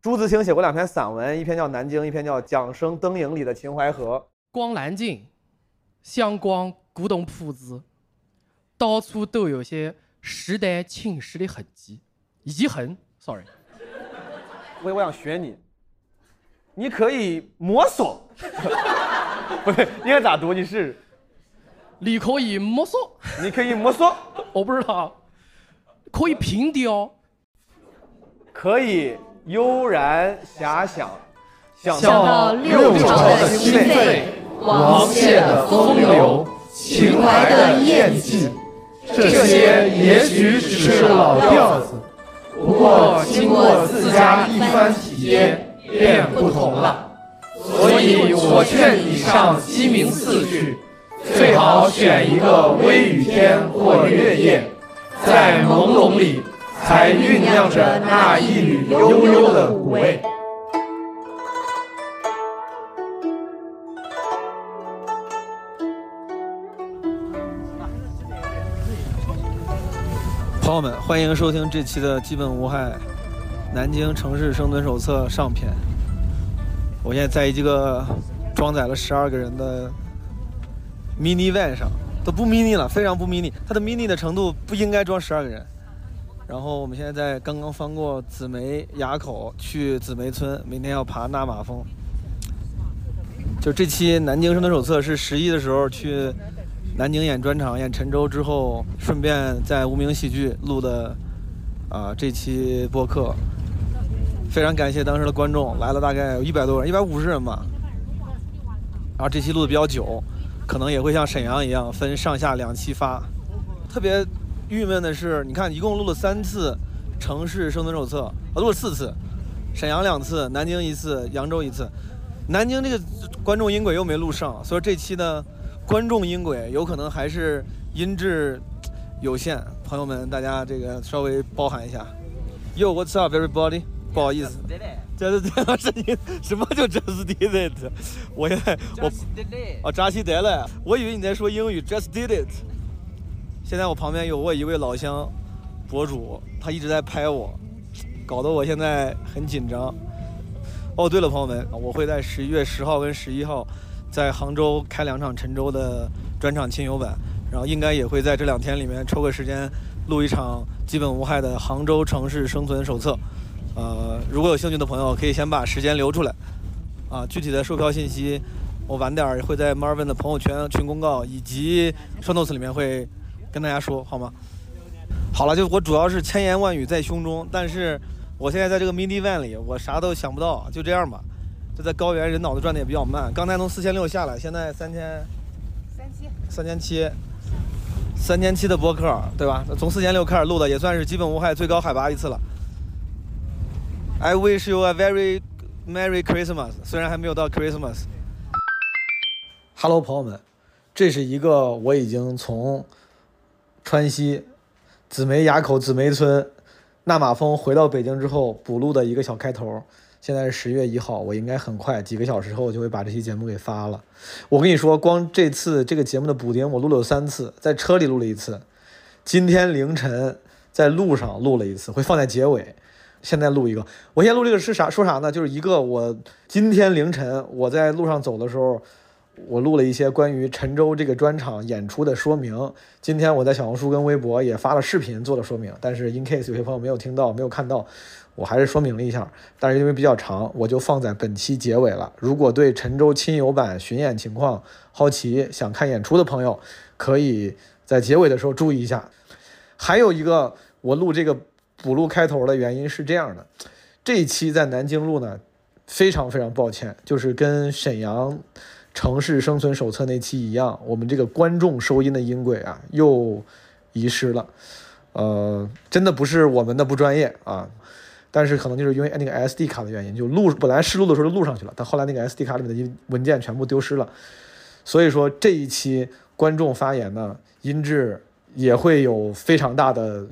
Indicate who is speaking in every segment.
Speaker 1: 朱自清写过两篇散文，一篇叫《南京》，一篇叫《桨声灯影里的秦淮河》。
Speaker 2: 光南镜，香光古董铺子，到处都有些时代侵蚀的痕迹，遗痕。Sorry，
Speaker 1: 我我想学你，你可以摸索， 不对，应该咋读？你试试。
Speaker 2: 你可以摸索，
Speaker 1: 你可以摸索，
Speaker 2: 我不知道，可以哦凭吊，
Speaker 1: 可以悠然遐想，想
Speaker 3: 想到六朝的兴废，王谢的风流，秦淮的艳技，这些也许只是老调子，不过经过自家一番体验，便不同了。所以我劝你上鸡鸣寺去。最好选一个微雨天或月夜，在朦胧里才酝酿着那一缕悠悠的古味。
Speaker 4: 朋友们，欢迎收听这期的《基本无害南京城市生存手册》上篇。我现在在一个装载了十二个人的。mini van 上都不 mini 了，非常不 mini。它的 mini 的程度不应该装十二个人。然后我们现在在刚刚翻过紫梅垭口去紫梅村，明天要爬纳马峰。就这期《南京生存手册》是十一的时候去南京演专场，演陈州之后，顺便在无名喜剧录的啊、呃、这期播客。非常感谢当时的观众，来了大概有一百多人，一百五十人吧。然后这期录的比较久。可能也会像沈阳一样分上下两期发。特别郁闷的是，你看一共录了三次《城市生存手册》，我录了四次，沈阳两次，南京一次，扬州一次。南京这个观众音轨又没录上，所以这期的观众音轨有可能还是音质有限。朋友们，大家这个稍微包涵一下。Yo, what's up, everybody？不好意思，这这这声音什么叫 just did it？我现在我哦扎西德勒，我以为你在说英语 just did it。现在我旁边有我一位老乡博主，他一直在拍我，搞得我现在很紧张。哦，对了，朋友们，我会在十一月十号跟十一号在杭州开两场陈州的专场亲友版，然后应该也会在这两天里面抽个时间录一场基本无害的杭州城市生存手册。呃，如果有兴趣的朋友，可以先把时间留出来。啊，具体的售票信息，我晚点儿会在 Marvin 的朋友圈群公告以及 show notes 里面会跟大家说，好吗？好了，就我主要是千言万语在胸中，但是我现在在这个 mini van 里，我啥都想不到，就这样吧。就在高原，人脑子转的也比较慢，刚才从四千六下来，现在三千，
Speaker 5: 三七，
Speaker 4: 三千七，三千七的播客，对吧？从四千六开始录的，也算是基本无害最高海拔一次了。I wish you a very merry Christmas。虽然还没有到 Christmas。Hello，朋友们，这是一个我已经从川西紫梅垭口紫梅村纳马峰回到北京之后补录的一个小开头。现在是十月一号，我应该很快几个小时后就会把这期节目给发了。我跟你说，光这次这个节目的补丁，我录了有三次，在车里录了一次，今天凌晨在路上录了一次，会放在结尾。现在录一个，我现在录这个是啥？说啥呢？就是一个我今天凌晨我在路上走的时候，我录了一些关于陈州这个专场演出的说明。今天我在小红书跟微博也发了视频做了说明，但是 in case 有些朋友没有听到、没有看到，我还是说明了一下。但是因为比较长，我就放在本期结尾了。如果对陈州亲友版巡演情况好奇、想看演出的朋友，可以在结尾的时候注意一下。还有一个，我录这个。补录开头的原因是这样的，这一期在南京录呢，非常非常抱歉，就是跟沈阳城市生存手册那期一样，我们这个观众收音的音轨啊又遗失了，呃，真的不是我们的不专业啊，但是可能就是因为哎那个 SD 卡的原因，就录本来试录的时候就录上去了，但后来那个 SD 卡里面的文件全部丢失了，所以说这一期观众发言呢，音质也会有非常大的。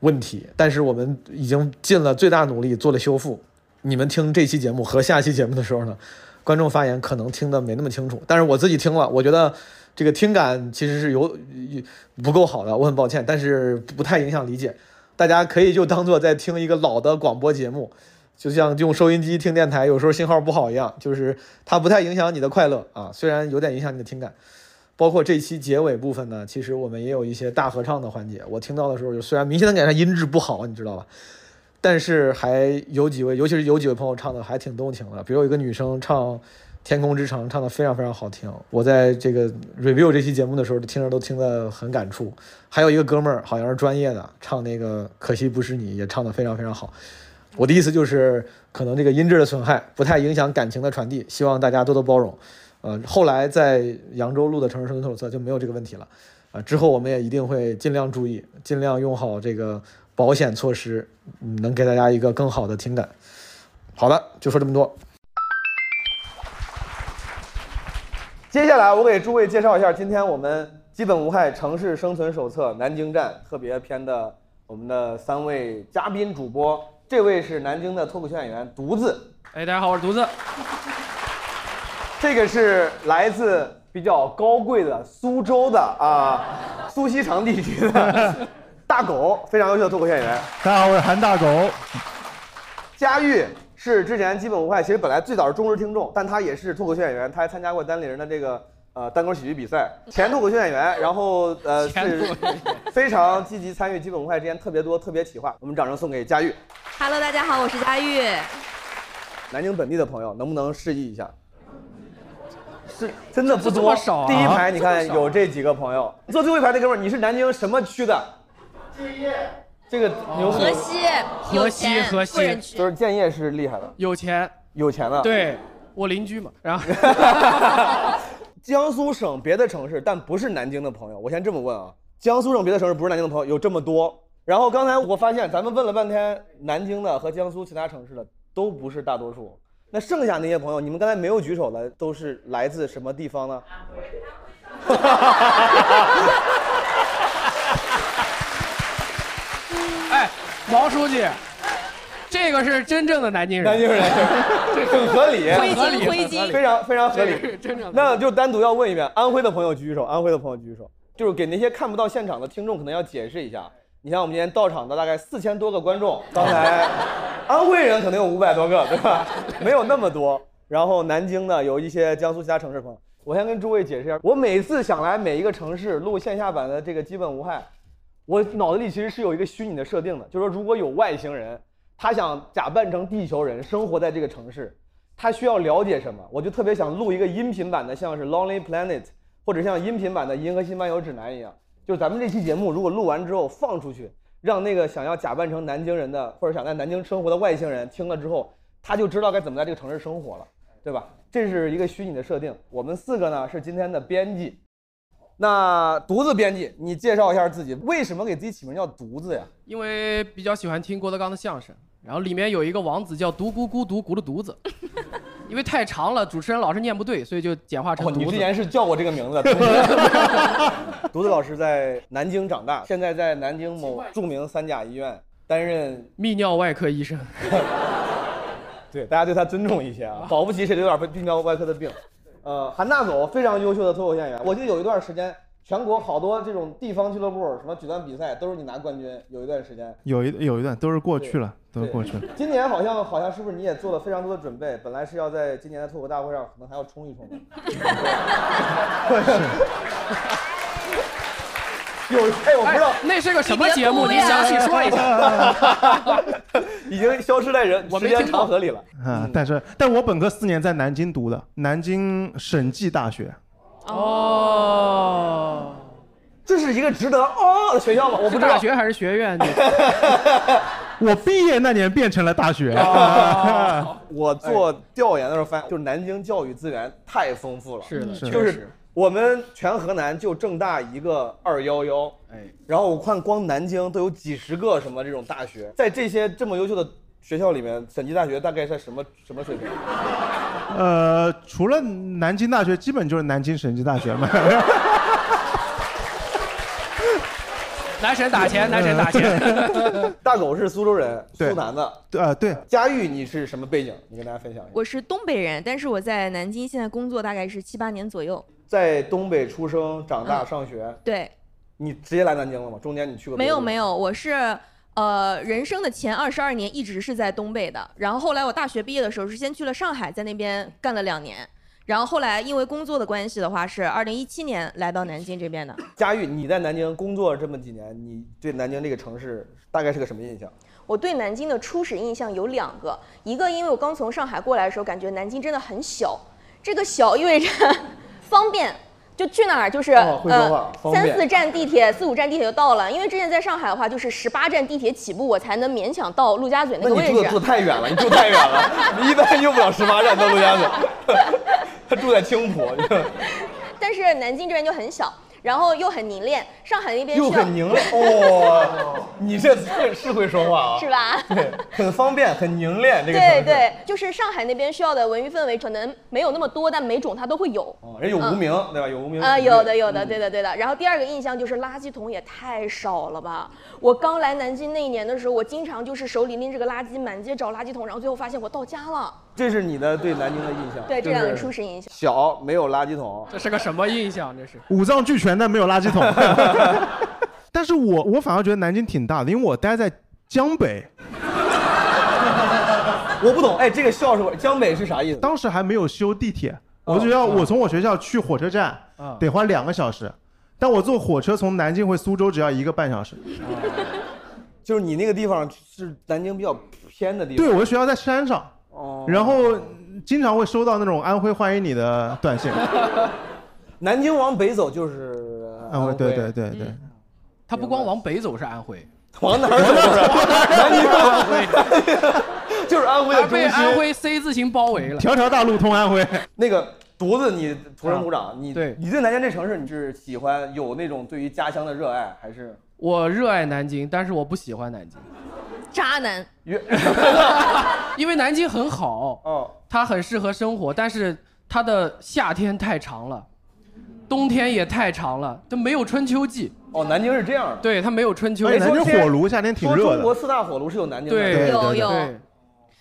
Speaker 4: 问题，但是我们已经尽了最大努力做了修复。你们听这期节目和下期节目的时候呢，观众发言可能听得没那么清楚，但是我自己听了，我觉得这个听感其实是有不够好的，我很抱歉，但是不太影响理解。大家可以就当做在听一个老的广播节目，就像用收音机听电台，有时候信号不好一样，就是它不太影响你的快乐啊，虽然有点影响你的听感。包括这期结尾部分呢，其实我们也有一些大合唱的环节。我听到的时候，就虽然明显的感觉它音质不好，你知道吧？但是还有几位，尤其是有几位朋友唱的还挺动情的，比如有一个女生唱《天空之城》，唱的非常非常好听。我在这个 review 这期节目的时候，听着都听得很感触。还有一个哥们儿好像是专业的，唱那个《可惜不是你》也唱得非常非常好。我的意思就是，可能这个音质的损害不太影响感情的传递，希望大家多多包容。呃，后来在扬州录的《城市生存手册》就没有这个问题了。啊、之后我们也一定会尽量注意，尽量用好这个保险措施，嗯能给大家一个更好的听感。好的，就说这么多。接下来我给诸位介绍一下今天我们《基本无害城市生存手册》南京站特别篇的我们的三位嘉宾主播。这位是南京的脱口秀演员独自，
Speaker 2: 哎，大家好，我是竹子。
Speaker 4: 这个是来自比较高贵的苏州的啊，苏锡常地区的大狗，非常优秀的脱口秀演员。
Speaker 6: 大家好，我是韩大狗。
Speaker 4: 佳玉是之前基本无害，其实本来最早是忠实听众，但他也是脱口秀演员，他还参加过单立人的这个呃单口喜剧比 赛，前脱口秀演员，然后 呃是非常积极参与基本无害之间特别多特别企划，我们掌声送给佳玉。
Speaker 7: Hello，大家好，我是佳玉。
Speaker 4: 南京本地的朋友能不能示意一下？是真的不
Speaker 2: 这这
Speaker 4: 多，
Speaker 2: 么少啊
Speaker 4: 第一排你看
Speaker 2: 这么少
Speaker 4: 有这几个朋友，坐最后一排那哥 们儿，你是南京什么区的？建业。这个牛
Speaker 7: 河
Speaker 4: 逼，
Speaker 7: 西，
Speaker 2: 河西
Speaker 7: 有钱
Speaker 2: 河西
Speaker 7: 富人区
Speaker 4: 就是建业是厉害了，
Speaker 2: 有钱，
Speaker 4: 有钱了。。
Speaker 2: 对我邻居嘛，然后
Speaker 4: 江苏省别的城市，但不是南京的朋友，我先这么问啊，江苏省别的城市不是南京的朋友有这么多。然后刚才我发现咱们问了半天，南京的和江苏其他城市的都不是大多数。那剩下那些朋友，你们刚才没有举手的，都是来自什么地方呢？
Speaker 2: 哎，毛书记，这个是真正的南京人，
Speaker 4: 南京人， 这很合理，
Speaker 7: 灰
Speaker 2: 合理很合
Speaker 7: 烬，灰烬
Speaker 2: 理。
Speaker 4: 非常非常合
Speaker 2: 这
Speaker 4: 理。
Speaker 2: 是 真正的。
Speaker 4: 那就单独要问一遍，安徽的朋友举手，安徽的朋友举手，就是给那些看不到现场的听众，可能要解释一下。你像我们今天到场的大概四千多个观众，刚才安徽人可能有五百多个，对吧？没有那么多。然后南京呢，有一些江苏其他城市朋友。我先跟诸位解释一下，我每次想来每一个城市录线下版的这个基本无害，我脑子里其实是有一个虚拟的设定的，就是说如果有外星人，他想假扮成地球人生活在这个城市，他需要了解什么？我就特别想录一个音频版的，像是《Lonely Planet》或者像音频版的《银河系漫游指南》一样，就是咱们这期节目如果录完之后放出去，让那个想要假扮成南京人的或者想在南京生活的外星人听了之后，他就知道该怎么在这个城市生活了，对吧？这是一个虚拟的设定。我们四个呢是今天的编辑，那独自编辑，你介绍一下自己，为什么给自己起名叫独自呀？
Speaker 2: 因为比较喜欢听郭德纲的相声，然后里面有一个王子叫独孤孤独咕噜犊子，因为太长了，主持人老是念不对，所以就简化成
Speaker 4: 哦，
Speaker 2: 犊
Speaker 4: 你之
Speaker 2: 子。
Speaker 4: 前是叫我这个名字。独子老师在南京长大，现在在南京某著名三甲医院担任，
Speaker 2: 泌尿外科医生，
Speaker 4: 对大家对他尊重一些啊，保不齐谁都有点泌尿外科的病。呃，韩大狗非常优秀的脱口秀演员，我记得有一段时间，全国好多这种地方俱乐部什么举办比赛都是你拿冠军，有一段时间。
Speaker 6: 有一有一段都是过去了，都是
Speaker 4: 对
Speaker 6: 过去了。
Speaker 4: 今年好像好像是不是你也做了非常多的准备？本来是要在今年的脱口大会上，可能还要冲 一冲的。有哎，我不知道，
Speaker 2: 那是个什么节目？
Speaker 7: 你
Speaker 2: 你
Speaker 7: 别哭呀
Speaker 2: 详细说一下。
Speaker 4: 已经消失在人
Speaker 2: 我
Speaker 4: 时
Speaker 2: 没
Speaker 4: 间
Speaker 2: 听过
Speaker 4: 长河里了。
Speaker 6: 啊，但是但我本科四年在南京读的，南京审计大学。
Speaker 2: 哦，
Speaker 4: 这是一个值得哦的学校吗？我
Speaker 2: 我
Speaker 4: 不
Speaker 2: 不
Speaker 4: 知道
Speaker 2: 大。学还是学院？你
Speaker 6: 我毕业那年变成了大学。
Speaker 4: 哦 我
Speaker 2: 哎
Speaker 4: 做调研的时候发现，就是南京教育资源太丰富了。
Speaker 2: 是的，
Speaker 6: 是
Speaker 4: 就
Speaker 2: 确
Speaker 4: 是
Speaker 2: 实
Speaker 4: 我们全河南就正大一个二幺幺，
Speaker 2: 哎，
Speaker 4: 然后我看光南京都有几十个什么这种大学，在这些这么优秀的学校里面，审计大学大概在什么什么水平？
Speaker 6: 呃，除了南京大学，基本就是南京审计大学嘛。
Speaker 2: 男神打钱，男神打钱。
Speaker 4: 大狗是苏州人，
Speaker 6: 对
Speaker 4: 苏南的。
Speaker 6: 对啊，对，
Speaker 4: 佳玉，你是什么背景？你跟大家分享一下。
Speaker 7: 我是东北人，但是我在南京现在工作大概是七八年左右。
Speaker 4: 在东北出生、长大、上学，
Speaker 7: 对，
Speaker 4: 你直接来南京了吗？中间你去过？
Speaker 7: 没有没。有，我是呃呃，人生的前二十二年一直是在东北的，然后后来我大学毕业的时候是先去了上海，在那边干了两年，然后后来因为工作的关系的话，是二零一七年来到南京这边的。
Speaker 4: 佳玉，你在南京工作这么几年，你对南京这个城市大概是个什么印象？
Speaker 7: 我对南京的初始印象有两个，一个因为我刚从上海过来的时候，感觉南京真的很小，这个小意味着 方便，就去哪儿就是、呃
Speaker 8: 哦会说话方
Speaker 7: 三
Speaker 8: 便
Speaker 7: 四站地铁、四五站地铁就到了。因为之前在上海的话，就是十八站地铁起步，我才能勉强到陆家嘴那
Speaker 4: 那
Speaker 7: 个
Speaker 4: 你
Speaker 7: 位
Speaker 4: 住的住
Speaker 7: 置。
Speaker 4: 太远了，你住太远了，你一般用不了十八站到陆家嘴。他住在青浦，
Speaker 7: 但是南京这边就很小，然后又很凝练，上海那边
Speaker 4: 又
Speaker 7: 需要
Speaker 4: 很凝练哦。你这是是会说话啊？
Speaker 7: 是吧？
Speaker 4: 对，很方便，很凝练这个城
Speaker 7: 对
Speaker 4: 市。
Speaker 7: 对，就是上海那边需要的文娱氛围可能没有那么多，但每种它都会有。
Speaker 4: 哦，人有无名对吧？有无名嗯
Speaker 7: 啊、有的有的，对的对的。然后第二个印象就是垃圾桶也太少了吧！我刚来南京那一年的时候，我经常就是手里拎着个垃圾满街找垃圾桶，然后最后发现我到家了。
Speaker 4: 这是你的对南京的印象。
Speaker 7: 对，这
Speaker 4: 就
Speaker 7: 两个
Speaker 4: 是
Speaker 7: 初始印象。
Speaker 4: 小没有垃圾桶，
Speaker 2: 这是个什么印象？这是
Speaker 6: 五脏俱全，但没有垃圾桶。 但是我我反而觉得南京挺大的，因为我待在江北，
Speaker 4: 我不懂。哎，这个笑是我江北是啥意思？哦
Speaker 6: 当时还没有修地铁，我就要我从我学校去火车站
Speaker 4: 啊
Speaker 2: 嗯
Speaker 6: 得花两个小时，但我坐火车从南京回苏州只要一个半小时。
Speaker 4: 就是你那个地方是南京比较偏的地方。
Speaker 6: 对，我的学校在山上，
Speaker 4: 哦，
Speaker 6: 然后经常会收到那种安徽欢迎你的短 信。
Speaker 4: 南京往北走就是
Speaker 6: 安徽，对对，对对。
Speaker 2: 他不光往北走是安徽，
Speaker 4: 往哪儿 走是？南京往北， 就是安徽的
Speaker 2: 他
Speaker 4: 中
Speaker 2: 被安
Speaker 4: 心。
Speaker 2: 徽 C 字形包围了。
Speaker 6: 条条大路通安徽。
Speaker 4: 那个犊子，你土生土长，你
Speaker 2: 啊对
Speaker 4: 你对南京这城市，你是喜欢有那种对于家乡的热爱，还是
Speaker 2: 我热爱南京，但是我不喜欢南京，
Speaker 7: 渣男，
Speaker 4: 越
Speaker 2: 因为南京很好，
Speaker 4: 哦？
Speaker 2: 它很适合生活，但是它的夏天太长了，冬天也太长了，它没有春秋季，
Speaker 4: 哦，南京是这样的。
Speaker 2: 对，它没有春秋
Speaker 6: 而且
Speaker 2: 季。
Speaker 6: 南京火炉夏天挺
Speaker 4: 说
Speaker 6: 热
Speaker 4: 中国
Speaker 6: 的，
Speaker 4: 四大火炉是有南京的。
Speaker 2: 对
Speaker 6: 对
Speaker 7: 有
Speaker 6: 对
Speaker 7: 有。
Speaker 2: 对，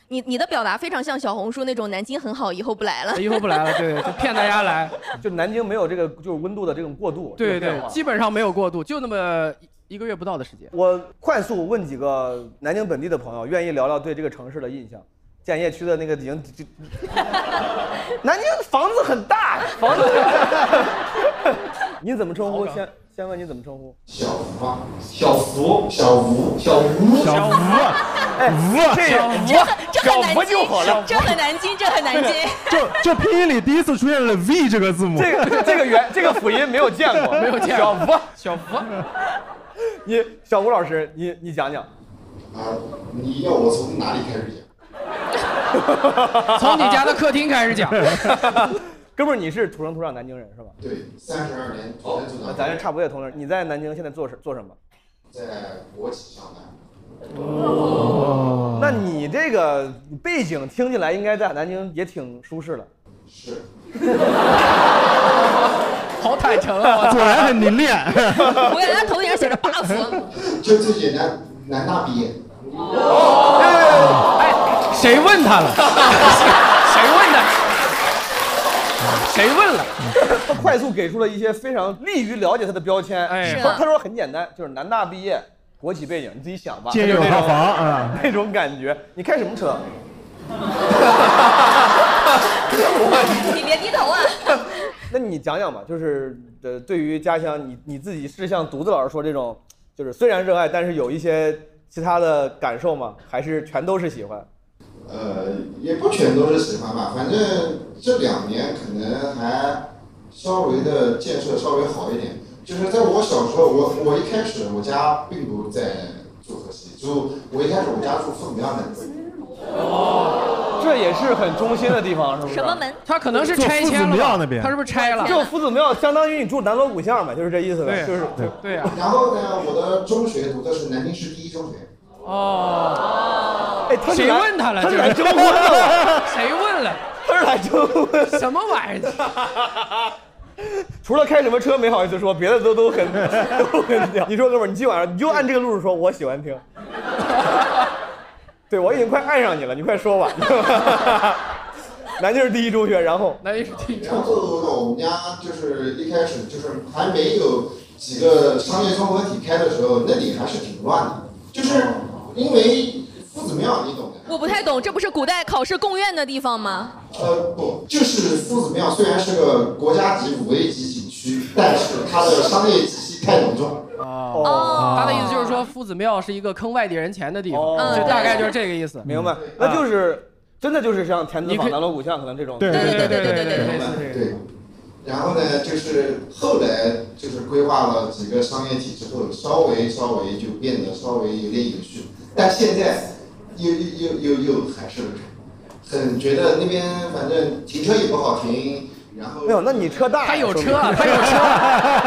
Speaker 7: 你你的表达非常像小红书那种南京很好，以后不来
Speaker 4: 哎
Speaker 7: 了。
Speaker 2: 以后不来了，对，就骗大家来，
Speaker 4: 就南京没有这个就是温度的这种过渡。这
Speaker 2: 对
Speaker 4: 个变
Speaker 2: 对，
Speaker 4: 化
Speaker 2: 基本上没有过渡，就那么一 个月不到的时间。
Speaker 4: 我快速问几个南京本地的朋友，愿意聊聊对这个城市的印象。建邺区的那个已经，就 南京房子很大，房子很大。你怎么称呼？先先问你怎么称呼？
Speaker 9: 小俗，小吴，小吴，
Speaker 6: 小吴啊，
Speaker 4: 哎
Speaker 6: 吴啊，
Speaker 4: 这
Speaker 7: 这很这很南
Speaker 4: 小佛就好了
Speaker 7: 京，这很南京，这很南京。
Speaker 6: 就就拼音里第一次出现了 V 这个字母。
Speaker 4: 这个这个原这个辅音没有见过，没有见过。小吴，
Speaker 2: 小福，
Speaker 4: 你小吴老师，你你讲讲。
Speaker 9: 啊，你要我从哪里开始讲？
Speaker 2: 从你家的客厅开始讲，
Speaker 4: 哥们儿，你是土生土长南京人是吧？
Speaker 9: 对，三十二年昨天
Speaker 4: 那
Speaker 9: 做
Speaker 4: 咱
Speaker 9: 的，
Speaker 4: 这差不多也同龄。你在南京现在做什做什么？
Speaker 9: 在国企上班，
Speaker 4: 那你这个背景听起来应该在南京也挺舒适的。
Speaker 9: 是
Speaker 2: 好坦诚 啊！
Speaker 6: 果然很凝练，
Speaker 7: 我感觉他头顶上写着 buff，
Speaker 9: 就最简单，南大毕业，
Speaker 2: 谁问他了？谁问的？谁问了？
Speaker 4: 他快速给出了一些非常利于了解他的标签。
Speaker 2: 哎
Speaker 4: 他
Speaker 7: 是的
Speaker 4: 他说很简单，就是南大毕业，国企背景，你自己想吧。
Speaker 6: 见
Speaker 4: 就
Speaker 6: 有
Speaker 4: 那
Speaker 6: 套
Speaker 4: 种
Speaker 6: 房啊。
Speaker 4: 那种感觉。你开什么车？
Speaker 7: 你别低 头啊。
Speaker 4: 那你讲讲吧，就是呃，对于家乡，你你自己是像独子老师说这种，就是虽然热爱，但是有一些其他的感受吗？还是全都是喜欢？
Speaker 9: 呃，也不全都是喜欢吧，反正这两年可能还稍微的建设稍微好一点。就是在我小时候，我我一开始我家并不在住河西，就我一开始我家住凤阳门，
Speaker 4: 这也是很中心的地方，是不是？
Speaker 7: 什么？门？
Speaker 2: 他可能是拆迁
Speaker 6: 做夫子
Speaker 2: 了吧
Speaker 6: 庙那边
Speaker 2: 他是不是拆了？
Speaker 4: 就夫子庙相当于你住南锣鼓巷嘛，就是这意思呗。
Speaker 2: 对
Speaker 4: 就是就
Speaker 2: 对啊，
Speaker 9: 然后呢，我的中学读的是南京市第一中学。
Speaker 2: 哦，
Speaker 4: 哎，他是
Speaker 2: 谁
Speaker 4: 来
Speaker 2: 问他了
Speaker 4: 他是
Speaker 2: 这
Speaker 4: 来
Speaker 2: 是
Speaker 4: 征婚的 吧？
Speaker 2: 谁 问了？
Speaker 4: 他是来征婚。
Speaker 2: 什么玩意儿？
Speaker 4: 除了开什么车没好意思说，别的都都很都很屌。你说哥们儿，你今晚上你就按这个路数说，我喜欢听。对，我已经快爱上你了，你快说吧。南京是第一中学，然后
Speaker 2: 那也是挺
Speaker 9: 然后我们家就是一开始就是还没有几个商业综合体开的时候，那里还是挺乱的，就是因为夫子庙你懂的，
Speaker 7: 我不太懂，这不是古代考试贡院的地方吗？
Speaker 9: 呃，不，就是夫子庙虽然是个国家级五 A 级景区，但是它的商业气息太浓重。
Speaker 2: 哦， 他的意思就是说，夫子庙是一个坑外地人钱的地方，
Speaker 4: 哦
Speaker 2: 就大概就是这个意思。
Speaker 4: 明白？那就是真的就是像田子
Speaker 2: 可
Speaker 4: 坊、
Speaker 2: 以
Speaker 4: 南锣鼓巷可能这种。
Speaker 2: 对对对对对对对对
Speaker 9: 明白对。然后呢，就是后来就是规划了几个商业体之后，稍微稍微就变得稍微有点有序，但现在又又又又又还是很觉得那边反正停车也不好停，然后
Speaker 4: 没有，那你车大呀，
Speaker 9: 他有
Speaker 4: 说明
Speaker 9: 车 他有车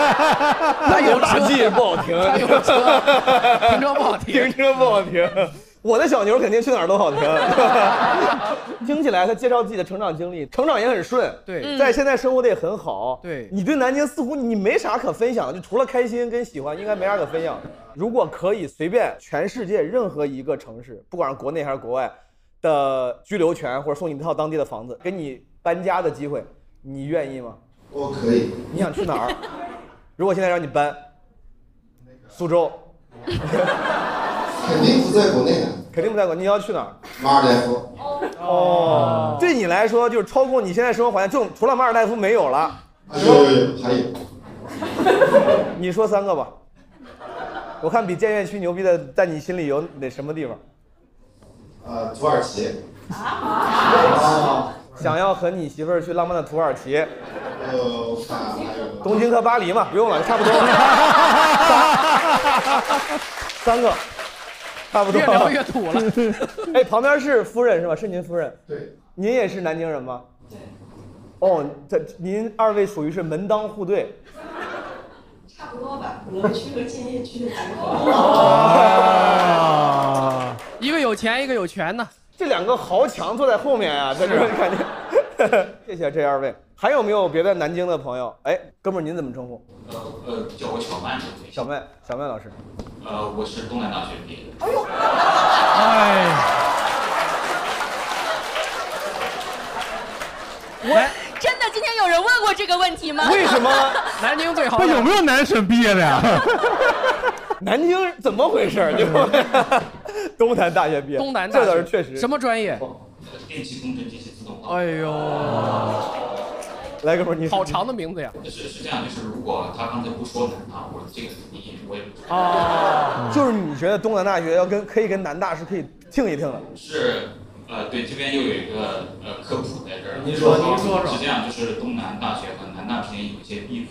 Speaker 4: 他有大 G 不好停，
Speaker 9: 他有车
Speaker 2: 停车不好停，
Speaker 4: 停车不好停。 我的小牛肯定去哪儿都好停。 听起来他介绍自己的成长经历，成长也很顺，
Speaker 2: 对嗯
Speaker 4: 在现在生活的也很好，
Speaker 2: 对
Speaker 4: 你对南京似乎你没啥可分享的，就除了开心跟喜欢，应该没啥可分享的。如果可以随便全世界任何一个城市，不管是国内还是国外的居留权，或者送你一套当地的房子，给你搬家的机会，你愿意吗？
Speaker 9: 我可以。
Speaker 4: 你想去哪 儿？如果现在让你搬，苏州，
Speaker 9: 肯定不在国内的，啊
Speaker 4: 肯定不在国内。你要去哪儿？
Speaker 9: 马尔代夫。
Speaker 4: 哦，对你来说就是超过你现在生活环境，这种除了马尔代夫没有了。
Speaker 9: 啊有有有，还有。
Speaker 4: 你说三个吧，我看比建院区牛逼的，在你心里有哪什么地方？
Speaker 9: 呃，土耳其。
Speaker 4: 啊，想要和你媳妇儿去浪漫的土耳其，
Speaker 9: 呃，我看还有
Speaker 4: 东京和巴黎嘛，不用了，差不多了。三个，差不多。
Speaker 2: 越聊越土了。
Speaker 4: 哎，旁边是夫人是吧？是您夫人？
Speaker 9: 对。
Speaker 4: 您也是南京人吗？对。哦，这您二位属于是门当户对。
Speaker 10: 差不多吧，可能去了建业区的结果。
Speaker 4: 啊，
Speaker 2: 一个有钱，一个有权呢。
Speaker 4: 这两个豪强坐在后面啊，在这儿感觉。 谢谢这二位，还有没有别的南京的朋友？哎，哥们儿，您怎么称呼？
Speaker 11: 呃呃，叫我小曼就可以。
Speaker 4: 小麦，小麦老师。
Speaker 11: 呃，我是东南大学毕业的。
Speaker 2: 哎，哎
Speaker 7: 我真的今天有人问过这个问题吗？
Speaker 4: 为什么？
Speaker 2: 南京最好
Speaker 6: 不有没有男神毕业的呀？
Speaker 4: 南京怎么回事儿？ 对不对？东南大学毕业，
Speaker 2: 东南大学
Speaker 4: 这倒是确实。哦
Speaker 2: 什么专业？
Speaker 11: 呃电气工程机械自动化。
Speaker 2: 哎呦，
Speaker 4: 来，哥们儿，你
Speaker 2: 好长的名字呀！
Speaker 11: 是是这样，就是如果他刚才不说的啊，我这个你我也不知道。
Speaker 2: 哦，
Speaker 4: 就是你觉得东南大学要跟可以跟南大是可以听一听的。
Speaker 11: 是，呃，对，这边又有一个呃科普在这儿。
Speaker 2: 您说您说说
Speaker 11: 是这样，就是东南大学和南大之间有一些 beef，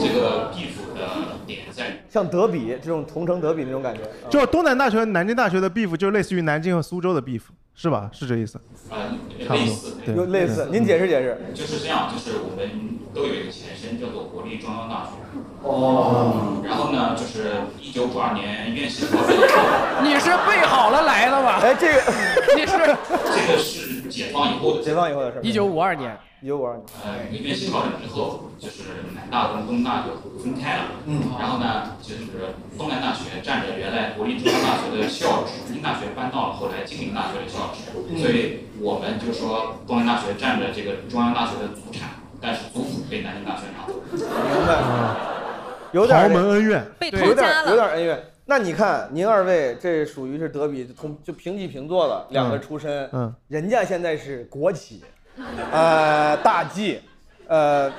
Speaker 11: 这个 beef 的点在于
Speaker 4: 像德比这种同城德比那种感觉，啊
Speaker 6: 就是东南大学、和南京大学的 beef，就类似于南京和苏州的 beef，是吧？是这意思？
Speaker 11: 呃
Speaker 6: 啊差
Speaker 11: 类
Speaker 6: 不
Speaker 11: 似
Speaker 6: 多，
Speaker 11: 的。
Speaker 6: 对，嗯
Speaker 4: 有类似。您解释解释。
Speaker 11: 就是这样，就是我们都有一个前身叫做国立中央大学。哦。然后呢，就是一九五二年院士调整以后，
Speaker 2: 你是备好了来的吧？
Speaker 4: 哎，这个
Speaker 2: 你是
Speaker 11: 这个是解放以后的
Speaker 4: 解放以后的事儿。
Speaker 2: 一九五二年，
Speaker 4: 一九五二年。
Speaker 11: 呃，因为院系调整之后，就是南大跟东大就分开了。嗯。然后呢，就是东南大学占着原来国立中央大学的校址，英大学搬到了后来金陵大学的校址，所以我们就说东南大学占着这个中央大学的祖产，但是祖谱被南京大学拿走了。
Speaker 4: 明白，有
Speaker 6: 嗯
Speaker 4: 点
Speaker 6: 豪
Speaker 4: 儿
Speaker 6: 门恩怨。
Speaker 7: 被
Speaker 4: 有
Speaker 7: 偷
Speaker 4: 点
Speaker 7: 家
Speaker 4: 儿有点
Speaker 7: 了。
Speaker 4: 儿恩怨。那你看，您二位这属于是德比同就平起平坐的两个
Speaker 6: 嗯
Speaker 4: 出身，
Speaker 6: 嗯
Speaker 4: 人家现在是国企，呃，大 G，呃，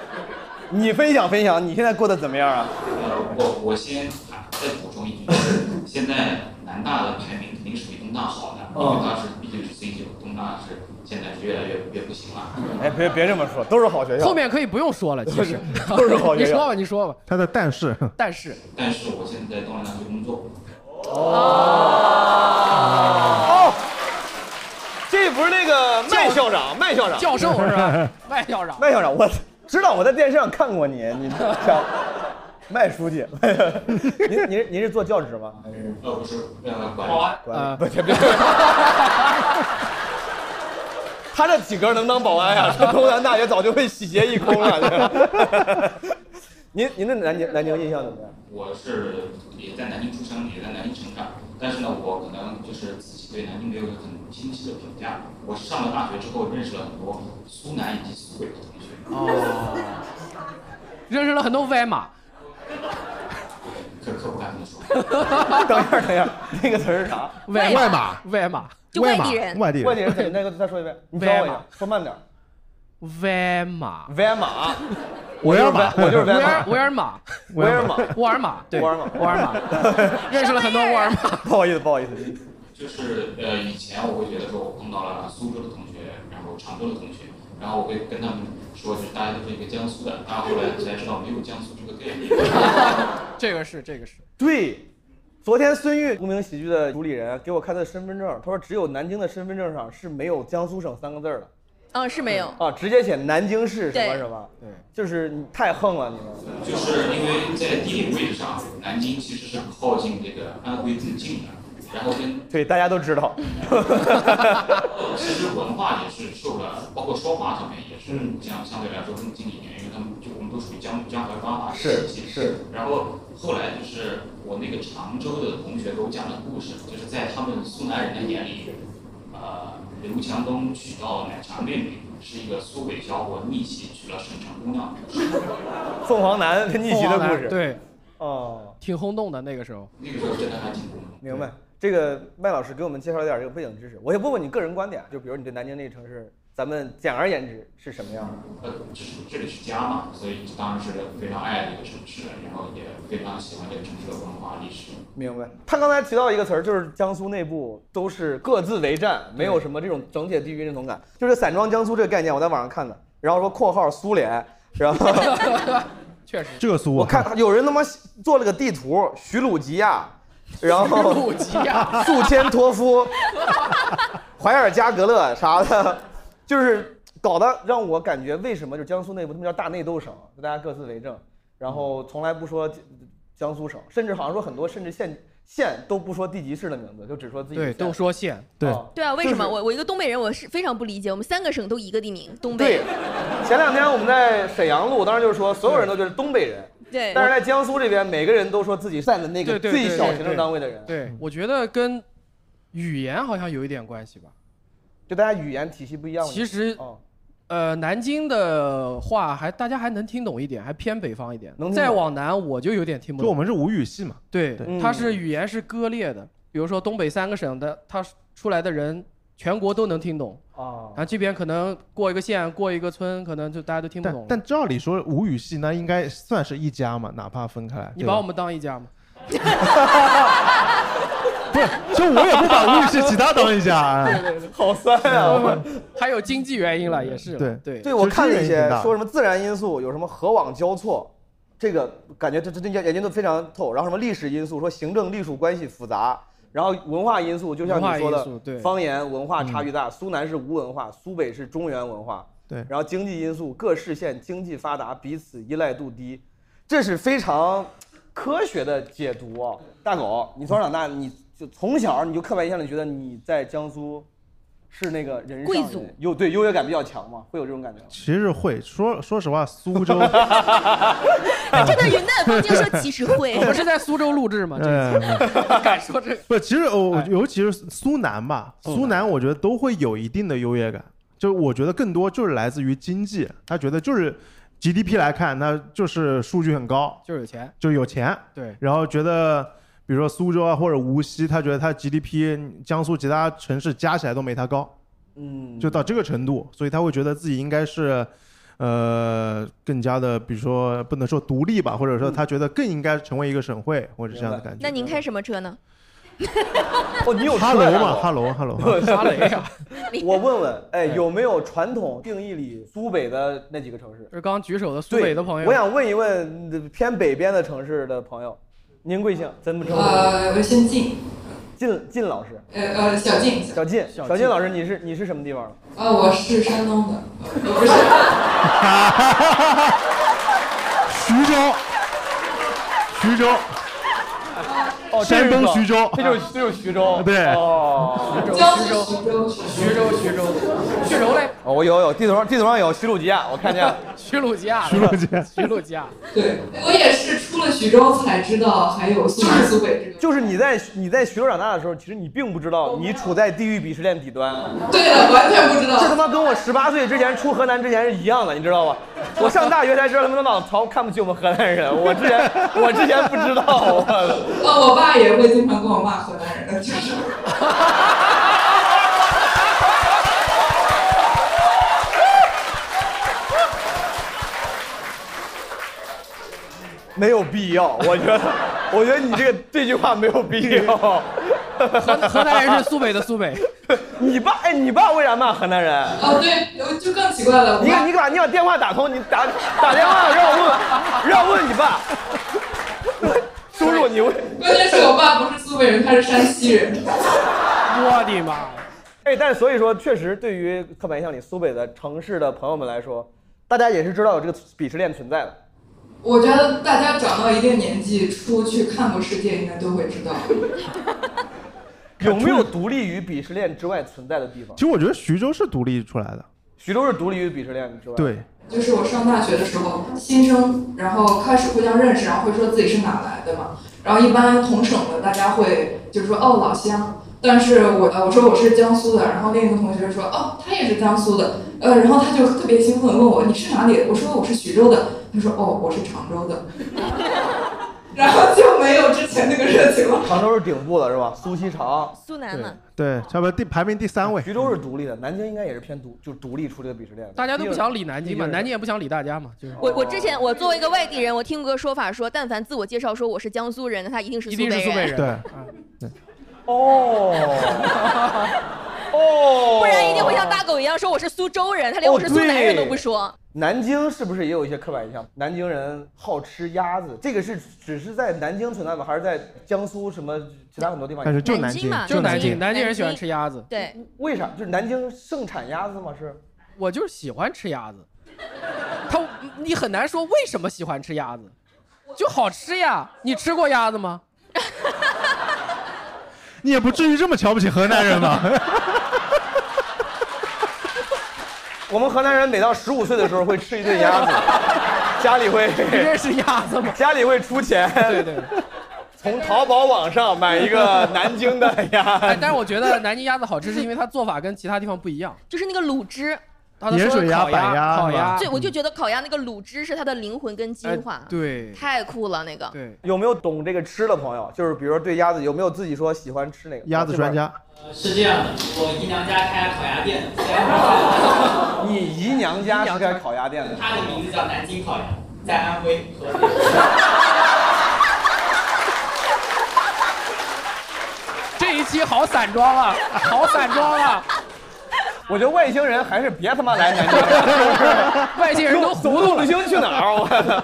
Speaker 4: 你分享分享，你现在过得怎么样啊？
Speaker 11: 呃，我我先啊再补充一句，就是现在南大的排名肯定是比东大好
Speaker 4: 嗯
Speaker 11: 的，因为它是毕竟是 C 九，东大是现在是越来越越不行了。
Speaker 4: 哎，别别这么说，都是好学校。
Speaker 2: 后面可以不用说了，其实
Speaker 4: 都是好学
Speaker 2: 你
Speaker 4: 校
Speaker 2: 说吧，你说吧。
Speaker 6: 他的但 是，
Speaker 2: 但是
Speaker 11: 但是我现在在东南大学工作，
Speaker 4: 哦，这不是那个麦校长，麦校长，
Speaker 2: 教授是 吧？外校长，
Speaker 4: 麦校长，我知道我在电视上看过你，你想麦书记， 您您您是做教职吗？还是
Speaker 11: 呃，不是呃管
Speaker 2: 保安，
Speaker 4: 管理？
Speaker 2: 呃
Speaker 4: 不，别别。他这体格能当保安呀？这东南大学早就被洗劫一空了。 您您对南京南京印象怎么样？
Speaker 11: 我是也在南京出生，也在南京成长，但是呢，我可能就是自己对南京没有一个很清晰的评价。我是上了大学之后认识了很多苏南以及苏北的同学，
Speaker 2: 认识了很多歪马，
Speaker 11: 可可不敢这么说。
Speaker 4: 等一下，等一下，那个词儿是啥？
Speaker 2: 外
Speaker 6: 外码，
Speaker 2: 外码，
Speaker 7: 就外地人
Speaker 6: 外地
Speaker 4: 外
Speaker 6: 人
Speaker 4: 地人怎么？那个再说一遍，你教我
Speaker 2: 外
Speaker 4: 一下
Speaker 2: 码，
Speaker 4: 说慢点儿。
Speaker 2: 外码，
Speaker 4: 维尔 玛，
Speaker 6: 我要把
Speaker 4: 我就是
Speaker 2: 维
Speaker 4: 维
Speaker 2: 尔
Speaker 4: 尔
Speaker 2: 维尔玛，
Speaker 4: 维尔玛。
Speaker 2: 沃尔玛，对，
Speaker 4: 沃尔玛
Speaker 2: 沃尔玛，认识了很多沃尔玛。
Speaker 4: 不好意思，不好意思，
Speaker 11: 就是呃，以前我会觉得说，我碰到了苏州的同学，然后常州的同学，然后我会跟他们说，就是大家都是一个江苏的，但后来才知道没有江苏这个概念。
Speaker 2: 这个是，这个是，
Speaker 4: 对，昨天孙玉无名喜剧的主理人给我看他的身份证，他说只有南京的身份证上是没有江苏省三个字儿的
Speaker 7: 嗯，是没有。
Speaker 4: 啊，直接写南京市什么
Speaker 7: 对
Speaker 4: 什么，对，就是你太横了，你们。
Speaker 11: 就是因为在地理位置上，南京其实是靠近这个安徽更近的，然后跟
Speaker 4: 对，大家都知道，
Speaker 11: 其实文化也是受了，包括说话上面也是
Speaker 4: 嗯
Speaker 11: 相相对来说更近一点，因为他们就我们都属于江江淮方话
Speaker 4: 是
Speaker 11: 体系。
Speaker 4: 是。
Speaker 11: 然后后来就是我那个常州的同学给我讲的故事，就是在他们苏南人的眼里，呃，刘强东娶到奶茶妹妹是一个苏北小伙逆袭娶了沈城姑娘的故事。
Speaker 4: 凤凰男跟逆袭的故事。
Speaker 2: 对，
Speaker 4: 哦，
Speaker 2: 挺轰动的那个时候。
Speaker 11: 那个时候真的还挺懵。
Speaker 4: 明白。这个麦老师给我们介绍一点这个背景知识，我也问问你个人观点，就比如你对南京这个城市，咱们简而言之是什么样的？
Speaker 11: 呃，这是这里是家嘛，所以当然是非常爱这个城市，然后也非常喜欢这个城市的文化历史。
Speaker 4: 明白。他刚才提到一个词儿，就是江苏内部都是各自为战，没有什么这种整体地域认同感。就是散装江苏这个概念，我在网上看的，然后说括号苏联，然后
Speaker 2: 确实，
Speaker 6: 这苏
Speaker 4: 我看有人他妈做了个地图，徐鲁吉亚，然后
Speaker 2: 鲁吉亚，
Speaker 4: 宿迁托夫、怀尔加格勒啥的，就是搞得让我感觉为什么就江苏内部他们叫大内斗省，就大家各自为政，然后从来不说江江苏省，甚至好像说很多甚至县县都不说地级市的名字，就只说自己的
Speaker 2: 对，
Speaker 4: 县
Speaker 2: 都说县，
Speaker 6: 对
Speaker 4: 啊
Speaker 7: 对啊，为
Speaker 4: 就
Speaker 7: 什么
Speaker 4: 是
Speaker 7: 我我一个东北人，我是非常不理解，我们三个省都一个地名，东北
Speaker 4: 对，前两天我们在沈阳路，当时就是说所有人都觉得东北人，
Speaker 7: 对
Speaker 4: 但是在江苏这边，每个人都说自己占的那个
Speaker 2: 对对对
Speaker 4: 最小行
Speaker 2: 对
Speaker 4: 政单位的人，
Speaker 2: 对，我觉得跟语言好像有一点关系吧。
Speaker 4: 就大家语言体系不一样。
Speaker 2: 其实，
Speaker 4: 哦，
Speaker 2: 呃，南京的话还大家还能听懂一点，还偏北方一点
Speaker 4: 能。听
Speaker 2: 再
Speaker 4: 懂
Speaker 2: 往南我就有点听不
Speaker 6: 就我
Speaker 2: 懂。
Speaker 6: 们是吴语系嘛，
Speaker 2: 对
Speaker 6: 对，
Speaker 2: 它
Speaker 4: 嗯
Speaker 2: 是语言是割裂的，比如说东北三个省的，它出来的人全国都能听懂，
Speaker 4: 啊
Speaker 2: 然，后这边可能过一个县、过一个村，可能就大家都听不懂
Speaker 6: 但但
Speaker 2: 了。
Speaker 6: 照理说吴语系那应该算是一家嘛，哪怕分开来。
Speaker 2: 你
Speaker 6: 对
Speaker 2: 把
Speaker 6: 吧
Speaker 2: 我们当一家吗？
Speaker 6: 不是，就我也不把吴语系其他当一家 啊。
Speaker 4: 好酸啊！我
Speaker 2: 还有经济原因了，也是
Speaker 6: 对
Speaker 2: 对
Speaker 4: 对，我看了一
Speaker 6: 其实这个也
Speaker 4: 些
Speaker 6: 挺大
Speaker 4: 说什么自然因素，有什么河网交错，这个感觉这这这研究的非常透。然后什么历史因素，说行政隶属关系复杂，然后文化因素，就像你说
Speaker 2: 文化因素对嗯
Speaker 4: 的，方言文化差距大，苏南是无文化，苏北是中原文化。
Speaker 6: 对
Speaker 4: 然后经济因素，各市县经济发达，彼此依赖度低，这是非常科学的解读啊。大狗，你从小长大，你就从小你就刻板印象里觉得你在江苏。是那个人上
Speaker 7: 贵
Speaker 4: 人
Speaker 7: 族
Speaker 4: 有对优越感比较强吗？会有这种感觉吗？
Speaker 6: 其实会说，说实话，苏州，
Speaker 7: 这段云淡风轻说其实会
Speaker 2: 我，们是在苏州录制吗？这
Speaker 6: 嗯，
Speaker 2: 敢说这哎个？
Speaker 6: 不，其实我尤其是苏南吧，苏南我觉得都会有一定的优越感，就是我觉得更多就是来自于经济，他觉得就是 GDP 来看，他就是数据很高，
Speaker 2: 就是有钱，
Speaker 6: 就是有钱，
Speaker 2: 对，
Speaker 6: 然后觉得比如说苏州啊或者无锡，他觉得他 GDP 江苏其他城市加起来都没他高，
Speaker 4: 嗯，
Speaker 6: 就到这个程度，所以他会觉得自己应该是。呃，更加的，比如说不能说独立吧，或者说他觉得更应该成为一个省会，或者这样的
Speaker 4: 明白
Speaker 6: 感觉。
Speaker 7: 那您开什么车呢？
Speaker 4: 哦，你有
Speaker 6: 哈
Speaker 4: 车
Speaker 6: 喽
Speaker 4: 呀
Speaker 6: 嘛，哈喽，哈喽，哈喽
Speaker 2: 哈雷
Speaker 4: 啊
Speaker 2: 呀！
Speaker 4: 我问问，哎，有没有传统定义里苏北的那几个城市？
Speaker 2: 就是刚刚举手的苏
Speaker 4: 对
Speaker 2: 北的朋友，
Speaker 4: 我想问一问呃偏北边的城市的朋友，您贵姓？怎么称呼？
Speaker 10: 啊呃，深进，
Speaker 4: 靳靳老师，
Speaker 10: 呃呃，小进，
Speaker 4: 小靳，
Speaker 2: 小
Speaker 4: 小
Speaker 2: 靳
Speaker 4: 靳老师，你是你是什么地方的？
Speaker 10: 呃，我是山东的，呃不是，
Speaker 6: 徐州，徐州，
Speaker 4: 哦，
Speaker 6: 山东徐州
Speaker 4: 这就是这就是 徐州。
Speaker 6: 对
Speaker 4: 哦，
Speaker 10: 江苏徐州，徐州，徐州，
Speaker 2: 徐州嘞，
Speaker 4: 哦我有有地图上地图上有徐鲁吉亚，我看见了。
Speaker 2: 徐鲁吉亚，
Speaker 6: 徐州街。
Speaker 2: 徐鲁吉亚，
Speaker 10: 对，我也是出了徐州才知道还有苏南苏北这个。
Speaker 4: 就是你在你在徐州长大的时候，其实你并不知道你处在地域鄙视链底端，啊
Speaker 10: 对的，完全不知
Speaker 4: 这
Speaker 10: 道
Speaker 4: 他。妈跟我十八岁之前出河南之前是一样的，你知道吧？我上大学才知道他们老曹看不起我们河南人，我之前我之前不知道。啊 我
Speaker 10: 呃，我爸也会经常跟我骂河南人，就是
Speaker 4: 没有必要，我觉得，我觉得你这个这句话没有必要。河
Speaker 2: 河南人是苏北的苏北，
Speaker 4: 你爸哎，你爸为啥骂河南人？啊
Speaker 10: 哦，对，我就更奇怪了。我
Speaker 4: 你
Speaker 10: 爸
Speaker 4: 你把你把电话打通，你打打电话让我问，让我问你爸。叔叔，你问。
Speaker 10: 关键是我爸不是苏北人，他是山西人。
Speaker 2: 我的妈！
Speaker 4: 哎，但是所以说，确实对于刻板印象里苏北的城市的朋友们来说，大家也是知道有这个鄙视链存在的。
Speaker 10: 我觉得大家长到一定年纪，出去看过世界，应该都会知道。
Speaker 4: 有没有独立于鄙视链之外存在的地方
Speaker 6: 其？实我觉得徐州是独立出来的，
Speaker 4: 徐州是独立于鄙视链之外。
Speaker 6: 对，
Speaker 10: 就是我上大学的时候，新生，然后开始互相认识，然后会说自己是哪来的嘛。然后一般同省的大家会就是说哦老乡，但是我呃我说我是江苏的，然后另一个同学说哦他也是江苏的，呃然后他就特别兴奋地问我你是哪里的？我说我是徐州的，他说哦我是常州的， 然后就没有之前那个热情了。
Speaker 4: 常州是顶部的是吧？苏锡常、
Speaker 7: 苏南嘛，
Speaker 6: 对，差不多第排名第三位。
Speaker 4: 徐州是独立的，南京应该也是偏独，就是独立出这个鄙视链的。
Speaker 2: 大家都不想理南京嘛，
Speaker 4: 毕竟是
Speaker 2: 南京也不想理大家嘛，就是
Speaker 7: 我我之前我作为一个外地人，我听过个说法说，但凡自我介绍说我是江苏人，那他一定是
Speaker 2: 一
Speaker 7: 苏
Speaker 2: 定
Speaker 7: 北
Speaker 2: 是
Speaker 7: 人，
Speaker 2: 苏北人。
Speaker 6: 对
Speaker 2: 啊
Speaker 4: 哦哦，
Speaker 7: 不然一定会像大狗一样说我是苏州人，他连我是苏南人都不说。
Speaker 4: 哦南京是不是也有一些刻板印象？南京人好吃鸭子，这个是只是在南京存在吗？还是在江苏什么其他很多地方也？
Speaker 6: 但是就
Speaker 7: 南
Speaker 6: 南
Speaker 7: 京
Speaker 6: 京
Speaker 7: 嘛，
Speaker 2: 就
Speaker 7: 南
Speaker 2: 南京，
Speaker 7: 京
Speaker 2: 南京人喜欢
Speaker 7: 南京
Speaker 2: 吃鸭子，
Speaker 7: 对，
Speaker 4: 为啥？就是南京盛产鸭子吗？是？
Speaker 2: 我就是喜欢吃鸭子。他，你很难说为什么喜欢吃鸭子，就好吃呀。你吃过鸭子 吗？
Speaker 6: 你也不至于这么瞧不起河南人 吧？
Speaker 4: 我们河南人每到十五岁的时候会吃一顿 鸭子，家里会？
Speaker 2: 你认识鸭子吗
Speaker 4: 家里会出钱，
Speaker 2: 对对。
Speaker 4: 从淘宝网上买一 个南京的鸭
Speaker 2: 哎，
Speaker 4: 子。
Speaker 2: 但是我觉得南京鸭子好吃，是因为它做法跟其他地方不一样。
Speaker 7: 就是那个卤汁，
Speaker 2: 他都
Speaker 6: 盐
Speaker 2: 说
Speaker 6: 水
Speaker 2: 是
Speaker 6: 鸭
Speaker 2: 烤
Speaker 6: 板
Speaker 2: 鸭、
Speaker 6: 鸭
Speaker 2: 烤
Speaker 6: 是吧
Speaker 2: 鸭，
Speaker 7: 对我就觉得烤鸭那个卤汁是它的灵魂跟
Speaker 2: 哎
Speaker 7: 精华，，
Speaker 2: 对
Speaker 7: 太酷了那个。
Speaker 2: 对，
Speaker 4: 有没有懂这个吃的朋友？就是比如说对鸭子，有没有自己说喜欢吃哪个？
Speaker 6: 鸭子专家，
Speaker 11: 是这样的，我姨娘家开烤鸭店，在安徽，
Speaker 4: 你姨娘家是开烤鸭店的，
Speaker 11: 她的名字叫南京烤鸭，在安徽合肥。
Speaker 2: 这一期好散装啊，好散装啊！
Speaker 4: 我觉得外星人还是别他妈来南 京了，
Speaker 2: 外星人都糊涂了
Speaker 4: 走。星去哪儿？啊我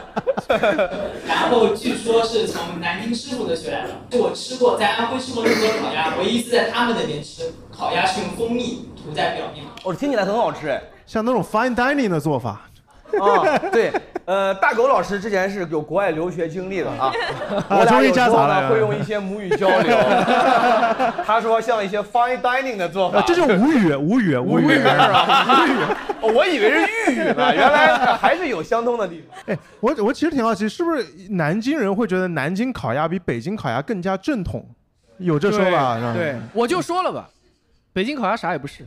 Speaker 11: 然后据说是从南京师傅那学来的，就我吃过在安徽吃过那么多烤鸭，唯一是在他们那边吃烤鸭是用蜂蜜涂在表面的。
Speaker 4: 我听起来很好吃哎。
Speaker 6: 像那种 fine dining 的做法，
Speaker 4: 啊，对，呃，大狗老师之前是有国外留学经历的啊，我
Speaker 6: 啊
Speaker 4: 俩
Speaker 6: 终于
Speaker 4: 有时
Speaker 6: 夹
Speaker 4: 候
Speaker 6: 杂
Speaker 4: 呢
Speaker 6: 了
Speaker 4: 会用一些母语交流。 他说像一些 fine dining 的做法，
Speaker 6: 呃，这就是无语，无语，无
Speaker 4: 无语
Speaker 6: 语。
Speaker 4: 啊，无语，我以为是粤语呢，原来 还是有相通的地方。
Speaker 6: 哎，我我其实挺好奇，是不是南京人会觉得南京烤鸭比北京烤鸭更加正统？有这说法是吧？
Speaker 2: 对，我就说了吧， 北京烤鸭啥也不是。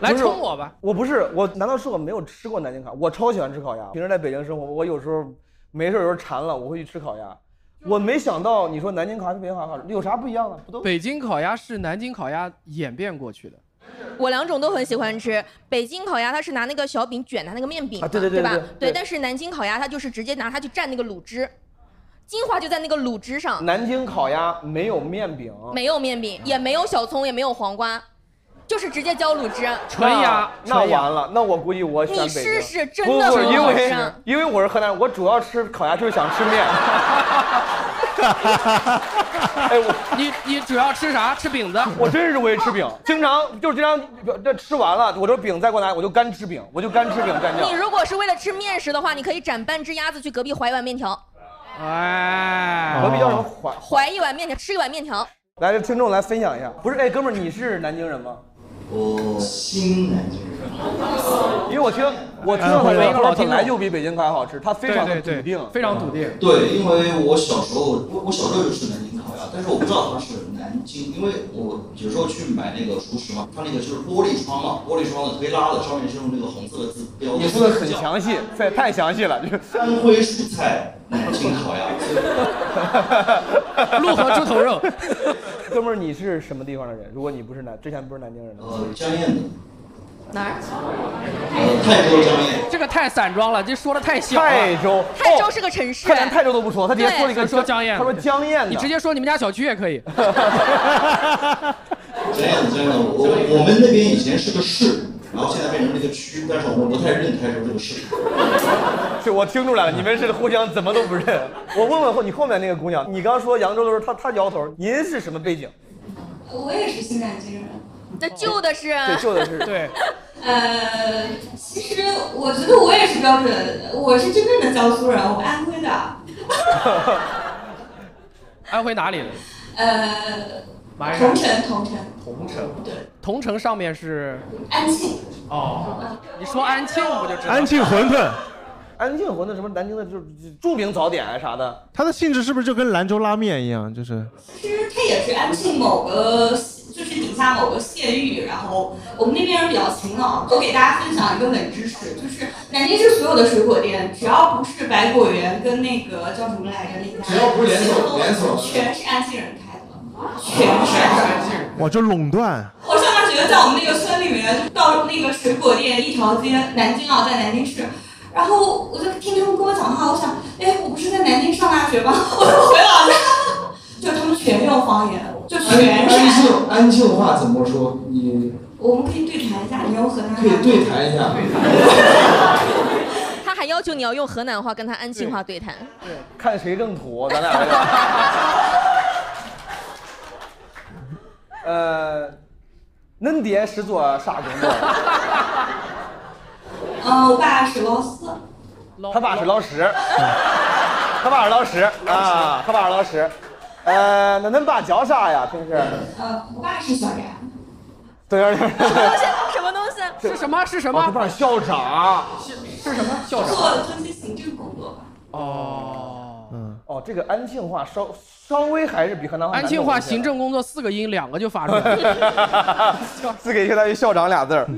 Speaker 2: 来
Speaker 4: 不是
Speaker 2: 冲我吧！
Speaker 4: 我不是，我难道是我没有吃过南京烤？我超喜欢吃烤鸭。平时在北京生活，我有时候没事儿有时候馋了，我会去吃烤鸭。我没想到你说南京烤鸭跟北京烤鸭好吃有啥不一样啊呢？不都
Speaker 2: 北京烤鸭是南京烤鸭演变过去的，
Speaker 7: 我两种都很喜欢吃。北京烤鸭它是拿那个小饼卷它那个面饼
Speaker 4: 啊
Speaker 7: 嘛，
Speaker 4: 对对对
Speaker 7: 吧
Speaker 4: 对对？对
Speaker 7: 但是南京烤鸭它就是直接拿它去蘸那个卤汁，精华就在那个卤汁上，
Speaker 4: 南京烤鸭没有面饼，
Speaker 7: 没有面饼，也没有小葱，也没有黄瓜，就是直接浇卤汁。
Speaker 2: 纯鸭，
Speaker 4: 那
Speaker 2: 纯鸭。
Speaker 4: 完了，那我估计我选
Speaker 7: 你
Speaker 4: 北京。
Speaker 7: 试试，真
Speaker 4: 不
Speaker 7: 的
Speaker 4: 不，
Speaker 7: 很
Speaker 4: 因
Speaker 7: 好吃
Speaker 4: 为。因为我是河南人，我主要吃烤鸭就是想吃 面。哎，我
Speaker 2: 你你主要吃啥？吃饼子？
Speaker 4: 我真是会吃饼，经常就是经常这吃完了，我这饼再给我拿，我就干吃饼，我就干吃饼蘸
Speaker 7: 你
Speaker 4: 酱。
Speaker 7: 如果是为了吃面食的话，你可以斩半只鸭子去隔壁怀一碗面条，
Speaker 2: 哎，
Speaker 4: 我比较什么怀
Speaker 7: 怀一碗面条，吃一碗面条。
Speaker 4: 来，这听众来分享一下。不是，哎，哥们儿，你是南京人吗？
Speaker 11: 我新南京人，
Speaker 4: 因为我听我听
Speaker 2: 哎我
Speaker 4: 他
Speaker 2: 有一个
Speaker 4: 说
Speaker 2: 老
Speaker 4: 本
Speaker 2: 听众
Speaker 4: 来就比北京烤鸭好吃，他非
Speaker 2: 对
Speaker 4: 常
Speaker 2: 对
Speaker 4: 的笃
Speaker 2: 对
Speaker 4: 定，。
Speaker 2: 非常笃定。
Speaker 9: 对，因为我小时候，我我小时候就吃南京烤鸭，但是我不知道它是南
Speaker 10: 南京，因为我有时候去买那个熟食嘛，它那个就是玻璃窗嘛，玻璃窗的推拉的，上面是用那个红色的字标。
Speaker 4: 你说的很详细，太太 详细了，就是
Speaker 10: 安徽蔬菜南京烤鸭，
Speaker 2: 陆河猪头肉。
Speaker 4: 哥们儿，你是什么地方的人？如果你不是南，之前不是南京人的话，
Speaker 10: 呃，江堰的，
Speaker 7: 哪儿？
Speaker 10: 呃，泰州江堰。
Speaker 2: 这个太散装了，这说的太小了。
Speaker 4: 泰州，
Speaker 7: 泰州
Speaker 4: 哦
Speaker 7: 是个城市
Speaker 4: 他，连泰州都不说，他直接说了一个
Speaker 2: 对说江堰
Speaker 4: 他说江堰的，
Speaker 2: 你直接说你们家小区也可 以。
Speaker 10: 这样这样，我我们那边以前是个市，然后现在变成了一个区，但是我们不太认泰州这个市。
Speaker 4: 是我听 出
Speaker 2: 啊
Speaker 4: 来了，你们是互相怎么都不认。我问问后你后面那个姑娘，你刚说扬州的时候，她她摇头， 您是什么背景？
Speaker 12: 我也是新南京人。
Speaker 7: 那旧的是啊
Speaker 4: 对，就的是
Speaker 2: 对，
Speaker 12: 呃，其实我觉得我也是标准，我是真正的江苏人，我安徽的。
Speaker 2: 安徽哪里的？
Speaker 12: 呃，
Speaker 2: 马鞍
Speaker 12: 同
Speaker 2: 山。
Speaker 12: 城，同城，
Speaker 2: 桐城。对。桐城上面是
Speaker 12: 安庆。
Speaker 2: 哦，你说安庆不就知道？
Speaker 6: 安庆馄饨，
Speaker 4: 安庆馄饨，什么南京的就是著名早点啊啥的，
Speaker 6: 它的性质是不是就跟兰州拉面一样？就是
Speaker 12: 其实它也是安庆某个，就是底下某个县域。然后我们那边人比较勤劳，我给大家分享一个冷知识，就是南京市所有的水果店，只要不是百果园跟那个叫什么来着那家，
Speaker 13: 只要不是连锁连锁
Speaker 12: 全是安庆人开的，全是安庆人。
Speaker 6: 哇，就垄断，
Speaker 12: 我上大学在我们那个村里面，就到那个水果店一条街，南京啊，在南京市。然后我就听他们跟我讲话，我想，哎，我不是在南京上大学吗？ 我怎么回老家了？就他们全用方言，就全
Speaker 4: 哎
Speaker 13: 安
Speaker 12: 是
Speaker 13: 安
Speaker 12: 安。
Speaker 13: 庆安庆话怎么说？你
Speaker 12: 我们可以对谈一下，你用河南话。
Speaker 13: 可以对谈一下。
Speaker 7: 他还要求你要用河南话跟他安庆话对谈。
Speaker 4: 看谁更土，咱俩这个。呃，恁爹是做啥工作的？
Speaker 12: 嗯，我爸是老师，
Speaker 4: 他爸是老师，他爸是老师啊，他爸是老师。呃，那恁爸叫啥呀？平时？
Speaker 12: 呃，我爸是小然。
Speaker 4: 对有点
Speaker 7: 什么东西？什么东西？ 啊
Speaker 2: 是什么？是什
Speaker 4: 哦，
Speaker 2: 么？
Speaker 4: 他爸是校长。
Speaker 2: 是什么？校长。
Speaker 12: 做这些行政工作吧。
Speaker 2: 哦。
Speaker 6: 嗯，
Speaker 4: 哦，这个安庆话稍稍微还是比河南话难
Speaker 2: 安
Speaker 4: 懂一些。
Speaker 2: 庆话行政工作四个音，两个就发出来了。
Speaker 4: 字给相当于校长俩字儿。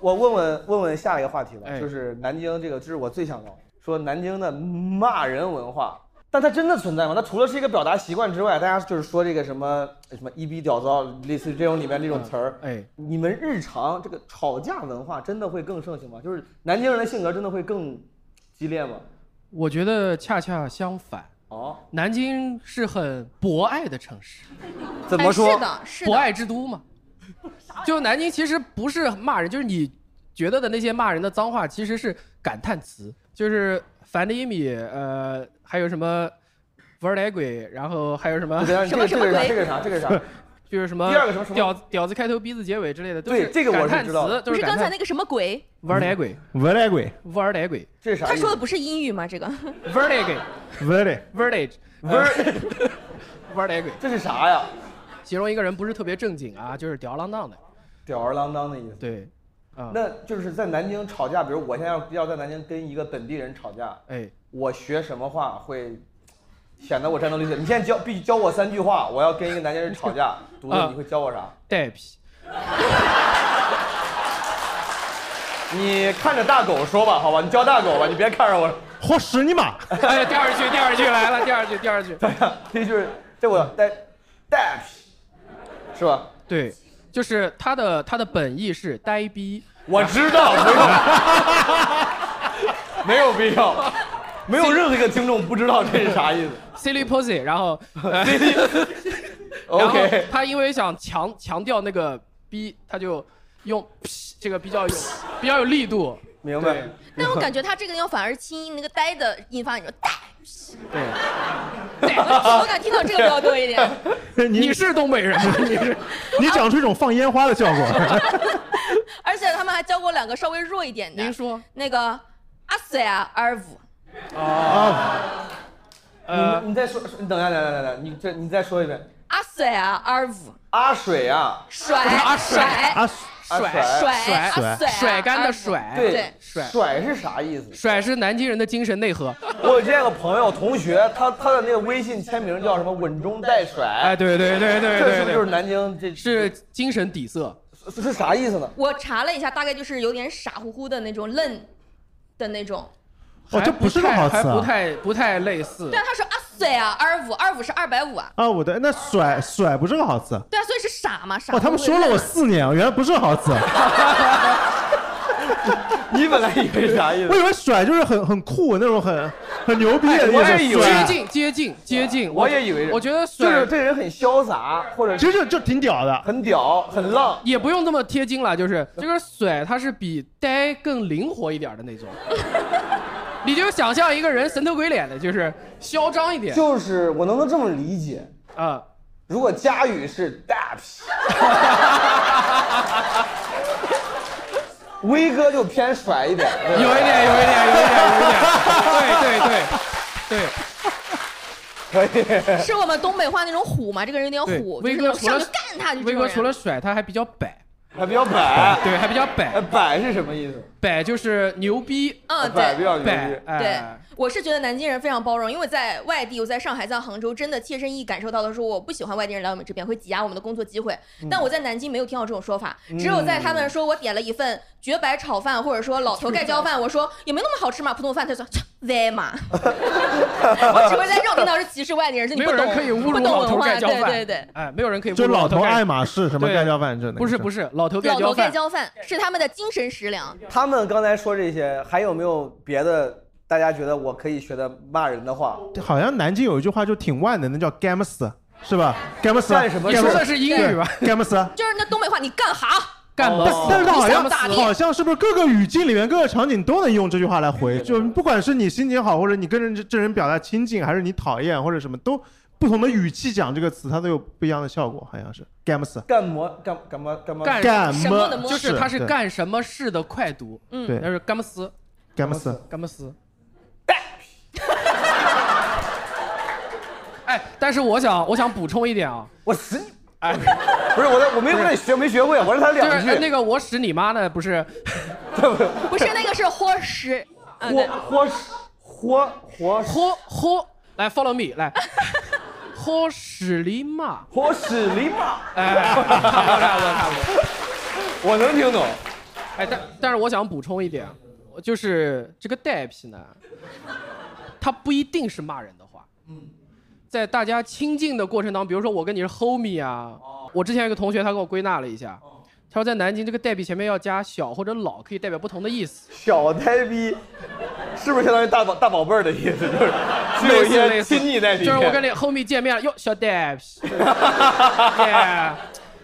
Speaker 4: 我问问问问下一个话题
Speaker 2: 哎
Speaker 4: 了，就是南京这个，这是我最想聊，说南京的骂人文化，但它真的存在吗？它除了是一个表达习惯之外，大家就是说这个什么什么一逼屌糟，类似于这种里面这种词儿。
Speaker 2: 哎，
Speaker 4: 你们日常这个吵架文化真的会更盛行吗？就是南京人的性格真的会更激烈吗？
Speaker 2: 我觉得恰恰相反，
Speaker 4: 哦，
Speaker 2: 南京是很博爱的城市，
Speaker 4: 怎么说？
Speaker 7: 哎是的，是
Speaker 2: 博
Speaker 7: 的。
Speaker 2: 爱之都嘛。就南京其实不是骂人，就是你觉得的那些骂人的脏话，其实是感叹词，就是凡的一米，呃，还有什么玩儿来鬼，然然后还有什么
Speaker 4: 对对对
Speaker 7: 什么
Speaker 4: 这个
Speaker 7: 什么
Speaker 4: 这个是啥？这个是啥？这个是啥？
Speaker 2: 就是什么
Speaker 4: 第二个什么什么
Speaker 2: 屌屌子开头逼子结尾之类的，都
Speaker 4: 对
Speaker 2: 是
Speaker 4: 这个我是
Speaker 2: 感叹
Speaker 4: 知道的
Speaker 2: 词，都
Speaker 7: 不是
Speaker 2: 是
Speaker 7: 刚
Speaker 2: 感
Speaker 7: 才
Speaker 2: 叹
Speaker 7: 那个什么鬼？
Speaker 2: 玩儿来鬼，
Speaker 6: v e r y g
Speaker 2: 玩儿来鬼
Speaker 4: 这是啥
Speaker 7: 他
Speaker 4: 意思？
Speaker 7: 说的不是英语吗？这个
Speaker 2: 玩儿来鬼
Speaker 6: v e r y
Speaker 2: ，village，玩儿
Speaker 4: 不是，
Speaker 2: 玩儿来鬼，
Speaker 4: 这是啥呀？
Speaker 2: 形容一个人不是特别正经啊，就是吊儿郎当的，
Speaker 4: 吊儿郎当的意思。
Speaker 2: 对，啊，
Speaker 4: 那就是在南京吵架，比如我现在要要在南京跟一个本地人吵架，
Speaker 2: 哎，
Speaker 4: 我学什么话会显得我战斗力强？你现在教必须教我三句话，我要跟一个南京人吵架，犊子
Speaker 2: 啊
Speaker 4: 你会教我啥？
Speaker 2: 带皮，
Speaker 4: 你看着大狗说吧，好吧，你教大狗吧，你别看着我。
Speaker 6: 嚯，屎你妈！
Speaker 2: 哎，第二句，第二句来了，第二句，第二句，
Speaker 4: 这啊就是这我带带皮，是吧？
Speaker 2: 对，就是他的他的本意是呆逼，
Speaker 4: 我知道， 没有，没有必要，没有任何一个听众不知道这是啥意思。
Speaker 2: silly pussy，然 后然后
Speaker 4: OK，
Speaker 2: 他因为想强强调那个逼，他就用这个比较有比较有力度，
Speaker 4: 明白
Speaker 2: 对。
Speaker 7: 但我感觉他这个要反而轻音，那个呆的音发，你说呆。
Speaker 2: 对，
Speaker 7: 我我敢听到这个比较多一 点。
Speaker 2: 你是东北人，你是
Speaker 6: 你讲出一种放烟花的效果，
Speaker 7: 而且他们还教过两个稍微弱一点的。
Speaker 2: 您说
Speaker 7: 那个阿塞啊阿尔五，
Speaker 2: 呃
Speaker 4: 你你再说，说你等一下，等一下，等一下，你这你再说一遍。
Speaker 7: 阿塞啊阿尔五，
Speaker 4: 阿水啊，
Speaker 7: 甩甩啊
Speaker 6: 啊，
Speaker 2: 甩
Speaker 7: 甩
Speaker 2: 甩
Speaker 7: 甩
Speaker 2: 甩干的甩，啊
Speaker 4: 对，
Speaker 2: 甩
Speaker 4: 甩是啥意思？
Speaker 2: 甩是南京人的精神内 核。
Speaker 4: 我有见个朋友同学，他他的那个微信签名叫什么“稳中带甩”，
Speaker 2: 哎，对对对对
Speaker 4: 这
Speaker 2: 对对，
Speaker 4: 是不是就是南京这
Speaker 2: 是精神底色。
Speaker 4: 是是啥意思呢？
Speaker 7: 我查了一下，大概就是有点傻乎乎的那种愣的那种。
Speaker 6: 哦，这不是个好词
Speaker 2: 还不
Speaker 6: 啊！
Speaker 2: 太不太类似
Speaker 7: 对。啊，他说啊岁啊二五二五是二百五啊。
Speaker 6: 啊，我的那甩甩不是个好词。
Speaker 7: 对啊，所以是傻嘛傻。
Speaker 6: 哇，哦他们说了我
Speaker 7: 傻。
Speaker 6: 四年，原来不是个好词，
Speaker 4: 你本来以为啥意
Speaker 6: 我？以为甩就是很很酷那种很很牛逼的
Speaker 4: 哎
Speaker 6: 意
Speaker 4: 我也以
Speaker 6: 思。
Speaker 4: 为
Speaker 2: 接
Speaker 6: 甩，
Speaker 2: 近接近接近，
Speaker 4: 我也以为是
Speaker 2: 我觉得
Speaker 4: 就是
Speaker 2: 甩
Speaker 4: 这人很潇洒，或者
Speaker 6: 其实就就挺屌的。
Speaker 4: 很屌、很浪。
Speaker 2: 也不用那么贴金了，就是这个甩它是比呆更灵活一点的那种。 你就想象一个人神头鬼脸的，就是嚣张一点
Speaker 4: 就是我能不能这么理解？
Speaker 2: 啊。
Speaker 4: 如果佳宇是 大屁，威哥就偏甩一点，
Speaker 2: 有一点，有一点，有一点，有一点。对对对对。
Speaker 4: 可以。
Speaker 7: 是我们东北话那种虎嘛，这个人有
Speaker 2: 对
Speaker 7: 点虎，
Speaker 2: 威
Speaker 7: 就
Speaker 2: 哥
Speaker 7: 是那种
Speaker 2: 除了
Speaker 7: 上去干他就这
Speaker 2: 威
Speaker 7: 种
Speaker 2: 哥
Speaker 7: 人
Speaker 2: 除了甩，他还比较摆，
Speaker 4: 还比较摆，
Speaker 2: 对，还比较摆
Speaker 4: 哎，，摆是什么意思？啊
Speaker 2: 摆就是牛逼，
Speaker 7: 嗯
Speaker 4: 摆
Speaker 7: 对
Speaker 4: 比。较牛
Speaker 2: 摆
Speaker 4: 逼，。
Speaker 7: 对
Speaker 2: 哎，，
Speaker 7: 我是觉得南京人非常包容，因为在外地，我在上海、在杭州，真的切身意感受到的是，我不喜欢外地人来我们这边，会挤压我们的工作机会。
Speaker 14: 嗯
Speaker 7: 但我在南京没有听到这种说法，只有在他们说我点了一份绝白炒饭，或者说老头盖浇
Speaker 4: 嗯
Speaker 7: 饭，我说也没那么好吃嘛，普通 饭，他说切 歪嘛。我只会在这种听到是歧视外地人，就你
Speaker 2: 没
Speaker 7: 不
Speaker 2: 有
Speaker 7: 懂，
Speaker 2: 人可以侮
Speaker 7: 不
Speaker 2: 辱
Speaker 7: 懂
Speaker 2: 老
Speaker 7: 文
Speaker 2: 头
Speaker 7: 化，
Speaker 2: 盖浇饭，
Speaker 7: 对对对。
Speaker 2: 哎，没有人可以侮
Speaker 6: 就
Speaker 2: 辱
Speaker 6: 老头爱
Speaker 2: 盖，
Speaker 6: 马仕什么
Speaker 2: 对
Speaker 6: 盖浇饭之类的，
Speaker 2: 不是不是，老头盖
Speaker 7: 老
Speaker 2: 浇
Speaker 7: 头盖
Speaker 2: 饭，
Speaker 7: 浇饭是他们的精神食粮。
Speaker 4: 他们刚才说这些，还有没有别的？大家觉得我可以学的骂人的话？
Speaker 6: 好像南京有一句话就挺万能的，叫 “gams”，是吧？gams
Speaker 4: 干什么
Speaker 2: 你说的是英语吧？
Speaker 6: ？gams。
Speaker 7: 就是那东北话，你干哈？
Speaker 2: 干
Speaker 4: 哦
Speaker 2: 嘛？
Speaker 6: 但但是它好
Speaker 7: 你想咋
Speaker 6: 像
Speaker 7: 地
Speaker 6: 好像是不是各个语境里面各个场景都能用这句话来回，就不管是你心情好，或者你跟人这这人表达亲近，还是你讨厌或者什么，都不同的语气讲这个词，它都有不一样的效果，好像是 gams
Speaker 4: 干么干干嘛干嘛？
Speaker 2: 干
Speaker 6: 干
Speaker 7: 什么的嗯
Speaker 6: 么
Speaker 7: 么
Speaker 2: 就是他是干什么事的快读，
Speaker 6: 对
Speaker 2: 那是干么斯，
Speaker 6: gams
Speaker 2: 干么斯，哎，但是我想我想补充一点啊，
Speaker 4: 我死你！ 哎，不是我在我没我得学没学会，我让他
Speaker 2: 就是
Speaker 4: 两句。
Speaker 2: 哎那个我使你妈呢，不是
Speaker 7: 不是那个是伙食。嗯，对。
Speaker 4: 活活活活
Speaker 2: 豁豁，来 follow me，来，豁使你妈，
Speaker 4: 活屎里马！
Speaker 2: 哎，差不多差不多差不多。
Speaker 4: 我能听懂。
Speaker 2: 哎，但但是我想补充一点，就是这个带皮呢，它不一定是骂人的话。嗯，在大家亲近的过程当中，比如说我跟你是 homie 啊，我之前有一个同学他给我归纳了一下，他说在南京这个带皮前面要加小或者老，可以代表不同的意思。
Speaker 4: 小呆逼，是不是相当于大宝大宝贝儿的意思？就是只有
Speaker 2: 类似类
Speaker 4: 一些
Speaker 2: 似，
Speaker 4: 亲昵在 里面。
Speaker 2: 就是我跟你 homie 见面了，哟，小带皮。哎
Speaker 4: 啊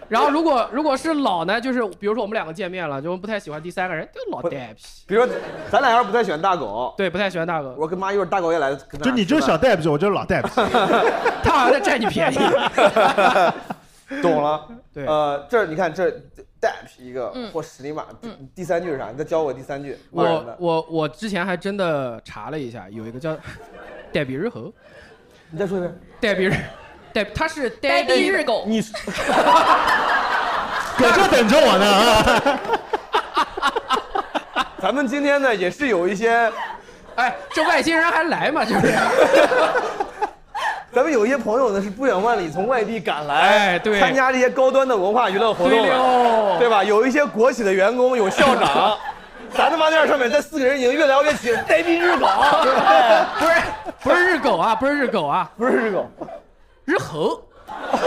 Speaker 2: 然后如果如果是老呢，就是比如说我们两个见面了，就不太喜欢第三个人，就老带皮。
Speaker 4: 比如说咱俩要是不太喜欢大狗，
Speaker 2: 对，不太喜欢大哥。
Speaker 4: 我跟妈一会儿大狗也来，跟咱
Speaker 6: 就
Speaker 4: 俩
Speaker 6: 你
Speaker 4: 吃
Speaker 6: 就是小
Speaker 4: 饭
Speaker 6: 戴皮，我就是老戴皮。
Speaker 2: 他好像在占你便宜。
Speaker 4: 懂了。
Speaker 2: 对嗯
Speaker 4: 呃，这儿你看这带皮一个，或十里马。第第三句是啥？你再教我第三句骂人
Speaker 2: 我
Speaker 4: 的。
Speaker 2: 我我之前还真的查了一下，有一个叫 “呆比日猴
Speaker 4: 你再说一遍。”，
Speaker 2: 呆比日，呆他是呆
Speaker 7: 呆逼
Speaker 2: 比
Speaker 7: 日狗，
Speaker 4: 你
Speaker 6: 搁这等着我呢啊！
Speaker 4: 咱们今天呢也是有一些，
Speaker 2: 哎，这外星人还来吗？就是，
Speaker 4: 咱们有一些朋友呢是不远万里从外地赶来，
Speaker 2: 哎对
Speaker 4: 参加这些高端的文化娱乐活动
Speaker 2: 对
Speaker 4: 了，
Speaker 2: 喽，
Speaker 4: 对吧？有一些国企的员工，有校长。咱他妈那上面，这四个人已经越聊越起，呆逼日狗，对
Speaker 2: 不是 不是日狗啊，不是日狗啊，
Speaker 4: 不是日狗，
Speaker 2: 日猴。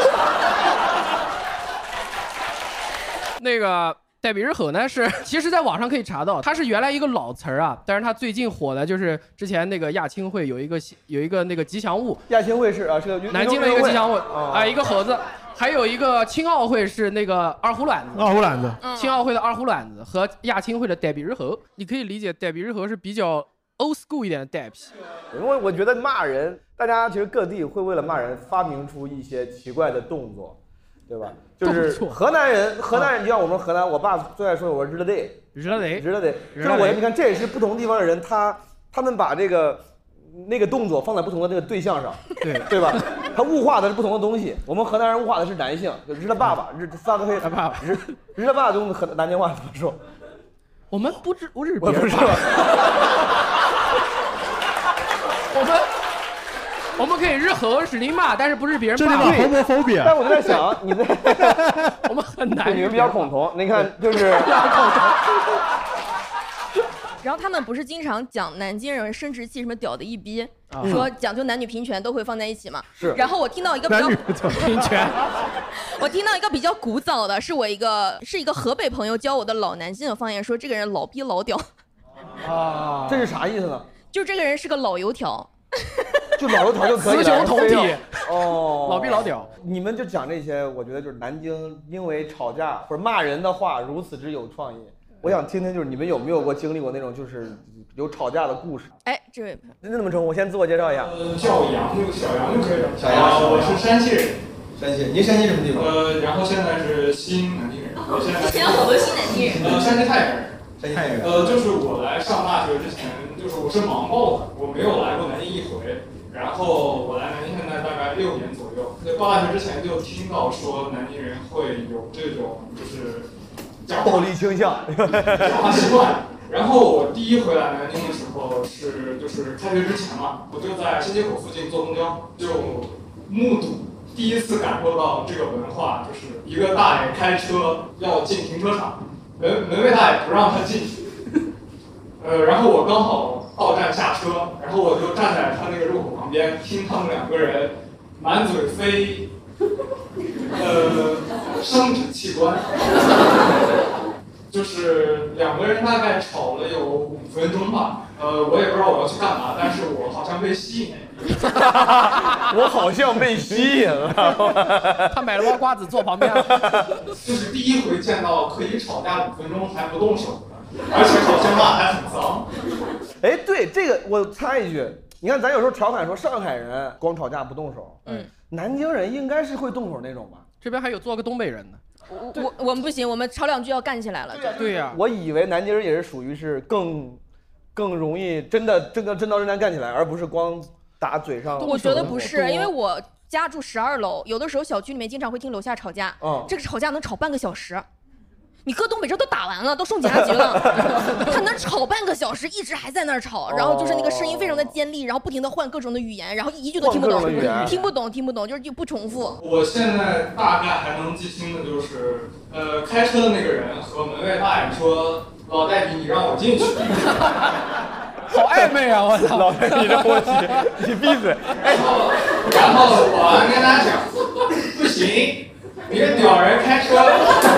Speaker 2: 那个戴比日吼呢是，其实在网上可以查到，它是原来一个老词儿啊，但是它最近火的就是之前那个亚青会有一个有一个那个吉祥物，
Speaker 4: 亚青会是啊，是个运
Speaker 2: 南京的一个吉祥物，
Speaker 4: 哦
Speaker 2: 啊，一个猴子，还有一个青奥会是那个二胡卵子，
Speaker 6: 啊，我懒得。
Speaker 2: 青奥会的二胡卵子和亚青会的呆比日猴，你可以理解呆比日猴是比较 old school 一点的呆皮，
Speaker 4: 因为我觉得骂人，大家其实各地会为了骂人发明出一些奇怪的动作，对吧？就是
Speaker 2: 动作
Speaker 4: 河南人，河南人，就像我们河南，我爸最爱说我是日了得，
Speaker 2: 热雷
Speaker 4: 日了得，就
Speaker 2: 日
Speaker 4: 是
Speaker 2: 了
Speaker 4: 我
Speaker 2: 得
Speaker 4: 你看，这也是不同地方的人，他他们把这个那个动作放在不同的那个对象上，
Speaker 2: 对
Speaker 4: 对吧？他物化的是不同的东西。我们河南人物化的是男性，就日他爸
Speaker 2: 嗯
Speaker 4: 爸，日撒个黑他爸爸，日日他爸用河南京话怎么说？
Speaker 2: 我们不知不是
Speaker 4: 我
Speaker 2: 别
Speaker 4: 不
Speaker 2: 人
Speaker 4: 知
Speaker 2: 吧
Speaker 4: 道。
Speaker 2: 我们我们可以日和使您骂，但是不是别人
Speaker 6: 这
Speaker 2: 骂
Speaker 6: 里
Speaker 2: 我
Speaker 6: 面
Speaker 2: 们
Speaker 6: homophobia，
Speaker 4: 但我就在想，你在
Speaker 2: 我们很
Speaker 4: 对
Speaker 2: 难。
Speaker 4: 你们比较恐同，你看就是
Speaker 7: 然后他们不是经常讲南京人生殖器什么屌的一逼，
Speaker 2: 啊
Speaker 7: 说讲究男女平权都会放在一起嘛。
Speaker 4: 是
Speaker 7: 然后我听到一个比
Speaker 6: 男
Speaker 7: 较
Speaker 6: 女怎么
Speaker 2: 平权，
Speaker 7: 我听到一个比较古早的，是我一个是一个河北朋友教我的老南京的方言，说这个人老逼老屌，
Speaker 2: 啊
Speaker 4: 这是啥意思呢？
Speaker 7: 就这个人是个老油条。
Speaker 4: 就老油条就可以了。
Speaker 2: 雌雄同
Speaker 4: 非要
Speaker 2: 体
Speaker 4: 哦，
Speaker 2: 老逼老屌。
Speaker 4: 你们就讲这些，我觉得就是南京因为吵架或者骂人的话如此之有创意。我想听听，就是你们有没有过经历过那种就是有吵架的故事？
Speaker 7: 哎，这位朋友
Speaker 4: 那怎么称呼？我先自我介绍一下。
Speaker 15: 呃，叫杨就小杨就可以了。
Speaker 4: 小杨
Speaker 15: 呃我是山西人，
Speaker 4: 山西，您山西什么地？
Speaker 15: 呃，然后现在是新南京人，我现在
Speaker 7: 以前好多新南京人，
Speaker 15: 呃山西太原人。
Speaker 4: 山西太原。
Speaker 15: 呃，就是我来上大学之前，就是我是盲报的，我没有来过南京一回。然后我来南京现在大概六年左右，在报大学之前就听到说南京人会有这种就是讲话
Speaker 4: 暴力倾向，
Speaker 15: 讲话习惯。然后我第一回来南京的时候是就是开学之前嘛，我就在新街口附近坐公交，就目睹第一次感受到这个文化，就是一个大爷开车要进停车场，门门卫大爷不让他进去。呃，然后我刚好到站下车，然后我就站在他那个入口旁边，听他们两个人满嘴飞，呃，生殖器官。就是两个人大概吵了有五分钟吧，呃，我也不知道我要去干嘛，但是我好像被吸引了。
Speaker 4: 我好像被吸引了。
Speaker 2: 他买了包瓜子坐旁边，
Speaker 15: 就是第一回见到可以吵架五分钟还不动手的，而且好像骂还很脏。
Speaker 4: 哎，对这个我插一句，你看咱有时候调侃说上海人光吵架不动手，
Speaker 7: 嗯，
Speaker 4: 南京人应该是会动手那种吧？
Speaker 2: 哎这边还有做个东北人的。
Speaker 7: 我我我们不行，我们吵两句要干起来
Speaker 4: 啊
Speaker 7: 了。
Speaker 2: 对呀、
Speaker 4: 我以为南京人也是属于是更更容易真的真的真刀真枪干起来，而不是光打嘴上。
Speaker 7: 我觉得不是，
Speaker 2: 多
Speaker 7: 因为我家住十二楼，有的时候小区里面经常会听楼下吵架，
Speaker 4: 嗯
Speaker 7: 这个吵架能吵半个小时。你搁东北这都打完了，都送警察局 了，他能吵半个小时，一直还在那儿吵，
Speaker 4: 哦
Speaker 7: 然后就是那个声音非常的尖利，然后不停的换各种的语言，然后一句都听不懂
Speaker 4: 换各种的语言，
Speaker 7: 听不懂，听不懂，就是就不重复。
Speaker 15: 我现在大概还能记清的就是，呃，开车的那个人和门卫大爷说：“老戴比，你让我进去。”
Speaker 2: 好暧昧啊！我操，哎
Speaker 4: 老魏，你让我急，你闭嘴。
Speaker 15: 然后，然后我还跟他讲，不行，你个屌人开车，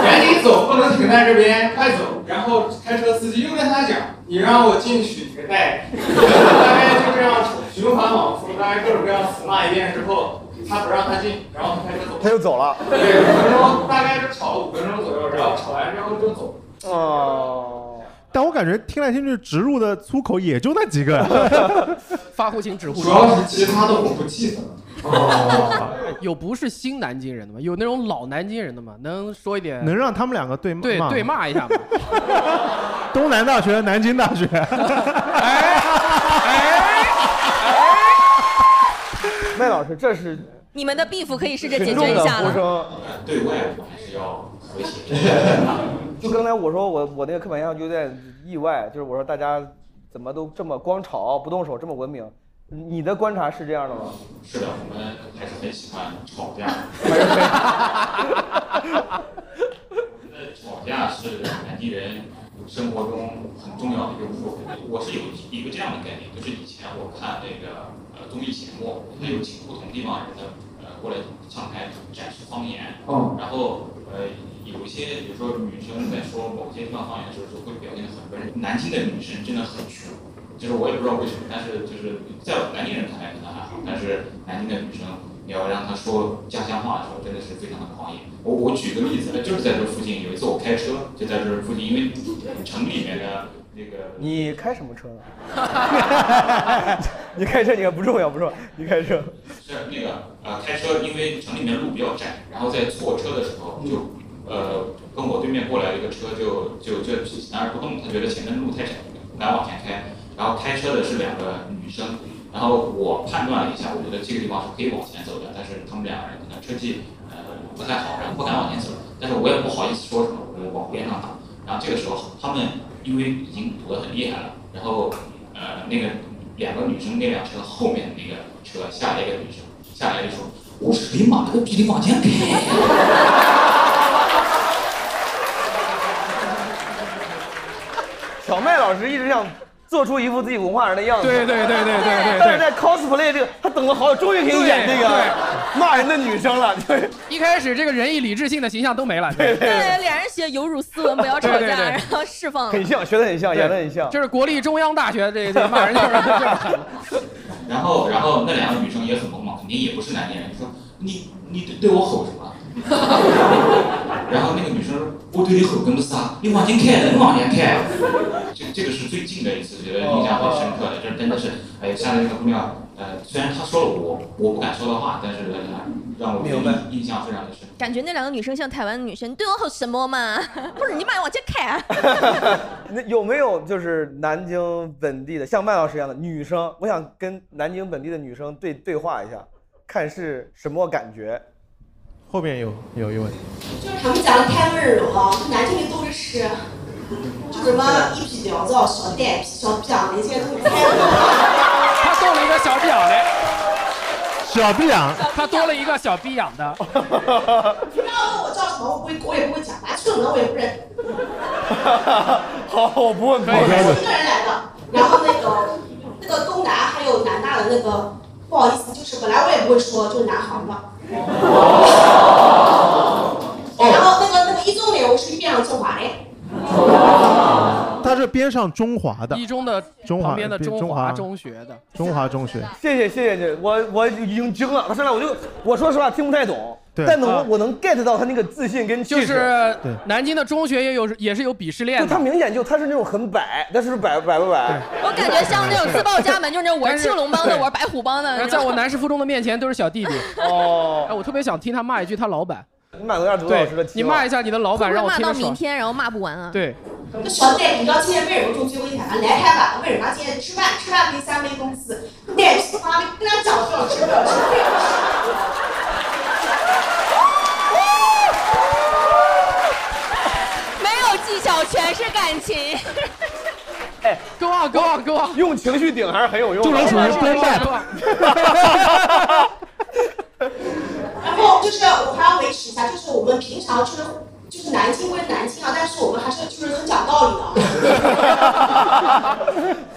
Speaker 15: 赶紧哎走，不能停在这边，快走。然后开车司机又跟他讲，你让我进去，你个带， 大概就这样循环往复，大概各种各样死骂一遍之后，他不让他进，然后他开车走。
Speaker 4: 他就走了。
Speaker 15: 对，五分钟，大概就吵了五分钟左右，然后吵完之后就走。
Speaker 4: 哦，
Speaker 6: 但我感觉听来听去植入的粗口也就那几个，
Speaker 2: 发户型、纸户
Speaker 15: 主
Speaker 2: 型，
Speaker 15: 要是其他的我不记得了。
Speaker 2: 有不是新南京人的吗？有那种老南京人的吗？能说一点？
Speaker 6: 能让他们两个对骂
Speaker 2: 对对骂一下吗？
Speaker 6: 东南大 学、南京大学，
Speaker 4: 麦老师，这是
Speaker 7: 你们的 beef 可以试着解
Speaker 4: 群
Speaker 7: 决
Speaker 4: 众
Speaker 7: 一
Speaker 4: 的
Speaker 7: 下
Speaker 4: 呼
Speaker 7: 了。
Speaker 4: 声。
Speaker 15: 对外我还是要和谐。
Speaker 4: 就刚才我说我我那个刻板印象就有点意外，就是我说大家怎么都这么光吵不动手，这么文明。你的观察是这样的吗？
Speaker 15: 是的，我们还是很喜欢吵架。呃，吵架是本地人生活中很重要的一个部分。我是有一个这样的概念，就是以前我看那个呃综艺节目，它有请不同地方人的呃过来上台展示方言，
Speaker 16: 嗯，
Speaker 15: 然后呃有一些比如说女生在说某些地方方言的时候，就会表现得很温柔。南京的女生真的很凶，就是我也不知道为什么，但是就是在南京人看来可能还好，但是南京的女生，你要让她说家乡话的时候，真的是非常的狂野。我我举个例子，呃就是在这附近有一次我开车，就在这附近，因为城里面的那个
Speaker 4: 你开什么车呢？你开车你看不重要不重要，你开车。
Speaker 15: 是那个呃开车，因为城里面路比较窄，然后在错车的时候就呃跟我对面过来一个车就就就拿而不动，他觉得前面路太窄，不敢往前开。然后开车的是两个女生，啊、
Speaker 11: 然后我判断了一下，我觉得这个地方是可以往前走的，但是他们两个人可能车技呃不太好，然后不敢往前走，但是我也不好意思说什么，我往边上打。然啊后这个时候他们因为已经躲得很厉害了，然后呃那个两个女生那辆车后面那个车下来一个女生下来就说：“我是你妈了个逼，你往前开！”
Speaker 4: 小麦老师一直想做出一副自己文化人的样子，
Speaker 2: 对对对对对对
Speaker 4: 但是在 cosplay 这个，他等了好久，终于可以演这
Speaker 2: 对
Speaker 4: 个骂人的女生了， 对。
Speaker 2: 一开始这个仁义礼智信的形象都没了，
Speaker 4: 对对
Speaker 7: 对，俩人写有辱斯文，不要吵
Speaker 2: 对对
Speaker 7: 架，
Speaker 2: 对
Speaker 7: 然后释放
Speaker 4: 很像，学的很像，演的很像。
Speaker 2: 就是国立中央大学这这骂人就是就是狠了
Speaker 11: 然后，然后那两个女生也很懵嘛，肯定也不是南京人，就说你你对对我吼什么？然后那个女生说，我对你吼个么事啊？你往前开，能往前开。 这这个是最近的一次，觉得印象很深刻的，就是真的是，哎，下面那个姑娘，呃，虽然她说了我我不敢说的话，但是让我
Speaker 4: 明白
Speaker 11: 印印象非常的深。
Speaker 7: 感觉那两个女生像台湾女生，你对我吼什么嘛？不是你妈往前开、啊，
Speaker 4: 那有没有就是南京本地的，像麦老师一样的女生？我想跟南京本地的女生对对话一下，看是什么感觉。
Speaker 6: 后面有有一位，
Speaker 14: 就是他们讲的太温柔了，南京的都是诗， 就什么一匹两造小单匹小皮样的，这些都是太温柔了。
Speaker 2: 他送了一个小逼养的，
Speaker 6: 小不养，
Speaker 2: 他多了一个小逼养的，
Speaker 14: 你不要问我叫什么，我不会，我也不会讲，拿去了我也不认，
Speaker 4: 好，我不问可
Speaker 14: 我
Speaker 4: 以。
Speaker 14: 是一个人来的。然后那个那个东南还有南大的那个，不好意思，就是本来我也不会说，就是南航的。
Speaker 7: 哦
Speaker 14: 然后那个那个一中的，我是一边上中华的。
Speaker 6: 他是边上中华的
Speaker 2: 一，中的
Speaker 6: 中华
Speaker 2: 旁边的中
Speaker 6: 中
Speaker 2: 华
Speaker 6: 华
Speaker 2: 中学的，
Speaker 6: 中华中学。
Speaker 4: 谢谢谢谢这，我我已经惊了。他上来我就我说实话听不太懂，
Speaker 6: 对
Speaker 4: 但能、
Speaker 2: 啊
Speaker 4: 我能 get 到他那个自信跟气
Speaker 2: 就
Speaker 4: 势。
Speaker 2: 是
Speaker 6: 对
Speaker 2: 南京的中学也有也是有鄙视链
Speaker 4: 就
Speaker 2: 的
Speaker 4: 他。明显就 他是那种很摆，但是摆摆不摆？
Speaker 7: 我感觉像那种自报家门，就是那种我
Speaker 2: 但
Speaker 7: 是
Speaker 2: 是
Speaker 7: 青龙帮的，
Speaker 2: 对
Speaker 7: 我是白虎帮 的
Speaker 2: 然后
Speaker 7: 哦那
Speaker 2: 在
Speaker 7: 种。
Speaker 2: 我南师附中的面前都是小弟弟，哎，
Speaker 4: 哦，
Speaker 2: 我特别想听他骂一句他老板，
Speaker 4: 你满足一下左老
Speaker 2: 对
Speaker 4: 师的期
Speaker 2: 你骂
Speaker 4: 望
Speaker 2: 一。下你的老板，
Speaker 7: 会
Speaker 2: 让
Speaker 7: 不
Speaker 2: 我
Speaker 7: 会骂
Speaker 2: 听
Speaker 7: 到
Speaker 2: 着
Speaker 7: 明
Speaker 2: 爽。
Speaker 7: 天，然后骂不完啊？
Speaker 2: 对，
Speaker 14: 这小戴，你知道今天为什么中最危险吗？来太晚了，为什么？今天吃饭吃饭没三杯公司，带去妈的，跟他讲不要吃不要吃不要吃。
Speaker 7: 没有技巧，全是感情。
Speaker 2: go on go on go on。
Speaker 4: 用情绪顶还是很有用的。
Speaker 6: 这种属于
Speaker 2: 对
Speaker 6: 边
Speaker 2: 吧
Speaker 6: 站，
Speaker 14: 然后就是我还要维持一下，就是我们平常就是就是南京归南京啊，但是我们还是就是很讲道理的，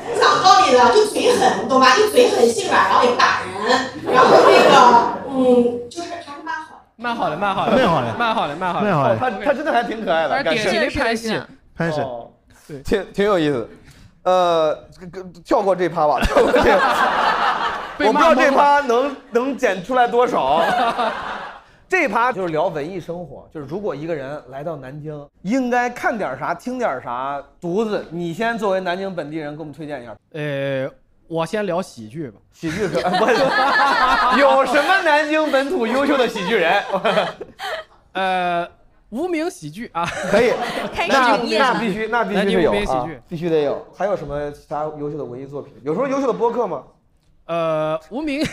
Speaker 14: 很讲道理的，就嘴狠，你懂吧？就嘴狠心软，然后也不打人，然后那个嗯，就是还是蛮好的。
Speaker 2: 蛮好的蛮好的
Speaker 6: 蛮好的
Speaker 2: 蛮好的蛮好
Speaker 6: 那
Speaker 2: 的。
Speaker 4: 哦
Speaker 6: 好，
Speaker 4: 他他真的还挺可爱
Speaker 2: 但
Speaker 4: 的，
Speaker 2: 是
Speaker 4: 感
Speaker 2: 典
Speaker 4: 谢。
Speaker 2: 型的
Speaker 7: 是啊的
Speaker 2: 拍
Speaker 7: 是
Speaker 2: 戏
Speaker 7: 的，
Speaker 6: 潘神，
Speaker 4: 哦，挺挺有意思的。呃，跟跟跳过这趴吧，跳过这趴，
Speaker 2: 被
Speaker 4: 我不知道
Speaker 2: 骂懵
Speaker 4: 这
Speaker 2: 了
Speaker 4: 趴能能剪出来多少。 这趴就是聊文艺生活，就是如果一个人来到南京，应该看点啥，听点啥。竹子，你先作为南京本地人，给我们推荐一下
Speaker 2: 呃，我先聊喜剧吧。
Speaker 4: 喜剧可我 有什么南京本土优秀的喜剧人？
Speaker 2: 呃，无名喜剧啊，
Speaker 4: 可以，
Speaker 7: 开始
Speaker 4: 那
Speaker 7: 敬业
Speaker 4: 那
Speaker 7: 了
Speaker 4: 必须那必
Speaker 2: 南
Speaker 4: 须
Speaker 2: 京
Speaker 4: 得有
Speaker 2: 无名喜
Speaker 4: 啊
Speaker 2: 剧，
Speaker 4: 必须得有。还有什么其他优秀的文艺作品？有什么优秀的播客吗？
Speaker 2: 呃，无名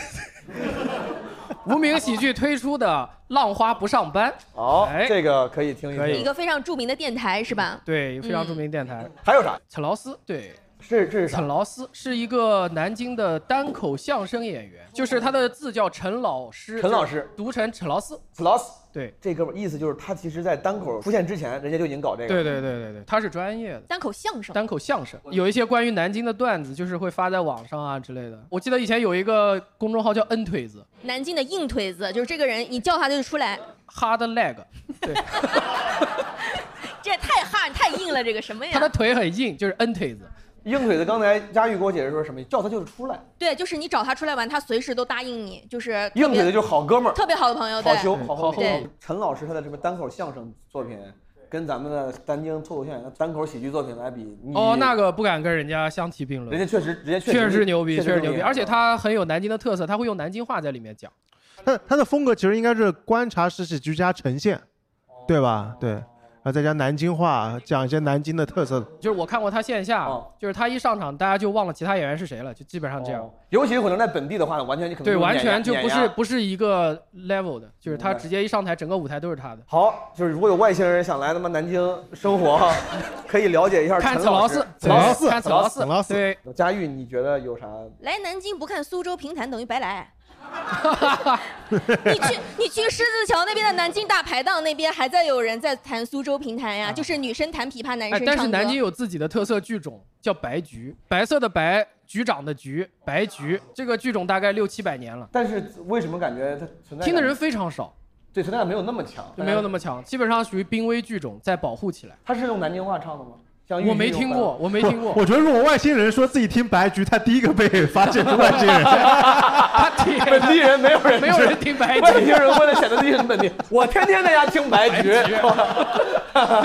Speaker 2: 无名喜剧推出的《浪花不上班》，
Speaker 4: 好
Speaker 2: 哎，
Speaker 4: 这个可以听一
Speaker 2: 可
Speaker 4: 听
Speaker 2: 以
Speaker 7: 一。个非常著名的电台是吧？
Speaker 2: 对，非常
Speaker 7: 嗯
Speaker 2: 著名电台。
Speaker 4: 还有啥？
Speaker 2: 陈劳斯，对，
Speaker 4: 这这是啥
Speaker 2: 陈？劳斯是一个南京的单口相声演员，就是他的字叫陈老师，
Speaker 4: 陈老师
Speaker 2: 读成陈劳斯。
Speaker 4: ，plus
Speaker 2: 对，
Speaker 4: 这哥们儿意思就是他其实，在单口出现之前，人家就已经搞这个。
Speaker 2: 对对对对对，他是专业的。
Speaker 7: 单口相声，
Speaker 2: 单口相声，有一些关于南京的段子，就是会发在网上啊之类的。我记得以前有一个公众号叫 N 腿子
Speaker 7: 南京的硬腿子，就是这个人，你叫他就得出来，
Speaker 2: ，Hard Leg，对，
Speaker 7: 这也太 hard 太硬了，这个什么
Speaker 2: 他的
Speaker 7: 哎呀？
Speaker 2: 腿很硬，就是 N 腿子。
Speaker 4: 硬腿子刚才佳玉给我解释说什么，叫他就是出来，
Speaker 7: 对，就是你找他出来玩，他随时都答应你，就是特
Speaker 4: 硬腿
Speaker 7: 别
Speaker 4: 子就是好哥们儿，
Speaker 7: 特别好的朋友，
Speaker 4: 好
Speaker 7: 对，
Speaker 4: 球，好后
Speaker 7: 对
Speaker 4: 面。陈老师他的什么单口相声作品，跟咱们的南京脱口秀演员的单口喜剧作品来比，你
Speaker 2: 哦，那个不敢跟人家相提并
Speaker 4: 人
Speaker 2: 论，
Speaker 4: 家确实，人家确
Speaker 2: 确
Speaker 4: 实
Speaker 2: 实牛逼，确实牛逼，
Speaker 4: 厉害
Speaker 2: 而且他很有南京的特色，他会用南京话在里面讲。
Speaker 6: 他他的风格其实应该是观察式喜剧加呈现，对吧？对，啊、后再加南京话，讲一些南京的特色。
Speaker 2: 就是我看过他线下，
Speaker 4: 哦
Speaker 2: 就是他一上场，大家就忘了其他演员是谁了，就基本上这样。
Speaker 4: 哦尤其是可能在本地的话，完全你可能
Speaker 2: 对，
Speaker 4: 就碾
Speaker 2: 完
Speaker 4: 压
Speaker 2: 全就不
Speaker 4: 碾
Speaker 2: 是
Speaker 4: 压
Speaker 2: 不是一个 level 的，就是他
Speaker 4: 明白
Speaker 2: 直接一上台，整个舞台都是他的。
Speaker 4: 好，就是如果有外星人想来他妈南京 生活，可以了解一下
Speaker 2: 看
Speaker 4: 陈
Speaker 2: 子劳
Speaker 4: 师
Speaker 2: 斯子劳斯
Speaker 4: 对
Speaker 2: 看子劳斯
Speaker 4: 子劳
Speaker 2: 对，
Speaker 4: 佳玉，你觉得有啥？
Speaker 7: 来南京不看苏州评弹等于 白来。你去你去狮子桥那边的南京大排档那边还在有人在弹苏州评弹呀，就是女生弹琵琶，男
Speaker 2: 啊哎，
Speaker 7: 生
Speaker 2: 但
Speaker 7: 唱
Speaker 2: 是
Speaker 7: 歌。
Speaker 2: 南京有自己的特色剧种，叫白菊，白色的白，局长的局，白菊这个剧种大概六七百年了，
Speaker 4: 啊但是为什么感觉它存在感
Speaker 2: 听的人非常少，
Speaker 4: 对存在感没有那么强？
Speaker 2: 就没有那么强，基本上属于濒危剧种，在保护起来。
Speaker 4: 他是用南京话唱的吗？像
Speaker 2: 我没听过，我没听 过。
Speaker 6: 我觉得如果外星人说自己听白菊，他第一个被发现是外星 人。
Speaker 4: 本地人没有人，
Speaker 2: 没有人听白菊
Speaker 4: 外地人为了显得自己很 本地，我天天在家听白菊。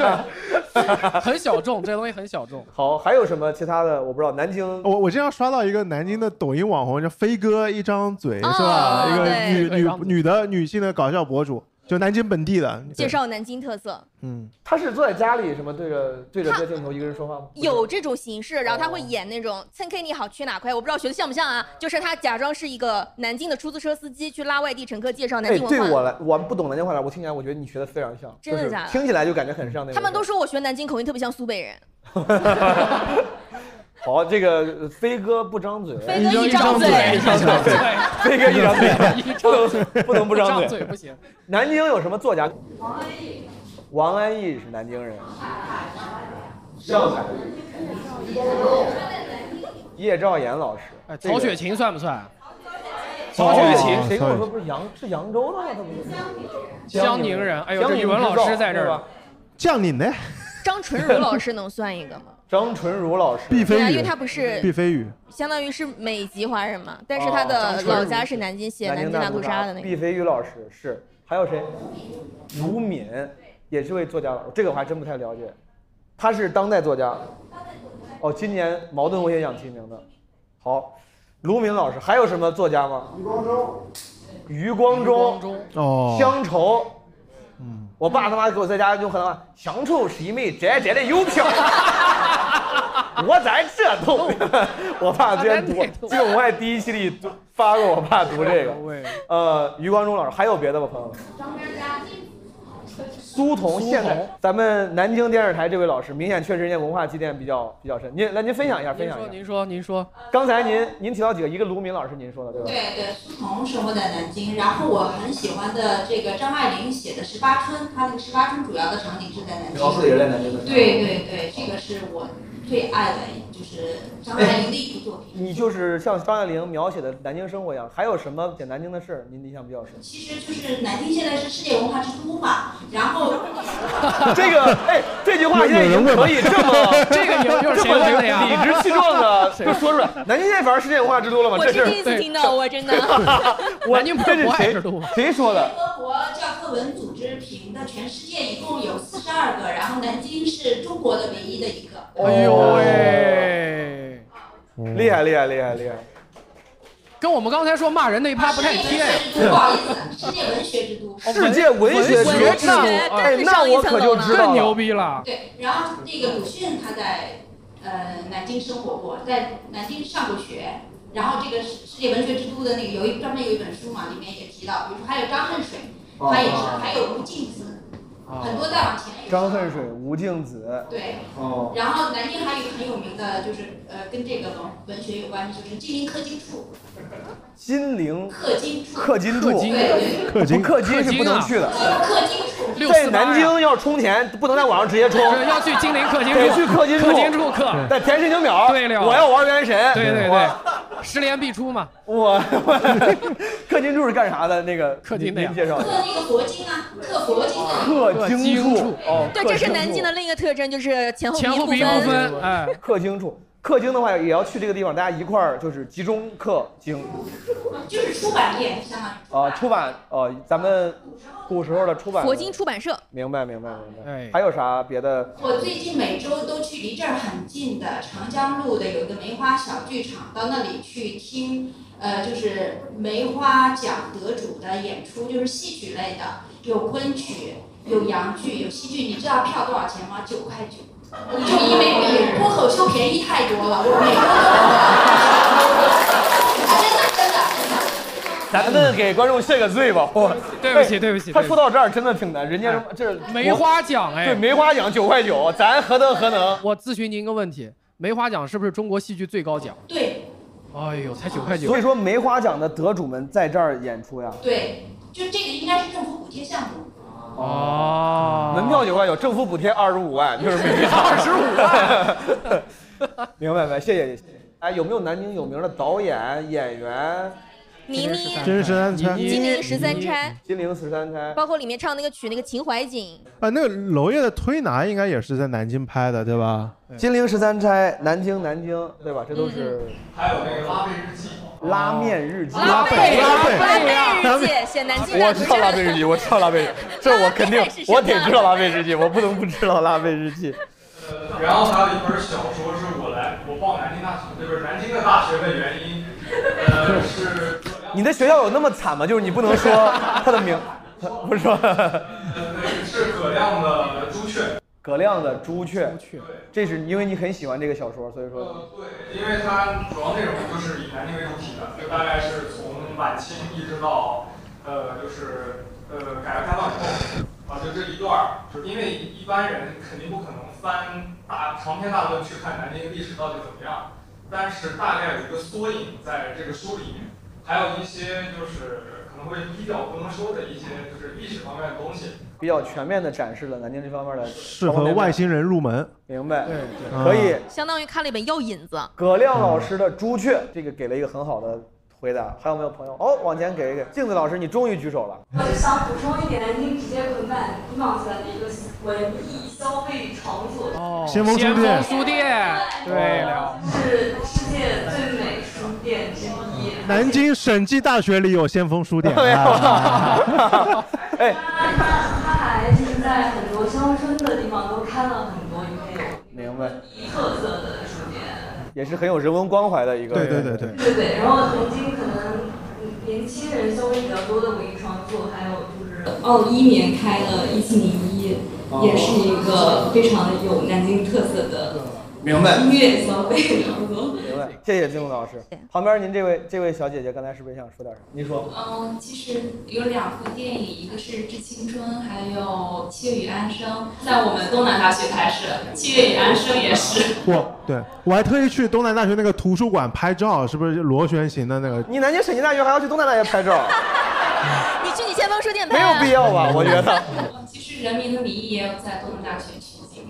Speaker 2: 很小众，这个东西很小众。
Speaker 4: 好，还有什么其他的？我不知道。南京
Speaker 6: 我我经常刷到一个南京的抖音网红叫飞哥，一张嘴是吧？
Speaker 7: 哦
Speaker 6: 一个
Speaker 7: 对
Speaker 2: 对
Speaker 6: 女
Speaker 2: 一张嘴
Speaker 6: 女女的女性的搞笑博主，就南京本地的。
Speaker 7: 介绍南京特色，
Speaker 6: 嗯，
Speaker 4: 他是坐在家里什么对着对着这镜头一个人说话吗？
Speaker 7: 有这种形式，然后他
Speaker 2: 哦
Speaker 7: 会演那种“蹭 K 你好，去哪快”，我不知道学的像不像啊？就是他假装是一个南京的出租车司机，去拉外地乘客介绍哦南
Speaker 4: 哎，
Speaker 7: 京文
Speaker 4: 对
Speaker 7: 化。
Speaker 4: 我来，我不懂南京话来，我听起来我觉得你学的非常像，
Speaker 7: 真的
Speaker 4: 就是
Speaker 7: 假的
Speaker 4: 听起来就感觉很像那个。
Speaker 7: 他们都说我学南京口音特别像苏北人，
Speaker 4: 好，这个呃飞哥不张嘴，
Speaker 7: 飞哥一张嘴
Speaker 4: 一张嘴，飞哥一张嘴，不能 不能不张
Speaker 2: 张
Speaker 4: 嘴。
Speaker 2: 不行。
Speaker 4: 南京有什么作家？王安忆是南京人，
Speaker 9: 上海
Speaker 4: 叶兆言老师，
Speaker 2: 哎，
Speaker 4: 这个
Speaker 2: 曹雪芹算不啊算？
Speaker 4: 曹雪芹，
Speaker 6: 哦
Speaker 4: 谁跟我说
Speaker 6: 曹雪
Speaker 4: 不是扬是扬州的吗？他不是
Speaker 2: 江宁人。哎呦，
Speaker 4: 江
Speaker 2: 这
Speaker 4: 宁
Speaker 2: 语文
Speaker 4: 之
Speaker 2: 老
Speaker 4: 兆
Speaker 2: 师在这
Speaker 4: 对
Speaker 2: 儿
Speaker 4: 吧。
Speaker 6: 降临呢？
Speaker 7: 张纯如老师能算一个 吗？
Speaker 4: 张纯如老师，
Speaker 6: 毕
Speaker 7: 对啊，
Speaker 6: 飞
Speaker 7: 因为
Speaker 6: 宇
Speaker 7: 他，不
Speaker 6: 毕
Speaker 7: 是
Speaker 6: 飞宇，
Speaker 7: 相当于是美籍华人嘛，但是
Speaker 4: 哦
Speaker 7: 他
Speaker 4: 张
Speaker 7: 的
Speaker 4: 纯如
Speaker 7: 老家是南京，写《南京大
Speaker 4: 大
Speaker 7: 屠杀》的那
Speaker 4: 毕
Speaker 7: 个。
Speaker 4: 飞宇老师是，还有谁？卢敏，也是位作家，这个我还真不太了解。他是当代作家，哦，今年茅盾文学奖提名的。好，卢敏老师还有什么作家吗？
Speaker 9: 余光中。
Speaker 4: 余光中、
Speaker 6: 哦，
Speaker 4: 乡愁。嗯，我爸他妈给我在家用河南话，乡愁是一枚窄窄的邮票。 我在这读，我爸之前读，进我爱第一期里读发过，我爸读 这个。
Speaker 2: 喂，
Speaker 4: 呃，余光中老师，还有别的吗，朋友们？苏童，现在咱们南京电视台这位老师，明显确实人家文化积淀比较比较深。您来，您分享一下，分
Speaker 2: 您
Speaker 4: 享
Speaker 2: 说，
Speaker 4: 一下。
Speaker 2: 您说，您说，
Speaker 4: 刚才您您提到几个，一个卢敏老师您说的对吧？
Speaker 14: 对对，苏童生活在南京，然后我很喜欢的这个张爱玲写的《十八春》，她那个《十八春》主要的场景是在南京。
Speaker 9: 也在南京的
Speaker 14: 对对对，这个是我最爱的，就是张爱玲的一部作品。？
Speaker 4: 哎你就是像张爱玲描写的南京生活一样，还有什么写南京的事儿您印象比较深
Speaker 14: 其实就是南京现在是世界文化之都嘛，然后
Speaker 4: 这个哎，这句话现在已经可以这么
Speaker 2: 这个有有
Speaker 4: 这
Speaker 2: 谁
Speaker 4: 么
Speaker 2: 问的呀？
Speaker 4: 理直气壮的 就说出来。南京现在反而世界文化之都了嘛？
Speaker 7: 我
Speaker 4: 这
Speaker 7: 是
Speaker 4: 是
Speaker 7: 第一次听到，我真的。
Speaker 4: 我
Speaker 2: 南京不
Speaker 4: 这
Speaker 2: 是
Speaker 4: 是
Speaker 2: 博爱
Speaker 4: 谁
Speaker 2: 之都吗？
Speaker 4: 谁说的？
Speaker 14: 联合国教科文组织评的全世界一共有四十二个，然后南京是中国的唯一的一个。
Speaker 2: 哎呦喂，
Speaker 4: 厉害厉害厉害厉害！
Speaker 2: 跟我们刚才说骂人那一趴不太
Speaker 14: 世
Speaker 2: 贴
Speaker 14: 界文
Speaker 2: 呀。
Speaker 14: 学之都，不好意思，世界文
Speaker 4: 世界
Speaker 14: 学之都。
Speaker 4: 文学之都
Speaker 7: 哦文学，
Speaker 4: 那
Speaker 7: 更
Speaker 4: 哎，
Speaker 7: 是
Speaker 4: 那
Speaker 7: 上一
Speaker 4: 我
Speaker 7: 层
Speaker 4: 可
Speaker 7: 楼
Speaker 4: 就
Speaker 7: 了
Speaker 4: 知道
Speaker 2: 更
Speaker 4: 了
Speaker 2: 牛逼了！
Speaker 14: 对，然后那个鲁迅他在呃南京生活过，在南京上过学，然后这个世世界文学之都的那个有一专门有一本书嘛，里面也提到，比如说还有张恨水，
Speaker 4: 哦
Speaker 14: 他也是，还有吴敬梓，很多再往前有
Speaker 4: 张恨水、吴敬梓，
Speaker 14: 对，
Speaker 4: 哦，
Speaker 14: 然后南京还有一个很有名的就是呃跟这个文文学有关系，就是金陵氪金处，
Speaker 4: 金陵
Speaker 14: 氪金处，
Speaker 4: 氪金柱，
Speaker 2: 氪金
Speaker 14: 对对，
Speaker 4: 氪金氪金
Speaker 2: 氪金
Speaker 4: 是不能
Speaker 2: 啊
Speaker 4: 去的，
Speaker 14: 氪金处。
Speaker 2: 六
Speaker 4: 在
Speaker 2: 四八
Speaker 4: 南京要充钱，不能在网上直接充，
Speaker 2: 是要去金陵氪金
Speaker 4: 得
Speaker 2: 处，
Speaker 4: 去氪金处嗯
Speaker 2: 氪金处氪，
Speaker 4: 在田神经秒，
Speaker 2: 对了
Speaker 4: 我要玩原神，
Speaker 2: 对对
Speaker 4: 我
Speaker 2: 对，十连必出嘛。
Speaker 4: 我氪金柱是干啥的？那个
Speaker 2: 氪金的
Speaker 4: 您
Speaker 2: 呀
Speaker 4: 您介绍一下。
Speaker 14: 刻那个佛经啊，刻佛经啊，
Speaker 4: 氪金
Speaker 2: 氪金
Speaker 4: 柱
Speaker 2: 柱，
Speaker 4: 哦，
Speaker 7: 对，
Speaker 4: 氪
Speaker 7: 这是
Speaker 4: 金
Speaker 7: 南京
Speaker 4: 柱
Speaker 7: 的另一个特征，就是前后
Speaker 2: 前后
Speaker 7: 鼻
Speaker 2: 鼻
Speaker 7: 不
Speaker 2: 不
Speaker 7: 分。
Speaker 2: 分，哎，
Speaker 4: 氪金处。氪金的话，也要去这个地方，大家一块儿就是集中氪金
Speaker 14: 就是出版业，相当于
Speaker 4: 啊、出版呃，咱们古时候的出版
Speaker 7: 佛经出版社，
Speaker 4: 明白明白明白
Speaker 2: 哎。
Speaker 4: 还有啥别的？
Speaker 14: 我最近每周都去离这儿很近的长江路的有一个梅花小剧场，到那里去听，呃，就是梅花奖得主的演出，就是戏曲类的，有昆曲，有洋剧，有戏剧，你知道 票多少钱吗？九块九。我就因为比脱口秀便宜太多了，我每个都真的真的真的。
Speaker 4: 咱们给观众谢个罪吧，我哎
Speaker 2: 对不起对不起
Speaker 4: 他
Speaker 2: 对不起哎
Speaker 4: 说到这儿真的挺难，人家说这是
Speaker 2: 梅花奖哎
Speaker 4: 对，梅花奖九块九，咱何德何能？
Speaker 2: 我咨询您一个问题，梅花奖是不是中国戏剧最高奖？
Speaker 14: 对
Speaker 2: 哎呦，才九块九。
Speaker 4: 所以说梅花奖的得主们在这儿演出呀，
Speaker 14: 对，就这个应该是政府补贴项目。
Speaker 2: 哦，
Speaker 4: 门票九块九，政府补贴二十五万，就是每场二十五万。 明白明白，谢谢谢谢。哎，有没有南京有名的导演、演员？
Speaker 7: 倪妮、
Speaker 6: 真是安猜。
Speaker 7: 金陵十三钗，
Speaker 4: 金陵十三钗。
Speaker 7: 包括里面唱那个曲那个秦淮景，
Speaker 6: 啊，那个娄烨的《推拿》应该也是在南京拍的，对吧？
Speaker 4: 金陵十三钗，南京南京，对吧？这都是
Speaker 7: 嗯
Speaker 11: 还有那个拉贝日记，
Speaker 4: 拉面日记。
Speaker 6: 拉贝拉贝
Speaker 7: 拉贝日记写南京
Speaker 4: 我
Speaker 7: 大
Speaker 4: 知
Speaker 7: 屠
Speaker 4: 道拉
Speaker 7: 杀
Speaker 4: 贝
Speaker 7: 的
Speaker 4: 日记，我知道拉贝，这我肯定
Speaker 7: 拉贝是什么
Speaker 4: 我得知道拉贝日记，我不能不知道拉贝日记。
Speaker 11: 然后还有一本小说是我来我报南京大学，这不是南京的大学的原因，呃是
Speaker 4: 你的学校有那么惨吗？就是你不能说他的名， 不是说
Speaker 11: 呃是葛亮的朱雀，
Speaker 4: 葛亮的《朱雀》，嗯
Speaker 2: 去
Speaker 4: 这是因为你很喜欢这个小说，所以说
Speaker 11: 呃对，因为它主要内容就是以南京为主体的，就大概是从晚清一直到呃就是呃改革开放以后啊，就这一段儿，就是因为一般人肯定不可能翻大长篇大论去看南京历史到底怎么样，但是大概有一个缩影在这个书里面，还有一些就是可能会低调不能说的一些就是历史方面的东西。
Speaker 4: 比较全面的展示了南京这方面的
Speaker 6: 适合外星人入门。
Speaker 4: 明白，
Speaker 2: 对对，
Speaker 6: 啊
Speaker 4: 可以。
Speaker 7: 相当于看了一本药引子。
Speaker 4: 葛亮老师的《朱雀》这个给了一个很好的回答，还有没有朋友？哦，往前给一给。镜子老师，你终于举手了。
Speaker 12: 我想补充一点，南京直接捆绑捆绑起来的一个文艺消费场所，
Speaker 2: 哦，
Speaker 6: 先锋书店
Speaker 2: 先锋书店，对了，
Speaker 12: 是世界最美书店之一。
Speaker 6: 南京审计大学里有先锋书店。
Speaker 4: 没有
Speaker 6: 啊
Speaker 4: 哎，
Speaker 12: 它它还就是在很多乡村的地方都开了很多，也有
Speaker 4: 明白，
Speaker 12: 特色的书店。
Speaker 4: 也是很有人文关怀的一个。
Speaker 6: 对对对对，
Speaker 12: 对对，然后南京可能嗯年轻人消费比较多的文艺创作，还有就是
Speaker 14: 二哦一年开了一七零一，
Speaker 4: 哦
Speaker 14: 也是一个非常有南京特色的
Speaker 4: 明白
Speaker 14: 音乐消费场所。
Speaker 4: 明白。谢谢镜子老师。旁边您这位这位小姐姐刚才是不是想说点什么？你说。
Speaker 14: 嗯，其实有两部电影，一个是《致青春》，还有《七月与安生》，在我们东南大学拍摄，《七月与安生》也是。
Speaker 6: 我对我还特意去东南大学那个图书馆拍照，是不是螺旋形的那个？
Speaker 4: 你南京审计大学还要去东南大学拍照，
Speaker 7: 你去你先锋书店拍
Speaker 4: 没有必
Speaker 7: 啊，
Speaker 4: 要吧？我觉 得。
Speaker 14: 嗯其实《人民的名义》也有在东南大学取景。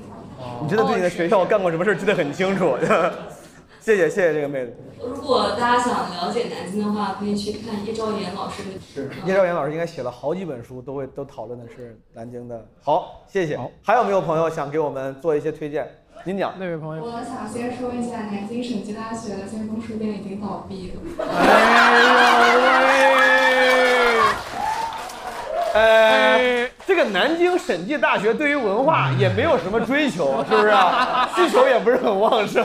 Speaker 4: 你真的对你的学校干过什么事儿记得很清楚。 谢谢谢谢这个妹子。
Speaker 14: 如果大家想了解南京的话，可以去看叶兆言老师的。
Speaker 4: 是叶兆言老师应该写了好几本书，都会都讨论的是南京的。好，谢谢。还有没有朋友想给我们做一些推荐？您讲。
Speaker 2: 那位朋友，
Speaker 10: 我想先说一下，南京审计大学的先锋书店已经倒闭了。
Speaker 4: 哎呦喂！
Speaker 2: 哎
Speaker 4: 呃，这个南京审计大学对于文化也没有什么追求，是不是 啊？需求也不是很旺盛。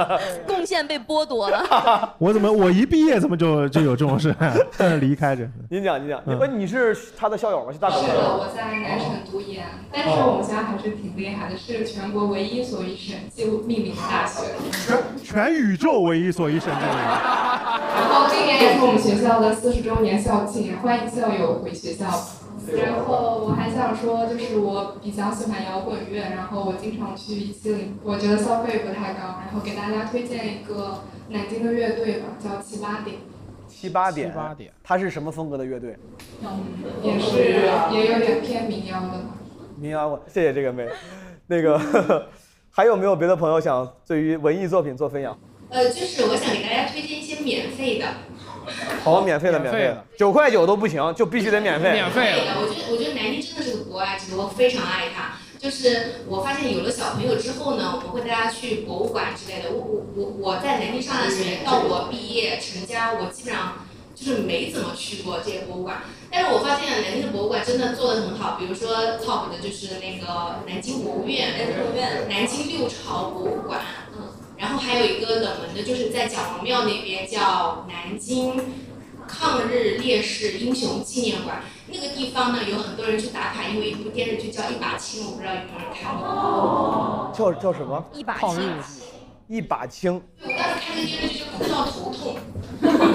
Speaker 7: 贡献被剥夺了。
Speaker 6: 我怎么我一毕业怎么就就有这种事？嗯离开着。
Speaker 4: 您讲，您讲，
Speaker 2: 嗯
Speaker 4: 你问你是他的校友吗？是大
Speaker 10: 是
Speaker 4: 狗
Speaker 10: 的，
Speaker 4: 吗？
Speaker 10: 我在南审读研，但是我们家还是挺厉害的，是全国唯一所以审计命名的大学。
Speaker 6: 全宇宙唯一所一神经
Speaker 10: 然后这年也是我们学校的四十周年校庆，欢迎校友回学校。然后我还想说，就是我比较喜欢摇滚乐，然后我经常去一七零，我觉得消费不太高，然后给大家推荐一个南京的乐队吧，叫七八点，
Speaker 4: 七八点，
Speaker 2: 七八点，
Speaker 4: 他是什么风格的乐队？
Speaker 10: 嗯也是也有点偏民谣的。
Speaker 4: 民谣我谢谢这个妹。那
Speaker 2: 嗯
Speaker 4: 个， 还有没有别的朋友想对于文艺作品做分享？
Speaker 14: 呃，就是我想给大家推荐一些免费的。
Speaker 4: 好，免费的，免
Speaker 2: 免
Speaker 4: 费
Speaker 2: 费
Speaker 4: 的
Speaker 2: 的，
Speaker 4: 九块九都不行，就必须得免费
Speaker 2: 免。费了。
Speaker 14: 的，我觉得我觉得南京真的是个博爱之都，我非常爱它。就是我发现有了小朋友之后呢，我们会带他去博物馆之类的。我我我我在南京上大学，到我毕业成家，我基本上就是没怎么去过这些博物馆。但是我发现南京的博物馆真的做得很好，比如说 top 的就是那个南京博物院，南京博物院，南京六朝博物馆，嗯，然后还有一个冷门的，就是在蒋王庙那边叫南京。抗日烈士英雄纪念馆，那个地方呢有很多人去打卡，因为一部电视剧叫《一把青》，我不知道有没有人看过。
Speaker 4: 叫叫什么？
Speaker 14: 一把青抗日
Speaker 4: 一把青，
Speaker 14: 我当时看那个电视剧就哭到头痛，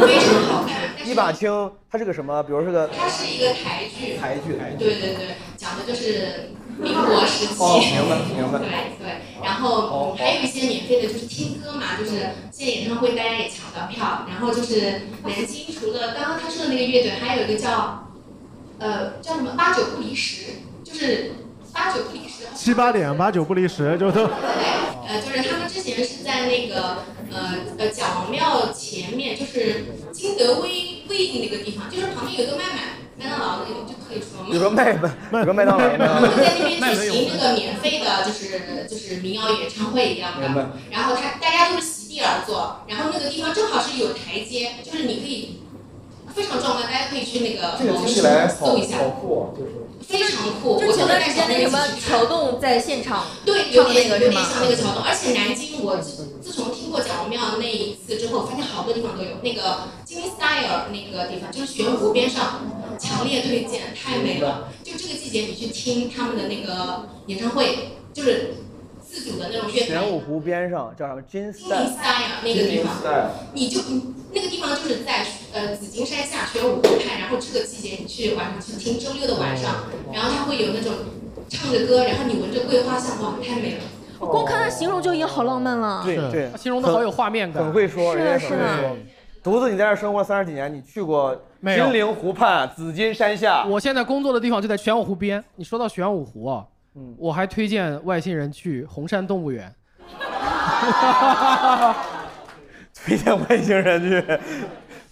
Speaker 14: 非常好看。
Speaker 4: 一把青，它是个什么？比如是个
Speaker 14: 它是一个台剧，
Speaker 4: 台剧，台
Speaker 14: 对对对，讲的就是民国时期。
Speaker 4: 哦，明白明白。哦
Speaker 14: 对对，然后还有一些免费的，就是听歌嘛，就是现在演唱会大家也抢不到票。然后就是南京除了刚刚他说的那个乐队，还有一个叫呃叫什么八九不离十，就是八九不离十。
Speaker 6: 七八点八九不离十，就都
Speaker 14: 对，呃，就是他们之前是在那个呃呃蒋王庙前面，就是金德威威那个地方，就是旁边有一个麦麦麦当劳那个，就可以说吗？
Speaker 4: 有个 麦麦，有个麦当劳，麦当劳
Speaker 14: 就在那边举行这个免费的，就是就是民谣演唱会一样
Speaker 4: 明白
Speaker 14: 的。然后他大家都是席地而坐，然后那个地方正好是有台阶，就是你可以非常壮观，大家可以去那个
Speaker 4: 这个
Speaker 14: 网
Speaker 4: 听起来
Speaker 14: 上
Speaker 4: 好
Speaker 14: 搜一下
Speaker 4: 好，酷啊，就是。
Speaker 14: 非常酷。
Speaker 7: 就
Speaker 14: 我
Speaker 7: 前
Speaker 14: 觉
Speaker 7: 段
Speaker 14: 得
Speaker 7: 时间那个什么桥洞在现场
Speaker 14: 对，有
Speaker 7: 唱
Speaker 14: 点
Speaker 7: 那个
Speaker 14: 有
Speaker 7: 是
Speaker 14: 点
Speaker 7: 吗？
Speaker 14: 像那个桥洞，而且南京我自自从听过蒋王庙那一次之后，我发现好多地方都有那个金 style 那个地方，就是玄武湖边上，强烈推荐，太美了。就这个季节你去听他们的那个演唱会，就是自主的那种乐
Speaker 4: 玄
Speaker 14: 团。
Speaker 4: 武湖边上叫什么金
Speaker 14: 金 style 那个地方，啊你就那个地方就是在呃紫金山下玄武湖畔，然后这个季节你去晚上去听，周六的晚上，然后它会有那种唱着歌，然后你闻着桂花香，哇，太美了。
Speaker 7: 我 光看他形容就已经好浪漫了。
Speaker 4: 对对，
Speaker 2: 形容的好有画面感，嗯
Speaker 4: 很会说，
Speaker 7: 是的
Speaker 4: 人家很会
Speaker 7: 是的
Speaker 4: 说。独自你在这儿生活三十几年，你去过
Speaker 2: 没有
Speaker 4: 金陵湖畔、紫金山下，
Speaker 2: 我现在工作的地方就在玄武湖边。你说到玄武湖啊，
Speaker 4: 嗯
Speaker 2: 我还推荐外星人去红山动物园。
Speaker 4: 推荐外星人去。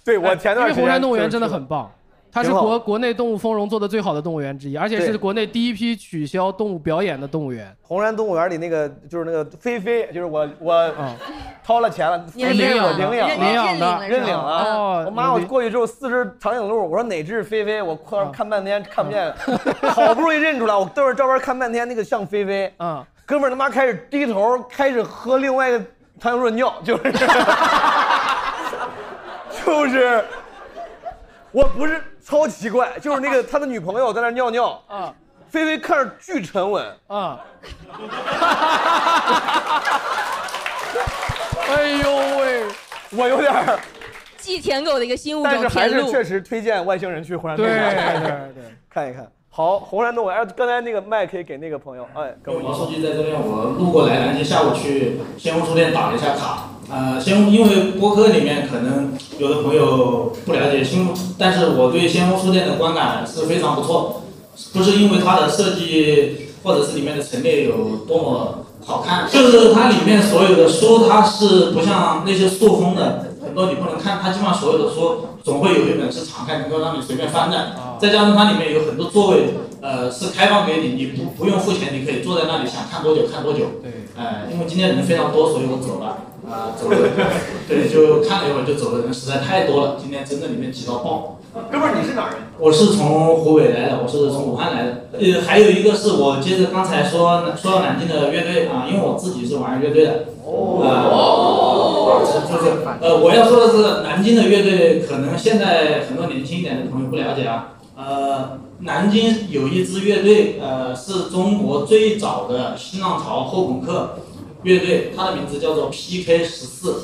Speaker 4: 对我前段
Speaker 2: 哎因为
Speaker 4: 时间
Speaker 2: 红山动物园
Speaker 4: 就
Speaker 2: 真的很棒，它是
Speaker 4: 挺好
Speaker 2: 国国内动物丰容做的最好的动物园之一，而且
Speaker 4: 对
Speaker 2: 是国内第一批取消动物表演的动物园。
Speaker 4: 红山动物园里那个就是那个菲菲，就是我我掏了钱了，
Speaker 2: 你领
Speaker 4: 菲菲我
Speaker 2: 养
Speaker 4: 领养
Speaker 2: 认嗯领养的
Speaker 4: 认领
Speaker 2: 是吧
Speaker 4: 了
Speaker 2: 哦。嗯
Speaker 4: 我妈我
Speaker 2: 牛逼
Speaker 4: 过去之后四只长颈鹿，我说哪只是菲菲？我看看半天看不见，
Speaker 2: 嗯
Speaker 4: 好不容易认出来，我对着照片看半天，那个像菲菲。
Speaker 2: 嗯，
Speaker 4: 哥们儿他妈开始低头，开始喝另外一个长颈鹿的尿，就是， 就是，我不是超奇怪，就是那个他的女朋友在那儿尿尿，
Speaker 2: 啊
Speaker 4: 菲菲看着巨沉稳，
Speaker 2: 啊！ 哎呦喂，
Speaker 4: 我有点儿，
Speaker 7: 继舔狗的一个新物
Speaker 4: 但是
Speaker 7: 种
Speaker 4: 还
Speaker 7: 天
Speaker 4: 是
Speaker 7: 路，
Speaker 4: 确实推荐外星人去红山动
Speaker 2: 对
Speaker 4: 物园 看一看
Speaker 2: 对对，
Speaker 4: 看一看。好，红山动物园，哎刚才那个麦可以给那个朋友，哎，跟
Speaker 17: 就
Speaker 4: 我
Speaker 17: 王
Speaker 4: 说
Speaker 17: 书记在这边，我路过来南京，下午去仙湖书店打了一下卡。呃，仙湖因为播客里面可能有的朋友不了解仙湖，但是我对仙湖书店的观感是非常不错，不是因为它的设计或者是里面的陈列有多么好看，就是它里面所有的书，它是不像那些塑封的，很多你不能看，它基本上所有的书总会有一本是敞开，能够让你随便翻的。再加上它里面有很多座位，呃，是开放给你，你不不用付钱，你可以坐在那里想看多久看多久。
Speaker 2: 对，
Speaker 17: 呃，因为今天人非常多，所以我走了。啊、走了， 对，就看了一会儿就走了，人实在太多了，今天真的里面挤到爆。
Speaker 4: 哥们儿，你是哪儿人？
Speaker 17: 我是从湖北来的，我是从武汉来的。呃，还有一个是我接着刚才说说到南京的乐队啊、因为我自己是玩乐队的。哦。就是呃，我要说的是，南京的乐队可能现在很多年轻一点的朋友不了解啊。呃，南京有一支乐队，呃，是中国最早的新浪潮后朋克乐队，它的名字叫做 PK 十四。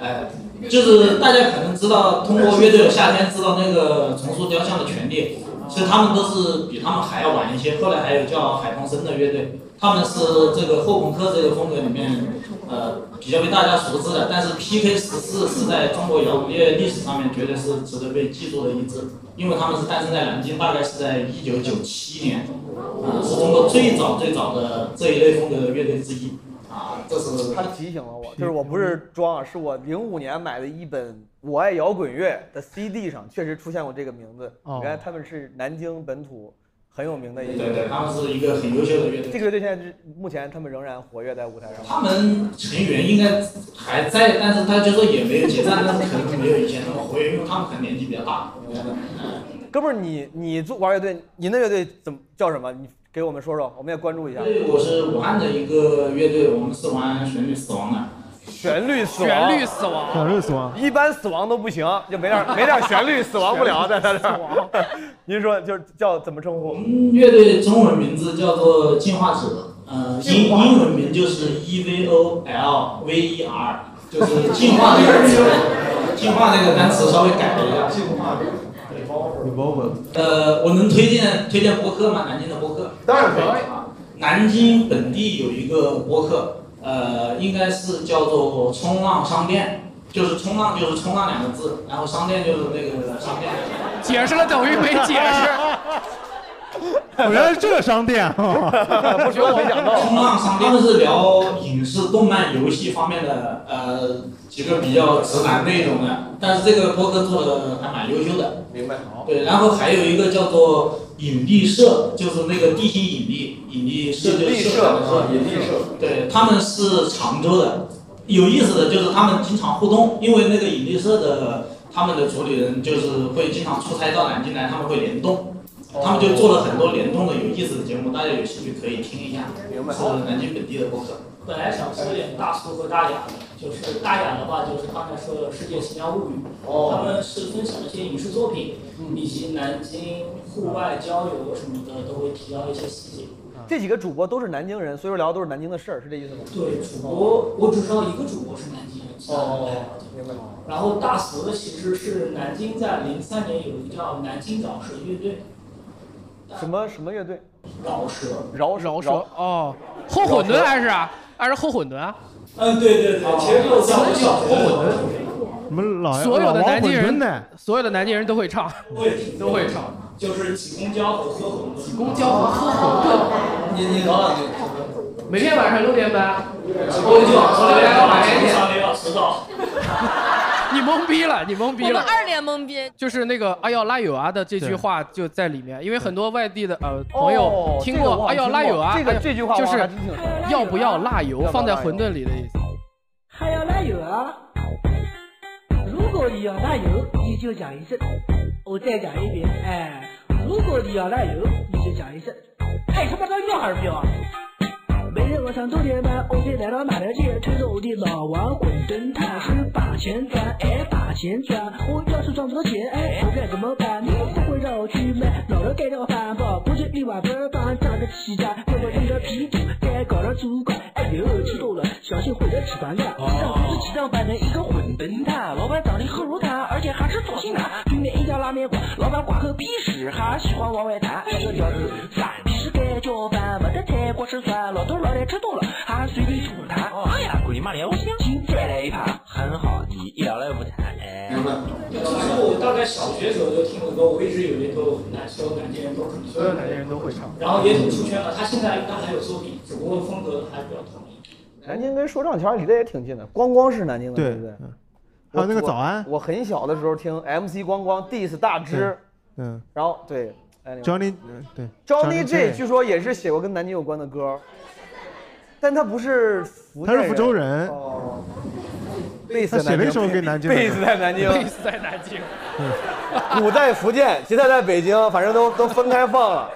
Speaker 17: 哎，就是大家可能知道，通过乐队的夏天知道那个重塑雕像的权利，其实他们都是比他们还要晚一些。后来还有叫海东生的乐队，他们是这个后朋克这个风格里面，呃，比较被大家熟知的。但是 PK 十四是在中国摇滚乐历史上面绝对是值得被记住的一支，因为他们是诞生在南京，大概是在一九九七年，啊、是中国最早最早的这一类风格的乐队之一。啊，这是
Speaker 4: 他提醒了我，就是我不是装啊，是我零五年买的一本《我爱摇滚乐》的 CD 上确实出现过这个名字。
Speaker 2: 哦
Speaker 4: 原来他们是南京本土很有名的一个，
Speaker 17: 对对，他们是一个很优秀的乐队。
Speaker 4: 这个乐队现在是目前他们仍然活跃在舞台上吗。
Speaker 17: 他们成员应该还在，但是他就说也没有解散，但是可能没有以前那么活跃，因为他们可能年纪比较大。
Speaker 4: 哥们儿，你你做玩乐队，您的乐队怎么叫什么？你给我们说说，我们也关注一下。
Speaker 17: 对，我是武汉的一个乐队，我们是玩旋律死亡的。
Speaker 4: 旋律死亡，
Speaker 2: 旋律死亡
Speaker 6: 小日死亡，
Speaker 4: 一般死亡都不行，就 没点没点旋律死亡不了，在他这儿。您说就是叫怎么称呼？
Speaker 3: 嗯
Speaker 17: 乐队中文名字叫做进化者，呃，英英文名就是 E V O L V E R，就是进化那个词，进化那个单词稍微改了一下。进化。呃，我能推荐推荐播客吗？南京的播客？当然可以啊。南京本地有一个播客，呃，应该是叫做冲浪商店，就是冲浪就是冲浪两个字，然后商店就是那个商店。
Speaker 2: 解释了等于没解 释。
Speaker 6: 原来是这个商店，不
Speaker 4: 说没想
Speaker 17: 冲浪商店是聊影视、动漫、游戏方面的，呃，几个比较直男内容的。但是这个播客做的还蛮优秀的。
Speaker 4: 明白。
Speaker 17: 对，然后还有一个叫做引力社，就是那个地心引力，引力社就是社，
Speaker 4: 哦引力社
Speaker 17: 对，他们是常州的。有意思的就是他们经常互动，因为那个引力社的他们的主理人就是会经常出差到南京来，他们会联动，
Speaker 4: 哦
Speaker 17: 他们就做了很多联动的有意思的节目，大家有兴趣可以听一下。
Speaker 4: 明白
Speaker 17: 是南京本地的播客。
Speaker 3: 本来想说点大叔和大雅的，就是大雅的话，就是刚才说的《世界奇妙物语》他们是分享一些影视作品，以及南京户外郊游什么的，都会提到一些细节。
Speaker 4: 嗯
Speaker 2: 啊
Speaker 4: 这几个主播都是南京人，所以说聊的都是南京的事儿，是这意思吗？
Speaker 3: 对，主播我只知道一个主播是南京人，其他人不太了解。
Speaker 4: 哦明白吗？
Speaker 3: 然后大蛇其实是南京在零三年有一个叫南京饶舌乐队，
Speaker 4: 什么什么乐队？
Speaker 3: 饶舌，
Speaker 4: 饶饶
Speaker 2: 舌哦，后混沌还是啊？还是后混沌啊？
Speaker 3: 嗯，对对对，其实就是小小后混沌。
Speaker 6: 什么老
Speaker 2: 所有的
Speaker 6: 老王
Speaker 2: 南京
Speaker 6: 混
Speaker 2: 人
Speaker 6: 沌呢？
Speaker 2: 所有的南京人都会唱，都会唱。
Speaker 3: 就是挤公交和喝馄饨。挤
Speaker 2: 公交和喝馄饨。
Speaker 3: 哦你你搞两句。
Speaker 2: 每天晚上六点半，
Speaker 3: 我就我就来晚一点。
Speaker 2: 你懵逼了，你懵逼
Speaker 18: 我们
Speaker 2: 了。
Speaker 18: 二脸懵逼。
Speaker 2: 就是那个“哎呦拉友啊”的这句
Speaker 4: 对哦
Speaker 2: 话就在里面，因为很多外地的呃朋友听
Speaker 4: 这个我
Speaker 2: 过“
Speaker 4: 好
Speaker 2: 哎
Speaker 4: 像
Speaker 2: 呦拉
Speaker 4: 听
Speaker 2: 友
Speaker 4: 过
Speaker 2: 啊”，
Speaker 4: 这个
Speaker 2: 哎呦
Speaker 4: 这句话
Speaker 2: 就
Speaker 4: 我
Speaker 2: 是
Speaker 4: 还真听说
Speaker 2: 要不要辣油
Speaker 4: 要不要
Speaker 2: 放在
Speaker 4: 辣
Speaker 2: 馄饨里的意思。
Speaker 10: 还要辣油啊！如果你要辣油，你就讲一声。我再讲一遍，哎，如果你要辣油，你就讲一声。哎，他妈的要还是不要啊？每天晚上六点半，我得来到马来街，推着我的老王滚灯摊，是把钱赚，哎，把钱赚。我要是赚不到钱，哎，我该怎么办？你们不会让我去卖老了盖掉饭吧？不就一碗不二饭，炸个鸡蛋，乖乖用个屁股，该搞了主管。哎呦，吃多了，小心毁了体盘的。但不是鸡蛋饭的一个混沌摊，老板长得黑如他，而且还是左性男。对面一家拉面馆，老板挂科逼屎，还喜欢往外谈。这个屌丝傻逼是该叫饭，没得泰国吃酸，老头老太吃多了还随地吐痰。哎呀，鬼你妈连我想请再来一盘，很好的，一聊来无谈。哎，
Speaker 3: 就是我大概小学时候就听过歌，我一直以为都南所有南京人都很
Speaker 2: 所有南京人都会唱
Speaker 3: 然后也挺出圈的。他现在应该还有作品，只不过风格还比较统一。
Speaker 4: 南京跟说唱圈离得也挺近的，光光是南京的，
Speaker 6: 对嗯
Speaker 4: 对不对？
Speaker 6: 还有那个
Speaker 4: 我
Speaker 6: 早安
Speaker 4: 我，我很小的时候听 MC 光光 diss 大只，
Speaker 6: 嗯
Speaker 4: 然后对，anyway 哎
Speaker 6: ，Johnny，对
Speaker 4: Johnny J
Speaker 6: J，
Speaker 4: 据说也是写过跟南京有关的歌，但他不是福
Speaker 6: 他
Speaker 4: 建
Speaker 6: 是福州人，
Speaker 4: 哦，贝斯
Speaker 6: 他写了一首给南京的歌
Speaker 4: 贝斯在南京，
Speaker 2: 贝斯在南京，
Speaker 4: 鼓在福建，吉他在北京，反正都都分开放了。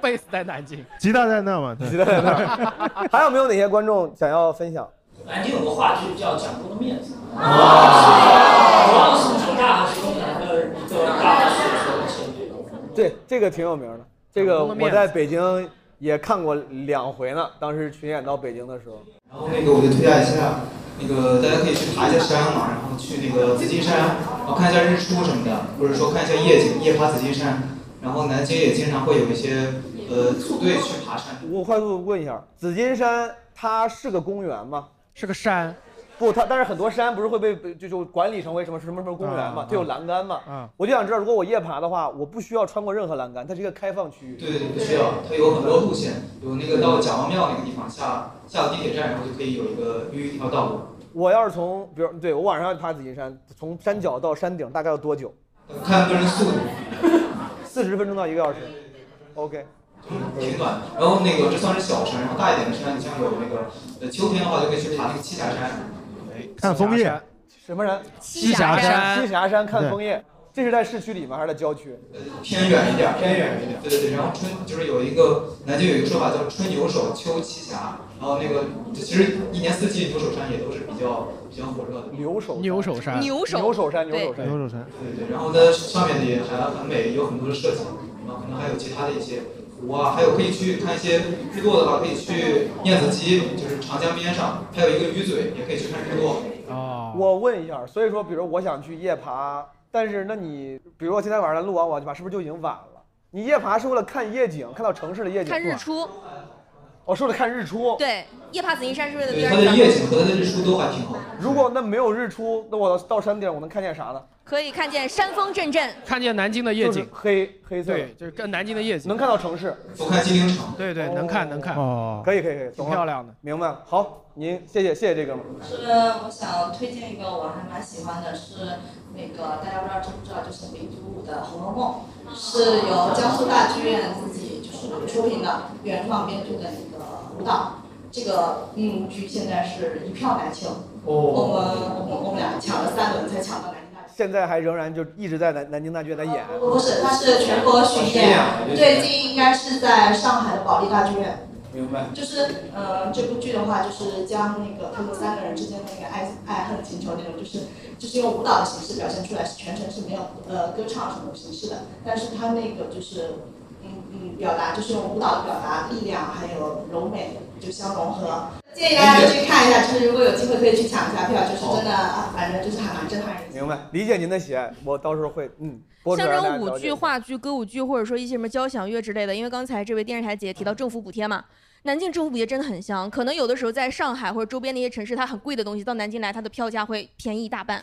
Speaker 2: 贝斯在南京。
Speaker 6: 吉他在那嘛，对
Speaker 4: 吉他在那儿。还有没有哪些观众想要分享？
Speaker 3: 南京有个话剧叫《蒋公的面子》，
Speaker 2: 啊
Speaker 3: 同样是浙大和东南的一个大学生的前辈。
Speaker 4: 对，这个挺有名的，这个
Speaker 3: 蒋公的面
Speaker 4: 我
Speaker 3: 子
Speaker 4: 在北京也看过两回呢。当时巡演到北京的时候，
Speaker 11: 然后那个我就推荐一下，那个大家可以去爬一下山嘛，然后去那个紫金山，然后看一下日出什么的，或者说看一下夜景，夜爬紫金山。然后南京也经常会有一些呃组队去爬山。
Speaker 4: 我快速问一下，紫金山它是个公园吗？
Speaker 2: 是个山。
Speaker 4: 不，它但是很多山不是会被被就就管理成为什么什么什么公园嘛
Speaker 11: 啊，
Speaker 4: 它有栏杆嘛。
Speaker 11: 啊
Speaker 4: 我就想知道，如果我夜爬的话，我不需要穿过任何栏杆，它是一个开放区域。
Speaker 11: 对对对，不需要，
Speaker 19: 啊
Speaker 11: 它有很多路线，有那个到蒋王庙那个地方下下了地铁站，然后就可以有一个绿一条道路。
Speaker 4: 我要是从，比如对我晚上要爬紫金山，从山脚到山顶大概要多久？
Speaker 11: 看个人速度，
Speaker 4: 四十分钟到一个小时。OK，
Speaker 11: 挺短。然后那个这算是小山，然后大一点的山，你像有那个呃秋天的话就可以去爬那个栖霞山。哎
Speaker 6: 看枫叶，
Speaker 4: 什么人？
Speaker 6: 栖霞山
Speaker 4: 栖霞山看枫叶。这是在市区里吗？还是在郊区？
Speaker 19: 偏远一点，
Speaker 4: 偏远一点。
Speaker 19: 对对对，然后春就是有一个南京有一个说法叫“春牛首，秋栖霞”，然后那个其实一年四季牛首山也都是比较比较火热的。
Speaker 4: 牛首
Speaker 2: 牛首山，
Speaker 7: 牛首
Speaker 4: 牛首山，牛
Speaker 7: 对
Speaker 4: 首山，
Speaker 20: 牛首山。
Speaker 19: 对对，然后它上面也还很美，有很多的设计，然后可能还有其他的一些湖啊，还有可以去看一些日落的话，可以去燕子矶，就是长江边上，还有一个鱼嘴，也可以去看日落。
Speaker 20: 哦
Speaker 4: 我问一下，所以说，比如我想去夜爬，但是那你，比如我今天晚上录完我就爬，是不是就已经晚了？你夜爬是为了看夜景，看到城市的夜景，哦
Speaker 7: 看日。出，
Speaker 4: 我、说了看日出。
Speaker 7: 对，夜爬紫金山是为了
Speaker 19: 对，
Speaker 7: 边
Speaker 19: 它
Speaker 7: 上
Speaker 19: 的夜景和它的日出都还挺好。
Speaker 4: 如果那没有日出，那我到山顶我能看见啥呢？
Speaker 7: 可以看见山峰阵阵，
Speaker 2: 看见南京的夜景，
Speaker 4: 黑黑色的
Speaker 2: 对，就是跟南京的夜景，
Speaker 4: 能看到城市，
Speaker 19: 俯瞰金陵城，
Speaker 2: 对对，能看能看，
Speaker 20: 哦，
Speaker 4: 可以可以可以，懂了，
Speaker 2: 漂亮的，
Speaker 4: 明白了。好，您谢谢谢谢这哥们儿。
Speaker 10: 是我想推荐一个我还蛮喜欢的，是那个大家不知道知不知道，就是李祖武的《红楼梦》，是由江苏大剧院自己就是出品的，原创编剧的那个舞蹈。这个嗯剧现在是一票难求，
Speaker 19: 哦
Speaker 10: 我们我们我们俩抢了三轮才抢到南京大剧
Speaker 4: 现在还仍然就一直在南南京大剧院在演。
Speaker 10: 院，不是，它是全国巡演，最近应该是在上海的保利大剧院。
Speaker 19: 明白。
Speaker 10: 就是呃，这部剧的话，就是将那个他们三个人之间的那个爱爱恨情仇那种，就是就是用舞蹈的形式表现出来，是全程是没有呃歌唱什么形式的，但是他那个就是嗯嗯表达就是用舞蹈的表达力量还有柔美就相融合。建议大家去看一下，就是如果有机会可以去抢一下票，就是真的，啊，反正就是还蛮震撼人的。
Speaker 4: 明白，理解您的喜爱，我到时候会嗯。播出
Speaker 7: 像
Speaker 4: 来
Speaker 7: 这
Speaker 4: 让大
Speaker 7: 种
Speaker 4: 家
Speaker 7: 舞
Speaker 4: 了解
Speaker 7: 剧、话剧、歌舞剧，或者说一些什么交响乐之类的，因为刚才这位电视台姐也提到政府补贴嘛，南京政府补贴真的很香。可能有的时候在上海或者周边那些城市，它很贵的东西到南京来，它的票价会便宜一大半。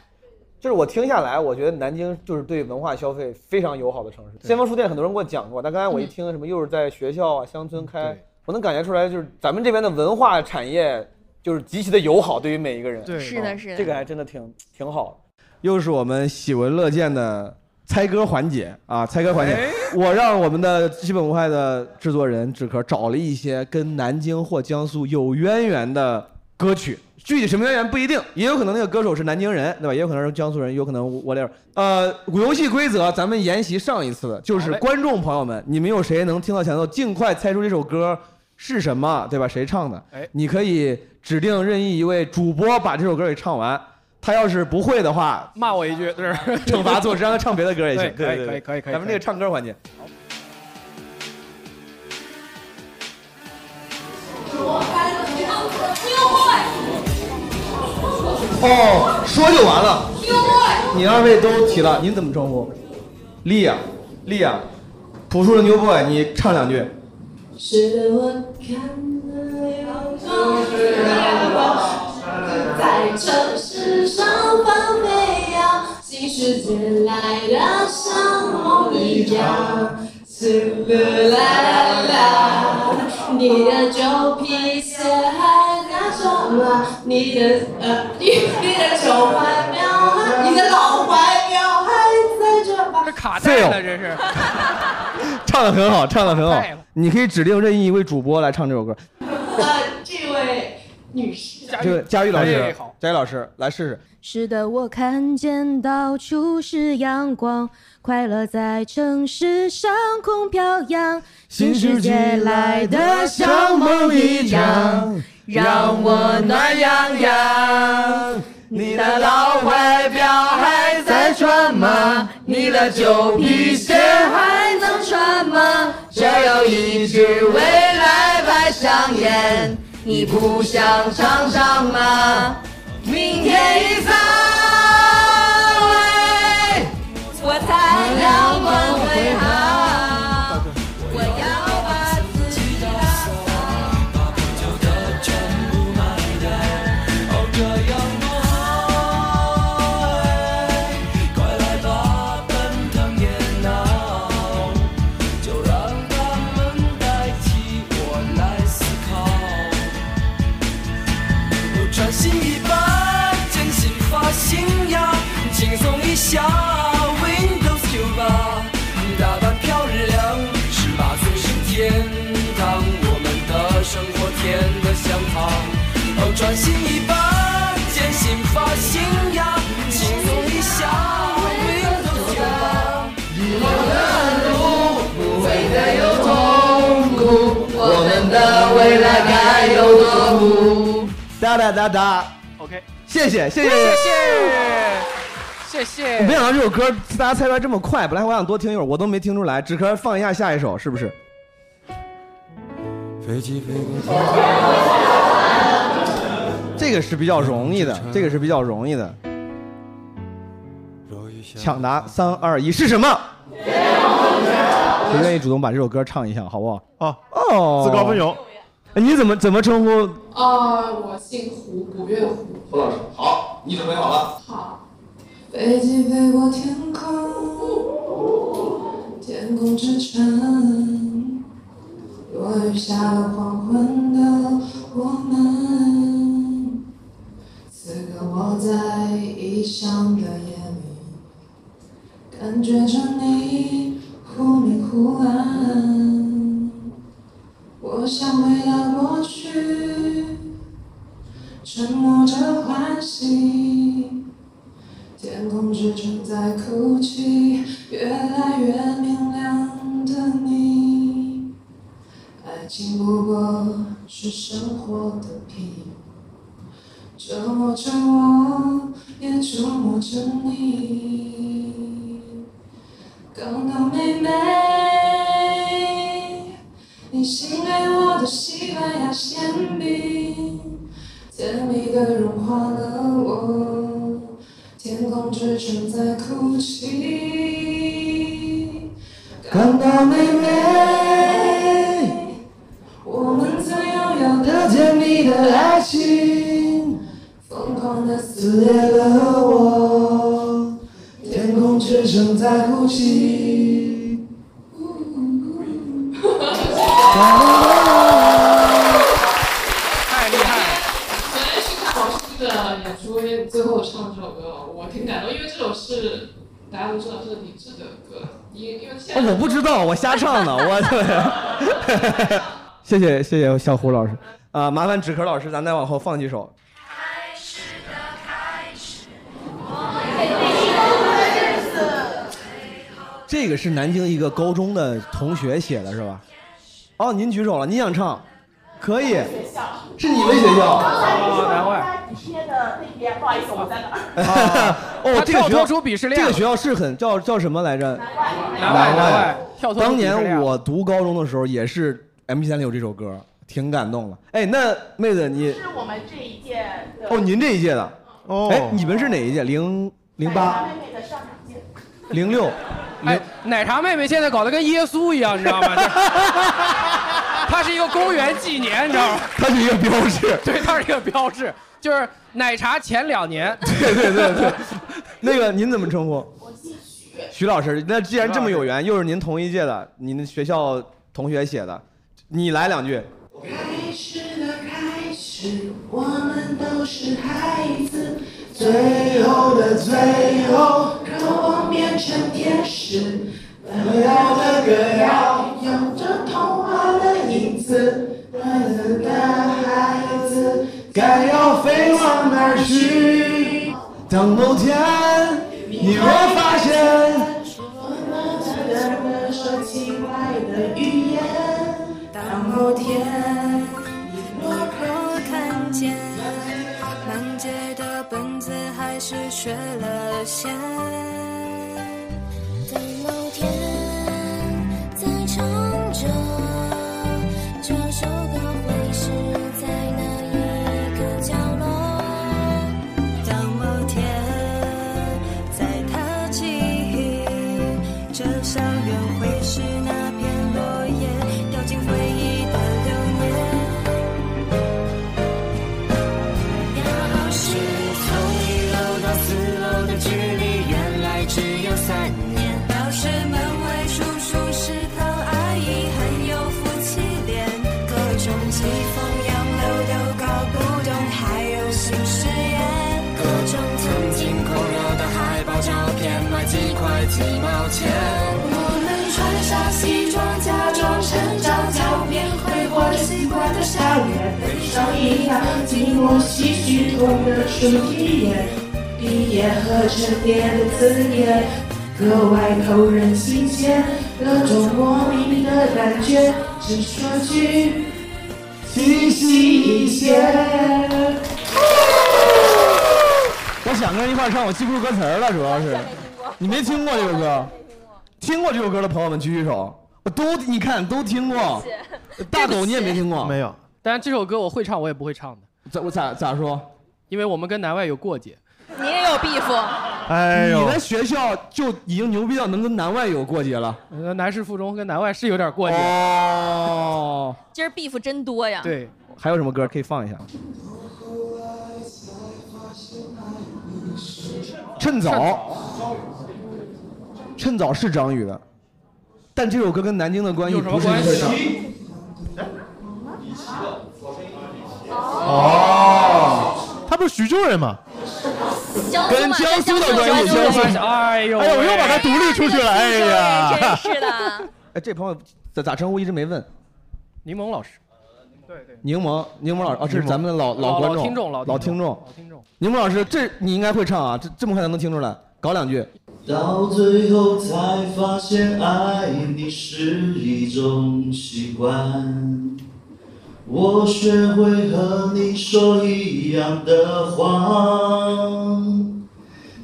Speaker 4: 就是我听下来，我觉得南京就是对文化消费非常友好的城市。先锋书店很多人给我讲过，但刚才我一听什么又是在学校啊、乡村开，我能感觉出来，就是咱们这边的文化产业就是极其的友好，对于每一个人。
Speaker 2: 对是的
Speaker 4: 嗯
Speaker 2: 是的
Speaker 4: 这个还真的挺挺好的。又是我们喜闻乐见的猜歌环节啊，猜歌环节，我让我们的基本无害的制作人纸壳找了一些跟南京或江苏有渊源的歌曲，具体什么渊源不一定，也有可能那个歌手是南京人，对吧？也有可能是江苏人，有可能 whatever。呃，游戏规则咱们沿袭上一次的，就是观众朋友们，你们有谁能听到前奏，尽快猜出这首歌是什么，对吧？谁唱的？
Speaker 2: 哎
Speaker 4: 你可以指定任意一位主播把这首歌给唱完。他要是不会的话，
Speaker 2: 骂我一句，就是
Speaker 4: 惩罚做事，让他唱别的歌也行。
Speaker 2: 对可以
Speaker 4: 对对对
Speaker 2: 可以可以
Speaker 4: 咱们这个唱歌环节，哦，说就完了。你二位都提了，您怎么称呼？丽亚，丽亚，朴树的 New Boy，你唱两句。
Speaker 12: 是我看的阳光，是阳光，在城市上翻飞呀，新世界来的像梦一样，醒来啦！你的旧皮鞋还拿着吗？你的呃， 你你的旧怀表，你的老怀表还在这吗？这
Speaker 2: 卡
Speaker 4: 带了
Speaker 2: 这是。
Speaker 4: 唱的很好，唱的很好
Speaker 12: 太了。
Speaker 4: 你可以指定任意一位主播来唱这首歌。
Speaker 12: 呃，这位女士，
Speaker 4: 这个佳玉老
Speaker 12: 哎
Speaker 4: 师
Speaker 12: 好，
Speaker 4: 佳玉老师来试试。
Speaker 21: 是的，我看见到处是阳光，快乐在城市上空飘扬，
Speaker 22: 新世界来
Speaker 21: 得
Speaker 22: 的像梦一样， 让我暖洋洋。你的老怀表还在穿吗？你的旧皮鞋还能穿吗？这有一支未来牌香烟，你不想尝尝吗？明天一早，哎
Speaker 12: 我才
Speaker 22: 阳光会好。
Speaker 3: 穿新衣吧，真心发型呀，轻松一下，Windows 九八，打扮漂亮，十八岁是天堂，我们的生活甜得像糖。哦，穿新衣吧，剪新发型呀，轻松一下，Windows 九八。
Speaker 4: 哒哒哒哒，
Speaker 2: OK，
Speaker 4: 谢谢谢谢
Speaker 2: 谢谢谢谢，
Speaker 4: 没想到这首歌大家猜出来这么快，本来我想多听一会儿，我都没听出来，只可以放一下下一首，是不是？
Speaker 23: 飞机飞过
Speaker 4: 这个是比较容易的，这个是比较容易的。抢答三二一是什么？谁愿意主动把这首歌唱一下，好不好？
Speaker 22: 哦
Speaker 4: 哦，哎
Speaker 22: 自告奋勇。
Speaker 4: 你怎么怎么称呼？
Speaker 3: 啊，
Speaker 12: 呃
Speaker 3: 我姓胡，古月胡。
Speaker 24: 胡老师，好，你准备好了？
Speaker 3: 好。飞机飞过天空，天空之城，落雨下了黄昏的我们，此刻我在异乡的夜里，感觉着你忽明忽暗，我想回到过去，沉默着欢喜。天空之城在哭泣，越来越明亮的你。爱情不过是生活的皮，折磨着我，也折磨着你。刚刚妹妹，你新爱我的西班牙馅饼，甜蜜的融化了我。天空之城在哭泣，感到美味。我们曾拥有的甜蜜的爱情，疯狂的撕裂了我。天空之城在哭泣。
Speaker 2: 太厉害！
Speaker 3: 昨天去看老师的演出，最后唱这首歌，我挺感动，因为这首是大家都知道是李志的歌，因因为现在
Speaker 4: 哦我不知道，我瞎唱的， 我对。 谢谢谢谢小胡老师啊、麻烦纸壳老师，咱再往后放几首。这个是南京一个高中的同学写的，是吧？哦，您举手了，您想唱，可以，哦是你们学校？
Speaker 2: 难怪。
Speaker 25: 贴的哦那边，不好意思，我在哪儿？
Speaker 4: 哦，
Speaker 2: 他
Speaker 4: 这个
Speaker 2: 跳
Speaker 4: 学校
Speaker 2: 脱出鄙视链
Speaker 4: 这个
Speaker 2: 了
Speaker 4: 学校是很叫叫什么来着？
Speaker 2: 南外南外跳脱出
Speaker 4: 当
Speaker 2: 鄙视链
Speaker 4: 年
Speaker 2: 了
Speaker 4: 我读高中的时候，也是 M P 三里有这首歌，挺感动的。哎，那妹子 你
Speaker 25: 是我们这一届的。
Speaker 4: 哦，您这一届的哦哎，你们是哪一届？零零八、
Speaker 25: 妹妹的上场见。
Speaker 4: 零六。
Speaker 2: 哎，奶茶妹妹现在搞得跟耶稣一样，你知道 吗？这她是一个公元纪年，你知道吗？
Speaker 4: 它是一个标志，
Speaker 2: 对，它是一个标志，就是奶茶前两年。
Speaker 4: 对对对对，那个您怎么称呼？
Speaker 25: 我姓许，
Speaker 4: 徐老师，那既然这么有缘，又是您同一届的，您的学校同学写的，你来两句。
Speaker 10: 开始的开始，我们都是孩子，最后的最后，渴望变成天使。歌谣的歌谣，有着童话的影子，我们的孩子该要飞往哪儿去？
Speaker 4: 当某天
Speaker 10: 你会发现，我们在说奇怪的语言。当某天。
Speaker 26: 能够看见，满街的本子还是缺了线。等某天再唱着这首歌，会是在哪一个角落？当某天再踏起这校园，会是那片落叶掉进回忆的流年。
Speaker 23: 然后是从一楼到四楼的距离，原来只有三年。
Speaker 26: 老师门外叔叔食堂阿姨很有夫妻脸，各种棋风洋流都搞不懂，还有新实验，
Speaker 23: 各种曾经狂热的海报照片，卖几块几毛钱。
Speaker 10: 我们穿上西装，假装成长，照片挥霍着习惯的校园，悲伤一样，寂寞唏嘘，痛的是体验，毕业和成年的字眼，格外扣人心弦，各种莫名的感觉，只说句，清晰一些。
Speaker 4: 这两个人一块儿唱，我记不住歌词儿了，主要是。你没听过这首歌？听过这首歌的朋友们举举手。我都你看都听过。大狗你也没听过？
Speaker 10: 没有。
Speaker 2: 但这首歌我会唱，我也不会唱的。
Speaker 4: 咋我咋咋说？
Speaker 2: 因为我们跟南外有过节。
Speaker 7: 你也有 beef，
Speaker 10: 哎
Speaker 4: 呦，你在学校就已经牛逼到能跟南外有过节了。
Speaker 2: 呃，南师附中跟南外是有点过节。
Speaker 4: 哦，
Speaker 7: 今儿 beef 真多呀。
Speaker 2: 对，
Speaker 4: 还有什么歌可以放一下？趁早，趁早是张宇的，但这首歌跟南京的关系不是一回事儿。
Speaker 10: 哦，他不是徐州人吗？
Speaker 4: 跟江苏的关系，江苏。
Speaker 2: 哎呦，
Speaker 4: 哎呦，我又把它独立出去了，哎呀，
Speaker 7: 真是的。
Speaker 4: 哎，这朋友咋咋称呼一直没问。
Speaker 2: 柠檬老师，
Speaker 4: 柠檬，柠檬老师，哦，这是
Speaker 2: 柠檬
Speaker 4: 咱们的老
Speaker 2: 老
Speaker 4: 观
Speaker 2: 老
Speaker 4: 众，
Speaker 2: 听众老
Speaker 4: 老
Speaker 2: 听
Speaker 4: 听
Speaker 2: 众
Speaker 4: 众，柠檬老师，这你应该会唱啊，这这么快咱能听出来，搞两句。
Speaker 27: 到最后才发现，爱你是一种习惯。我学会和你说一样的话，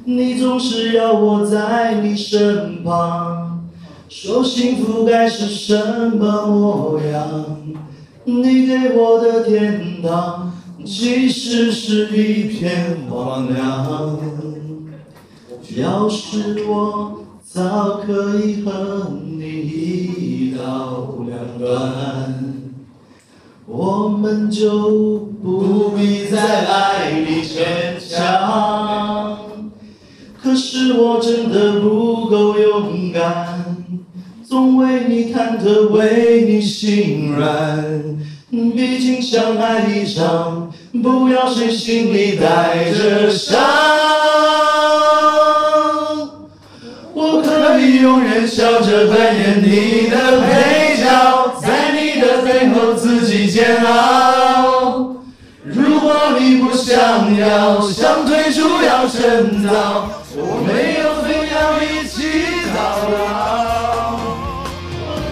Speaker 27: 你总是要我在你身旁，说幸福该是什么模样？你给我的天堂，其实是一片荒凉。要是我早可以和你一刀两断，我们就不必在爱里牵强。可是我真的不够勇敢，总为你忐忑，为你心软。毕竟相爱一场，不要谁心里带着伤。我可以永远笑着扮演你的配角，在你的背后自己煎熬。如果你不想要，想退出要趁早，我没有非要一起到老。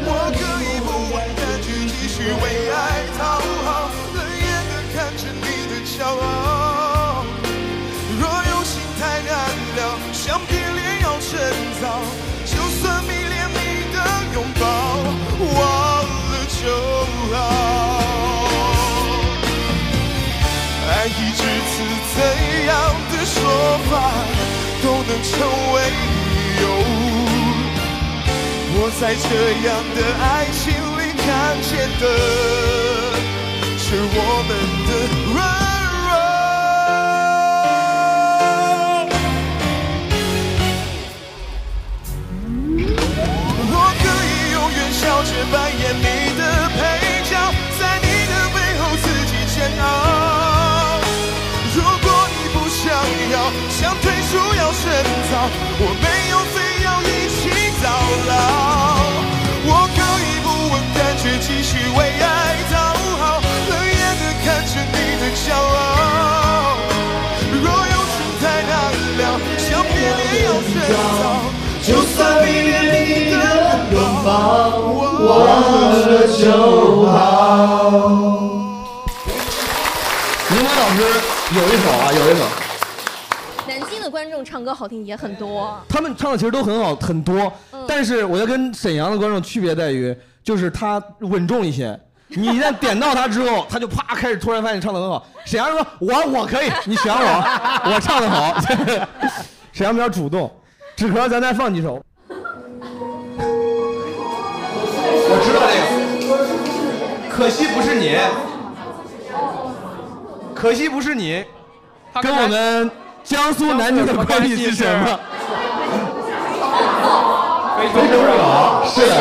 Speaker 3: 我可以不完的去继续为爱讨好，冷眼的看着你的骄傲。若有心太难了，想别恋要趁早，就算迷恋你的拥抱，忘了就好。爱已至此，怎样的说法都能成为理由。我在这样的爱情里看见的，是我们的温柔。我可以永远笑着扮演你的配角，在你的背后自己煎熬。如果你不想要，想退出要趁早，我没有非要一起到老。我可以不问，但却继续为爱讨好，冷眼的看着你的骄傲。若有时太难了，想别恋要趁早，
Speaker 27: 就算迷恋你的拥抱，忘了就好。
Speaker 4: 柠檬老师有一首啊，有一首，
Speaker 7: 南京的观众唱歌好听也很多，
Speaker 4: 他们唱的其实都很好，很多。但是我要跟沈阳的观众区别在于，就是他稳重一些。你一旦点到他之后，他就啪开始突然发现你唱的很好。沈阳说：“我我可以，你选我，我唱的好。” 沈阳比较主动。纸壳，咱再放几首。
Speaker 27: 我知道这个，可惜不是你，
Speaker 4: 可惜不是你，跟我们江苏南京的关系是什么？非洲不扰，是的。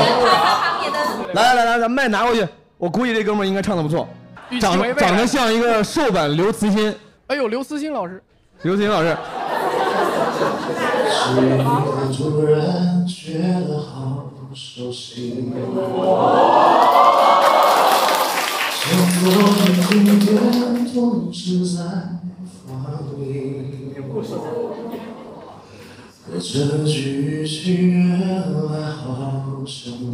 Speaker 4: 来来来，咱麦拿过去，我估计这哥们儿应该唱的不错
Speaker 2: 预，期
Speaker 4: 长
Speaker 2: 违
Speaker 4: 得
Speaker 2: 背
Speaker 4: 长
Speaker 2: 了
Speaker 4: 得像一个瘦版刘慈欣，
Speaker 2: 哎呦，刘思欣老师，
Speaker 4: 刘慈欣老师。
Speaker 27: 是我突然觉得好熟悉。像我们今天总是在放映，可这剧情原来好像你，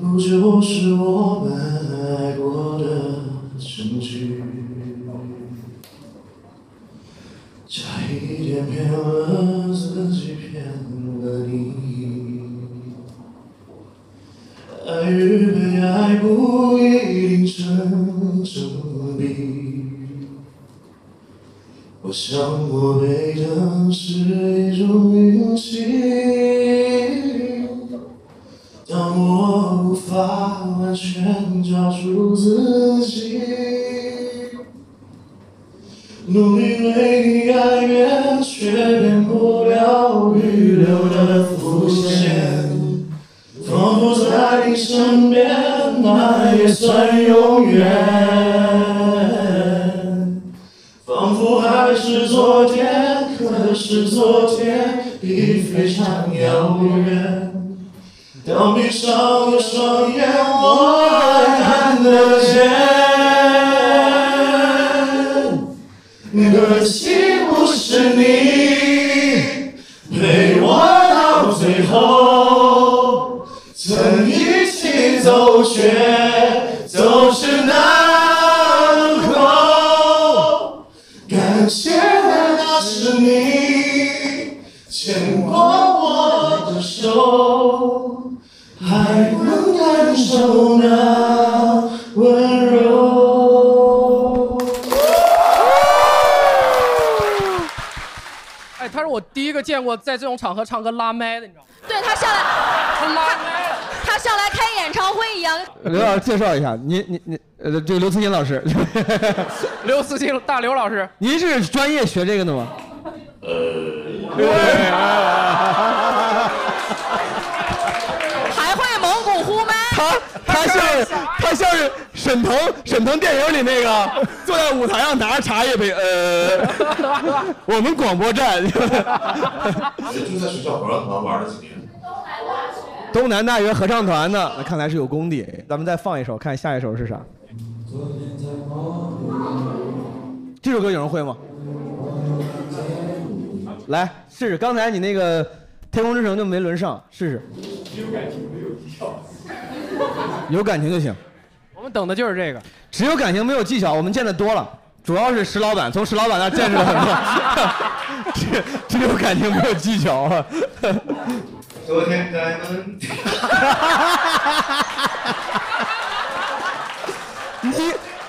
Speaker 27: 不就是我们爱过的证据？
Speaker 3: 偏骗了自己，骗了你。爱与被爱不一定成正比。我想我被疼是一种运气，但我无法完全抓住自己，努力为你改变，却变不了预留的伏线，仿佛在你身边，那也算永远。仿佛还是昨天，可是昨天已非常遥远。当闭上了双眼，我还看得见。可惜不是你陪我到最后，曾一起走却总是难过。感谢那是你牵过我的手，还能感受那温柔。
Speaker 2: 哎，他是我第一个见过在这种场合唱歌拉麦的，你知道吗？
Speaker 7: 对他上来，他他上来开演唱会一样，
Speaker 4: 刘老师介绍一下，您您您，呃，这个刘慈欣老师，
Speaker 2: 刘慈欣大刘老师，
Speaker 4: 您是专业学这个的吗？
Speaker 7: 还会蒙古呼麦。
Speaker 4: 他他像他像是沈腾沈腾电影里那 个坐在舞台上拿着茶叶杯，呃， 我们广播站，
Speaker 11: 就在学校合唱团玩了几年。
Speaker 4: 东南大学合唱团呢，那看来是有功底。咱们再放一首，看下一首是啥？这首歌有人会吗？来试试，刚才你那个《天空之城》就没轮上，试试，
Speaker 15: 没有感情，没有技巧。
Speaker 4: 有感情就行。
Speaker 2: 我们等的就是这个。
Speaker 4: 只有感情没有技巧，我们见的多了，主要是石老板，从石老板那儿见识了很多。 只只有感情没有技巧啊。
Speaker 3: 昨天在门，
Speaker 4: 你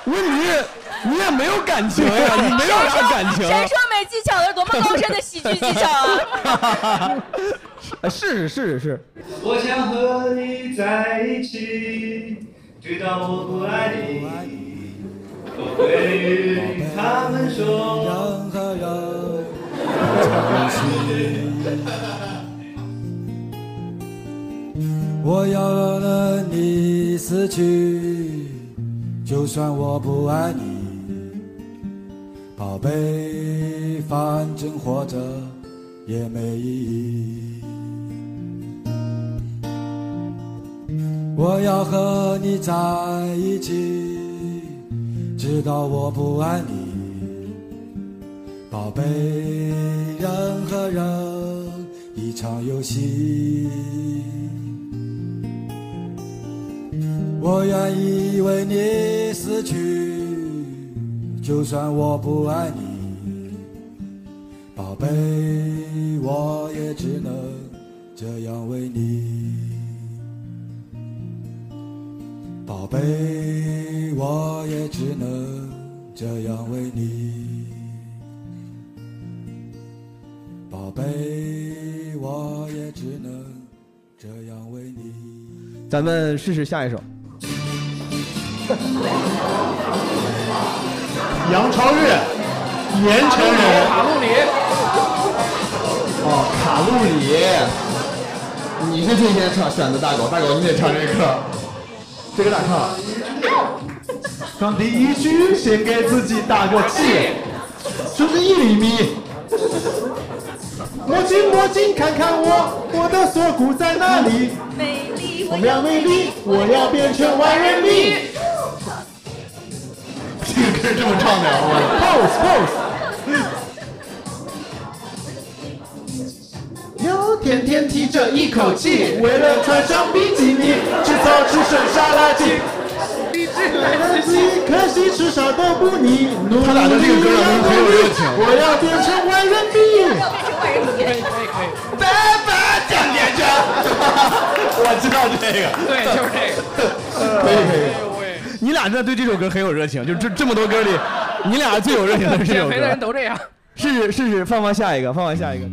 Speaker 4: 问题是你也没有感情哎 呀、你没有啥感情。啊
Speaker 7: 谁说没技巧的是多么高深的喜剧技 巧 啊！
Speaker 4: 哎是是是是，
Speaker 3: 我想和你在一起，直到我不爱你。我会与他们说，人和 人
Speaker 22: 我要了你死去，就算我不爱你，宝贝，反正活着也没意义。我要和你在一起，直到我不爱你，宝贝，人和人一场游戏。我愿意为你死去，就算我不爱你，宝贝，我也只能这样为你。宝贝，我也只能这样为你。宝贝，我也只能这样为你。
Speaker 4: 咱们试试下一首。
Speaker 6: 杨超越，盐城人，卡路里，
Speaker 4: 哦，卡路里，你是最先唱选的大狗，大狗你得唱这个，这个咋唱？
Speaker 6: 刚第一句先给自己打个气，就是一厘米。摸清摸清，看看我，我的锁骨在哪里？
Speaker 15: 美丽
Speaker 6: 我要美丽，我要变成万人迷。这个歌这么唱的啊？pose pose。又天天提着一口气，为了穿上比基尼，吃草吃剩沙拉鸡。为了自己，可惜吃啥都不腻。他俩的这个歌很有
Speaker 2: 情。
Speaker 10: 我要变成万人 迷。
Speaker 7: 可
Speaker 28: 以可以可以。
Speaker 2: 拜拜，蒋先 生。我知道这个。
Speaker 28: 对，就是这个。
Speaker 2: 可以可以。 你俩真的对这首歌很有热情，就这这么多歌里，你俩最有热情的是这首
Speaker 28: 减肥的人
Speaker 2: 歌。
Speaker 28: 都这样。
Speaker 2: 试试试试，放放下一个，放放下一个。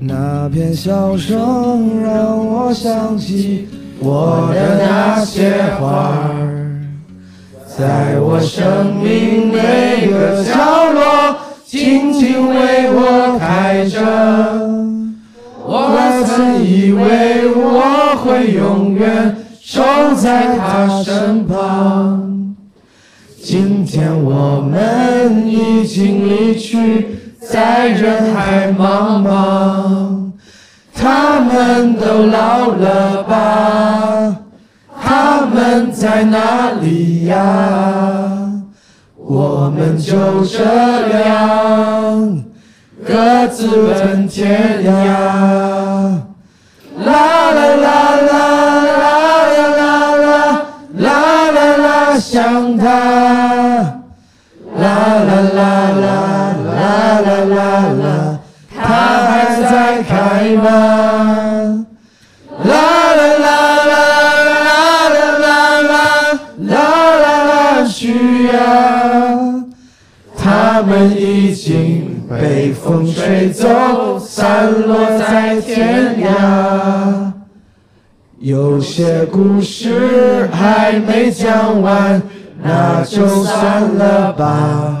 Speaker 3: 那片笑声让我想起我的那些花儿，在我生命每个角落，静静为我开着。我曾以为我会永远守在她身旁，今天我们已经离去，在人海茫茫。他们都老了吧？他们在哪里呀？我们就这样各自奔天涯。啦啦啦啦啦啦啦啦啦啦啦，想他。啦啦啦啦啦啦啦啦，他还在开吗？啦啦啦啦啦啦啦啦啦啦啦，需要。他们已经被风吹走，散落在天涯。有些故事还没讲完，那就算了吧。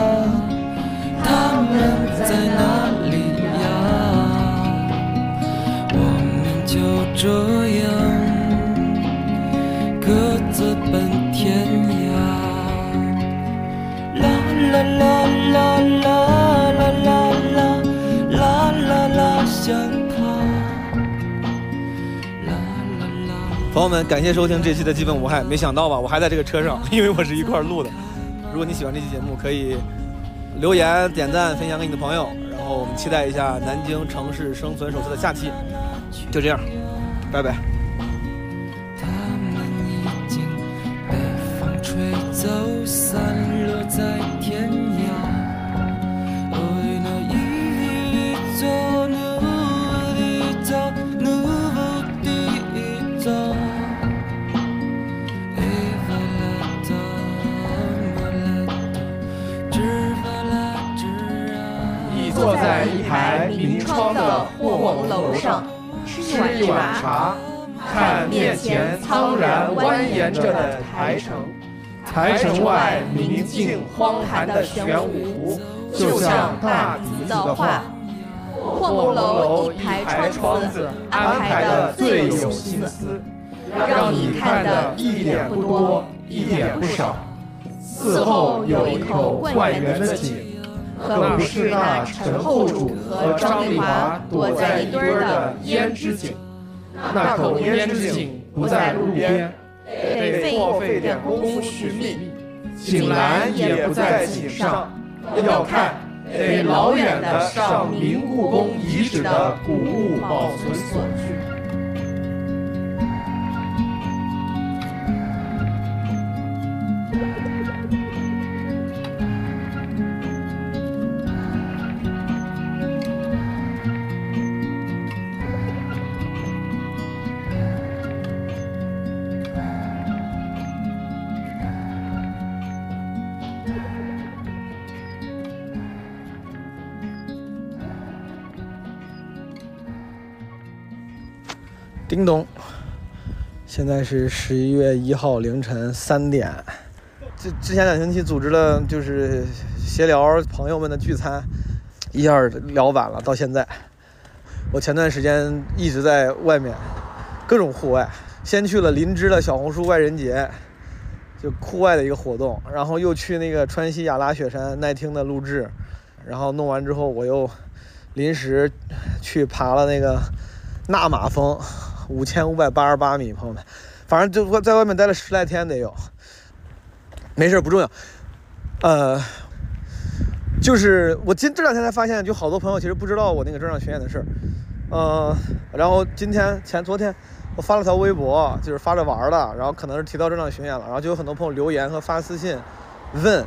Speaker 3: 他们在哪里呀？
Speaker 29: 就这样各自奔天涯。啦啦啦啦啦啦啦啦啦啦啦，想他。
Speaker 4: 朋友们，感谢收听这期的《基本无害》。没想到吧，我还在这个车
Speaker 10: 哦
Speaker 4: 上，因为我是一块儿录的。如果你喜欢这期节目，可以留言、点赞、分享给你的朋友。然后我们期待一下《南京城市生存手册》的下期。就这样，拜拜。
Speaker 29: 风吹走，散落在天涯。愛の意味とぬりとぬぶりとえばらとばらと知ばら知ら
Speaker 10: 你坐在一排明窗的霍
Speaker 7: 红
Speaker 10: 红
Speaker 7: 楼
Speaker 10: 楼
Speaker 7: 上
Speaker 10: 上，
Speaker 7: 吃
Speaker 10: 吃
Speaker 7: 一
Speaker 10: 一
Speaker 7: 碗
Speaker 10: 碗
Speaker 7: 茶
Speaker 10: 茶，
Speaker 7: 看
Speaker 10: 看
Speaker 7: 面
Speaker 10: 面
Speaker 7: 前
Speaker 10: 前
Speaker 7: 苍
Speaker 10: 苍
Speaker 7: 然
Speaker 10: 然
Speaker 7: 蜿
Speaker 10: 蜿
Speaker 7: 蜒
Speaker 10: 蜒
Speaker 7: 着
Speaker 10: 着
Speaker 7: 的
Speaker 10: 的
Speaker 7: 台
Speaker 10: 台
Speaker 7: 城
Speaker 10: 城，
Speaker 7: 台
Speaker 10: 台
Speaker 7: 城
Speaker 10: 城
Speaker 7: 外
Speaker 10: 外
Speaker 7: 明
Speaker 10: 明
Speaker 7: 镜
Speaker 10: 镜
Speaker 7: 荒
Speaker 10: 荒
Speaker 7: 寒
Speaker 10: 寒
Speaker 7: 的
Speaker 10: 的
Speaker 7: 玄
Speaker 10: 玄
Speaker 7: 武
Speaker 10: 武，
Speaker 7: 就
Speaker 10: 就
Speaker 7: 像
Speaker 10: 像
Speaker 7: 大
Speaker 10: 大
Speaker 7: 禹
Speaker 10: 禹
Speaker 7: 的
Speaker 10: 的
Speaker 7: 画
Speaker 10: 画。
Speaker 7: 霍红楼一排窗子安排的最有心思，让
Speaker 10: 让
Speaker 7: 你
Speaker 10: 你看
Speaker 7: 看的
Speaker 10: 的
Speaker 7: 一
Speaker 10: 一
Speaker 7: 点
Speaker 10: 点
Speaker 7: 不
Speaker 10: 不
Speaker 7: 多
Speaker 10: 多，
Speaker 7: 一
Speaker 10: 一
Speaker 7: 点
Speaker 10: 点
Speaker 7: 不
Speaker 10: 不
Speaker 7: 少
Speaker 10: 少。
Speaker 7: 嗣
Speaker 10: 嗣
Speaker 7: 后
Speaker 10: 后
Speaker 7: 有
Speaker 10: 有
Speaker 7: 一
Speaker 10: 一
Speaker 7: 口
Speaker 10: 口
Speaker 7: 灌
Speaker 10: 灌
Speaker 7: 园
Speaker 10: 园
Speaker 7: 的
Speaker 10: 的
Speaker 7: 井
Speaker 10: 井，
Speaker 7: 可
Speaker 10: 可
Speaker 7: 不
Speaker 10: 不
Speaker 7: 是
Speaker 10: 是
Speaker 7: 那
Speaker 10: 那
Speaker 7: 陈
Speaker 10: 陈
Speaker 7: 后
Speaker 10: 后
Speaker 7: 主
Speaker 10: 主
Speaker 7: 和
Speaker 10: 和
Speaker 7: 张
Speaker 10: 张
Speaker 7: 丽
Speaker 10: 丽
Speaker 7: 华
Speaker 10: 华
Speaker 7: 躲
Speaker 10: 躲
Speaker 7: 在
Speaker 10: 在
Speaker 7: 一
Speaker 10: 一
Speaker 7: 堆
Speaker 10: 堆
Speaker 7: 儿
Speaker 10: 儿
Speaker 7: 的
Speaker 10: 的
Speaker 7: 胭
Speaker 10: 胭
Speaker 7: 脂
Speaker 10: 脂
Speaker 7: 井
Speaker 10: 井，
Speaker 7: 那
Speaker 10: 那
Speaker 7: 口
Speaker 10: 口
Speaker 7: 胭
Speaker 10: 胭
Speaker 7: 脂
Speaker 10: 脂
Speaker 7: 井
Speaker 10: 井
Speaker 7: 不
Speaker 10: 不
Speaker 7: 在
Speaker 10: 在
Speaker 7: 路
Speaker 10: 路
Speaker 7: 边
Speaker 10: 边，得
Speaker 7: 得费
Speaker 10: 费
Speaker 7: 费点
Speaker 10: 点
Speaker 7: 功
Speaker 10: 功夫
Speaker 7: 夫寻
Speaker 10: 寻
Speaker 7: 觅
Speaker 10: 觅，
Speaker 7: 井
Speaker 10: 井
Speaker 7: 栏
Speaker 10: 栏
Speaker 7: 也
Speaker 10: 也
Speaker 7: 不
Speaker 10: 不
Speaker 7: 在
Speaker 10: 在
Speaker 7: 井
Speaker 10: 井
Speaker 7: 上
Speaker 10: 上，
Speaker 7: 要
Speaker 10: 要
Speaker 7: 看
Speaker 10: 看
Speaker 7: 得
Speaker 10: 得
Speaker 7: 老
Speaker 10: 老
Speaker 7: 远
Speaker 10: 远
Speaker 7: 的
Speaker 10: 的
Speaker 7: 上
Speaker 10: 上
Speaker 7: 明
Speaker 10: 明
Speaker 7: 故
Speaker 10: 故
Speaker 7: 宫
Speaker 10: 宫
Speaker 7: 遗
Speaker 10: 遗
Speaker 7: 址
Speaker 10: 址
Speaker 7: 的
Speaker 10: 的
Speaker 7: 古
Speaker 10: 古
Speaker 7: 物
Speaker 10: 物
Speaker 7: 保
Speaker 10: 保
Speaker 7: 存
Speaker 10: 存所
Speaker 7: 所居
Speaker 10: 居。
Speaker 4: 叮咚，现在是十一月一号凌晨三点。之之前两星期组织了就是协聊朋友们的聚餐，一下聊晚了，到现在，我前段时间一直在外面，各种户外，先去了林芝的小红书外人节，就户外的一个活动，然后又去那个川西亚拉雪山耐听的录制，然后弄完之后，我又临时去爬了那个纳马峰，五千五百八十八米，朋友们，反正就在外面待了十来天得有，没事儿不重要，呃。就是我今这两天才发现，就好多朋友其实不知道我那个专场巡演的事儿，嗯，然后今天前昨天我发了条微博，就是发着玩儿的，然后可能是提到专场巡演了，然后就有很多朋友留言和发私信问，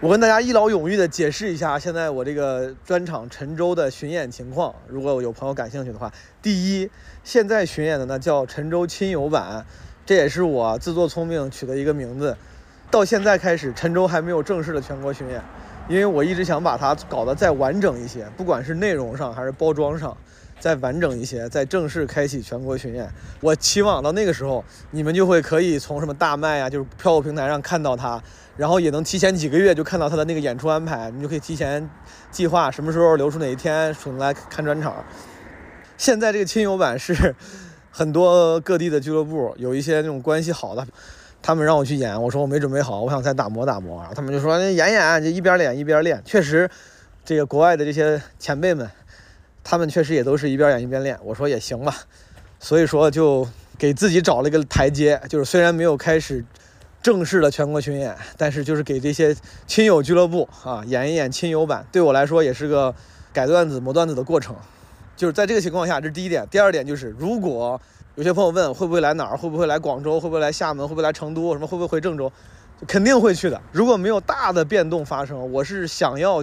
Speaker 4: 我跟大家一劳永逸的解释一下现在我这个专场陈州的巡演情况，如果有朋友感兴趣的话，第一，现在巡演的呢叫陈州亲友版，这也是我自作聪明取的一个名字，到现在开始陈州还没有正式的全国巡演。因为我一直想把它搞得再完整一些，不管是内容上还是包装上，再完整一些，再正式开启全国巡演。我期望到那个时候，你们就会可以从什么大麦啊，就是票务平台上看到它，然后也能提前几个月就看到它的那个演出安排，你就可以提前计划什么时候留出哪一天，请来看专场。现在这个亲友版是很多各地的俱乐部有一些那种关系好的。他们让我去演，我说我没准备好，我想再打磨打磨。然后他们就说那演演，就一边演一边练。确实，这个国外的这些前辈们，他们确实也都是一边演一边练。我说也行吧，所以说就给自己找了一个台阶，就是虽然没有开始正式的全国巡演，但是就是给这些亲友俱乐部啊演一演亲友版，对我来说也是个改段子磨段子的过程。就是在这个情况下，这是第一点。第二点就是，如果有些朋友问会不会来哪儿，会不会来广州，会不会来厦门，会不会来成都，什么会不会回郑州，肯定会去的。如果没有大的变动发生，我是想要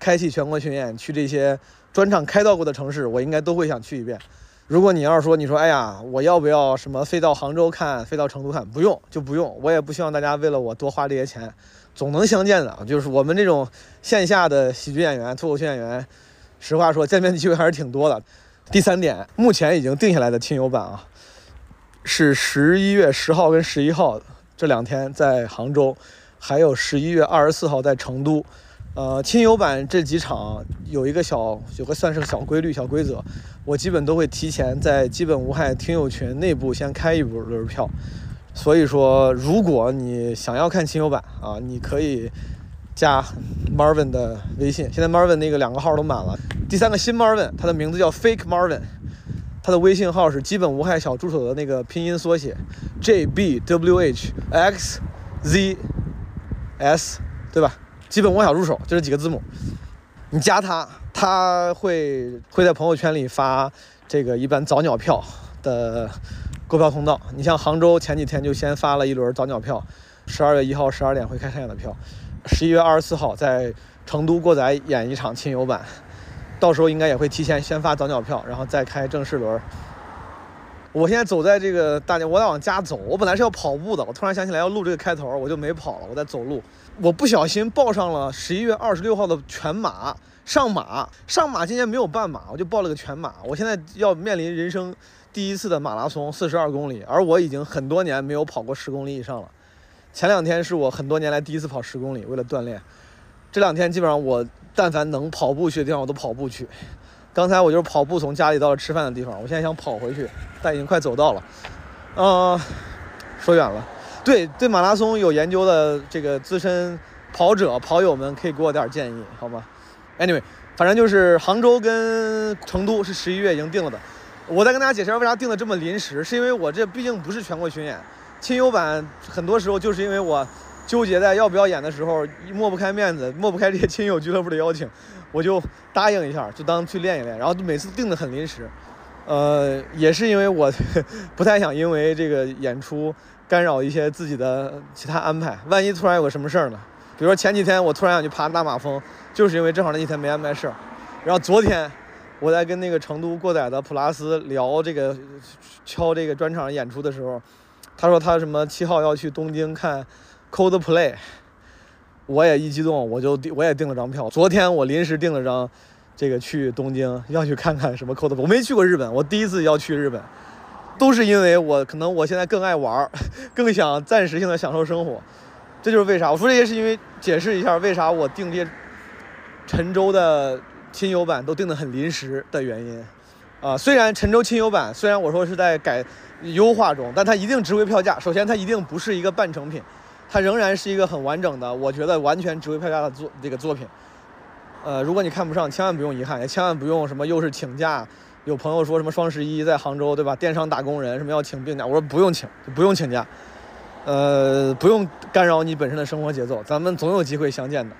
Speaker 4: 开启全国巡演，去这些专场开到过的城市，我应该都会想去一遍。如果你要是说你说，哎呀，我要不要什么飞到杭州看，飞到成都看，不用就不用，我也不希望大家为了我多花这些钱，总能相见的。就是我们这种线下的喜剧演员、脱口秀演员。实话说，见面的机会还是挺多的。第三点，目前已经定下来的亲友版啊，是十一月十号跟十一号这两天在杭州，还有十一月二十四号在成都。呃，亲友版这几场有一个小，有个算是个小规律、小规则，我基本都会提前在基本无害听友群内部先开一轮票。所以说，如果你想要看亲友版啊，你可以。加 Marvin 的微信，现在 Marvin 那个两个号都满了，第三个新 Marvin，他的名字叫 Fake Marvin，他的微信号是基本无害小助手的那个拼音缩写 J B W H X Z S，对吧？基本无害小助手就这几个字母，你加他，他会会在朋友圈里发这个一般早鸟票的购票通道。你像杭州前几天就先发了一轮早鸟票，十二月一号十二点会开开演的票。十一月二十四号在成都过载演一场亲友版，到时候应该也会提前先发早鸟票，然后再开正式轮。我现在走在这个大家，我在往家走。我本来是要跑步的，我突然想起来要录这个开头，我就没跑了，我在走路。我不小心报上了十一月二十六号的全马，上马上马今年没有半马，我就报了个全马。我现在要面临人生第一次的马拉松，四十二公里，而我已经很多年没有跑过十公里以上了。前两天是我很多年来第一次跑十公里，为了锻炼。这两天基本上我但凡能跑步去的地方我都跑步去。刚才我就是跑步从家里到了吃饭的地方，我现在想跑回去，但已经快走到了。嗯、呃，说远了。对对，马拉松有研究的这个资深跑者跑友们可以给我点建议好吗？Anyway，反正就是杭州跟成都是十一月已经定了的。我再跟大家解释一下为啥定的这么临时，是因为我这毕竟不是全国巡演。亲友版很多时候就是因为我纠结在要不要演的时候，抹不开面子，抹不开这些亲友俱乐部的邀请，我就答应一下，就当去练一练。然后每次定的很临时，呃，也是因为我 不太想因为这个演出干扰一些自己的其他安排，万一突然有个什么事儿呢？比如说前几天我突然想去爬大马峰，就是因为正好那几天没安排事儿。然后昨天我在跟那个成都过载的普拉斯聊这个敲这个专场演出的时候。他说他什么七号要去东京看 Coldplay，我也一激动，我就我也订了张票。昨天我临时订了张，这个去东京 要去看看什么 Coldplay。我没去过日本，我第一次要去日本，都是因为我可能我现在更爱玩儿， 更想暂时性的享受生活，这就是为啥我说这些是因为解释一下为啥我订这些陈州的亲友版都定得很临时的原因。啊，虽然陈州亲友版虽然我说是在改优化中，但它一定值回票价。首先，它一定不是一个半成品，它仍然是一个很完整的，我觉得完全值回票价的作这个作品。呃，如果你看不上，千万不用遗憾，也千万不用什么又是请假。有朋友说什么双十一在杭州对吧？电商打工人什么要请病假，我说不用请，不用请假，呃，不用干扰你本身的生活节奏，咱们总有机会相见的。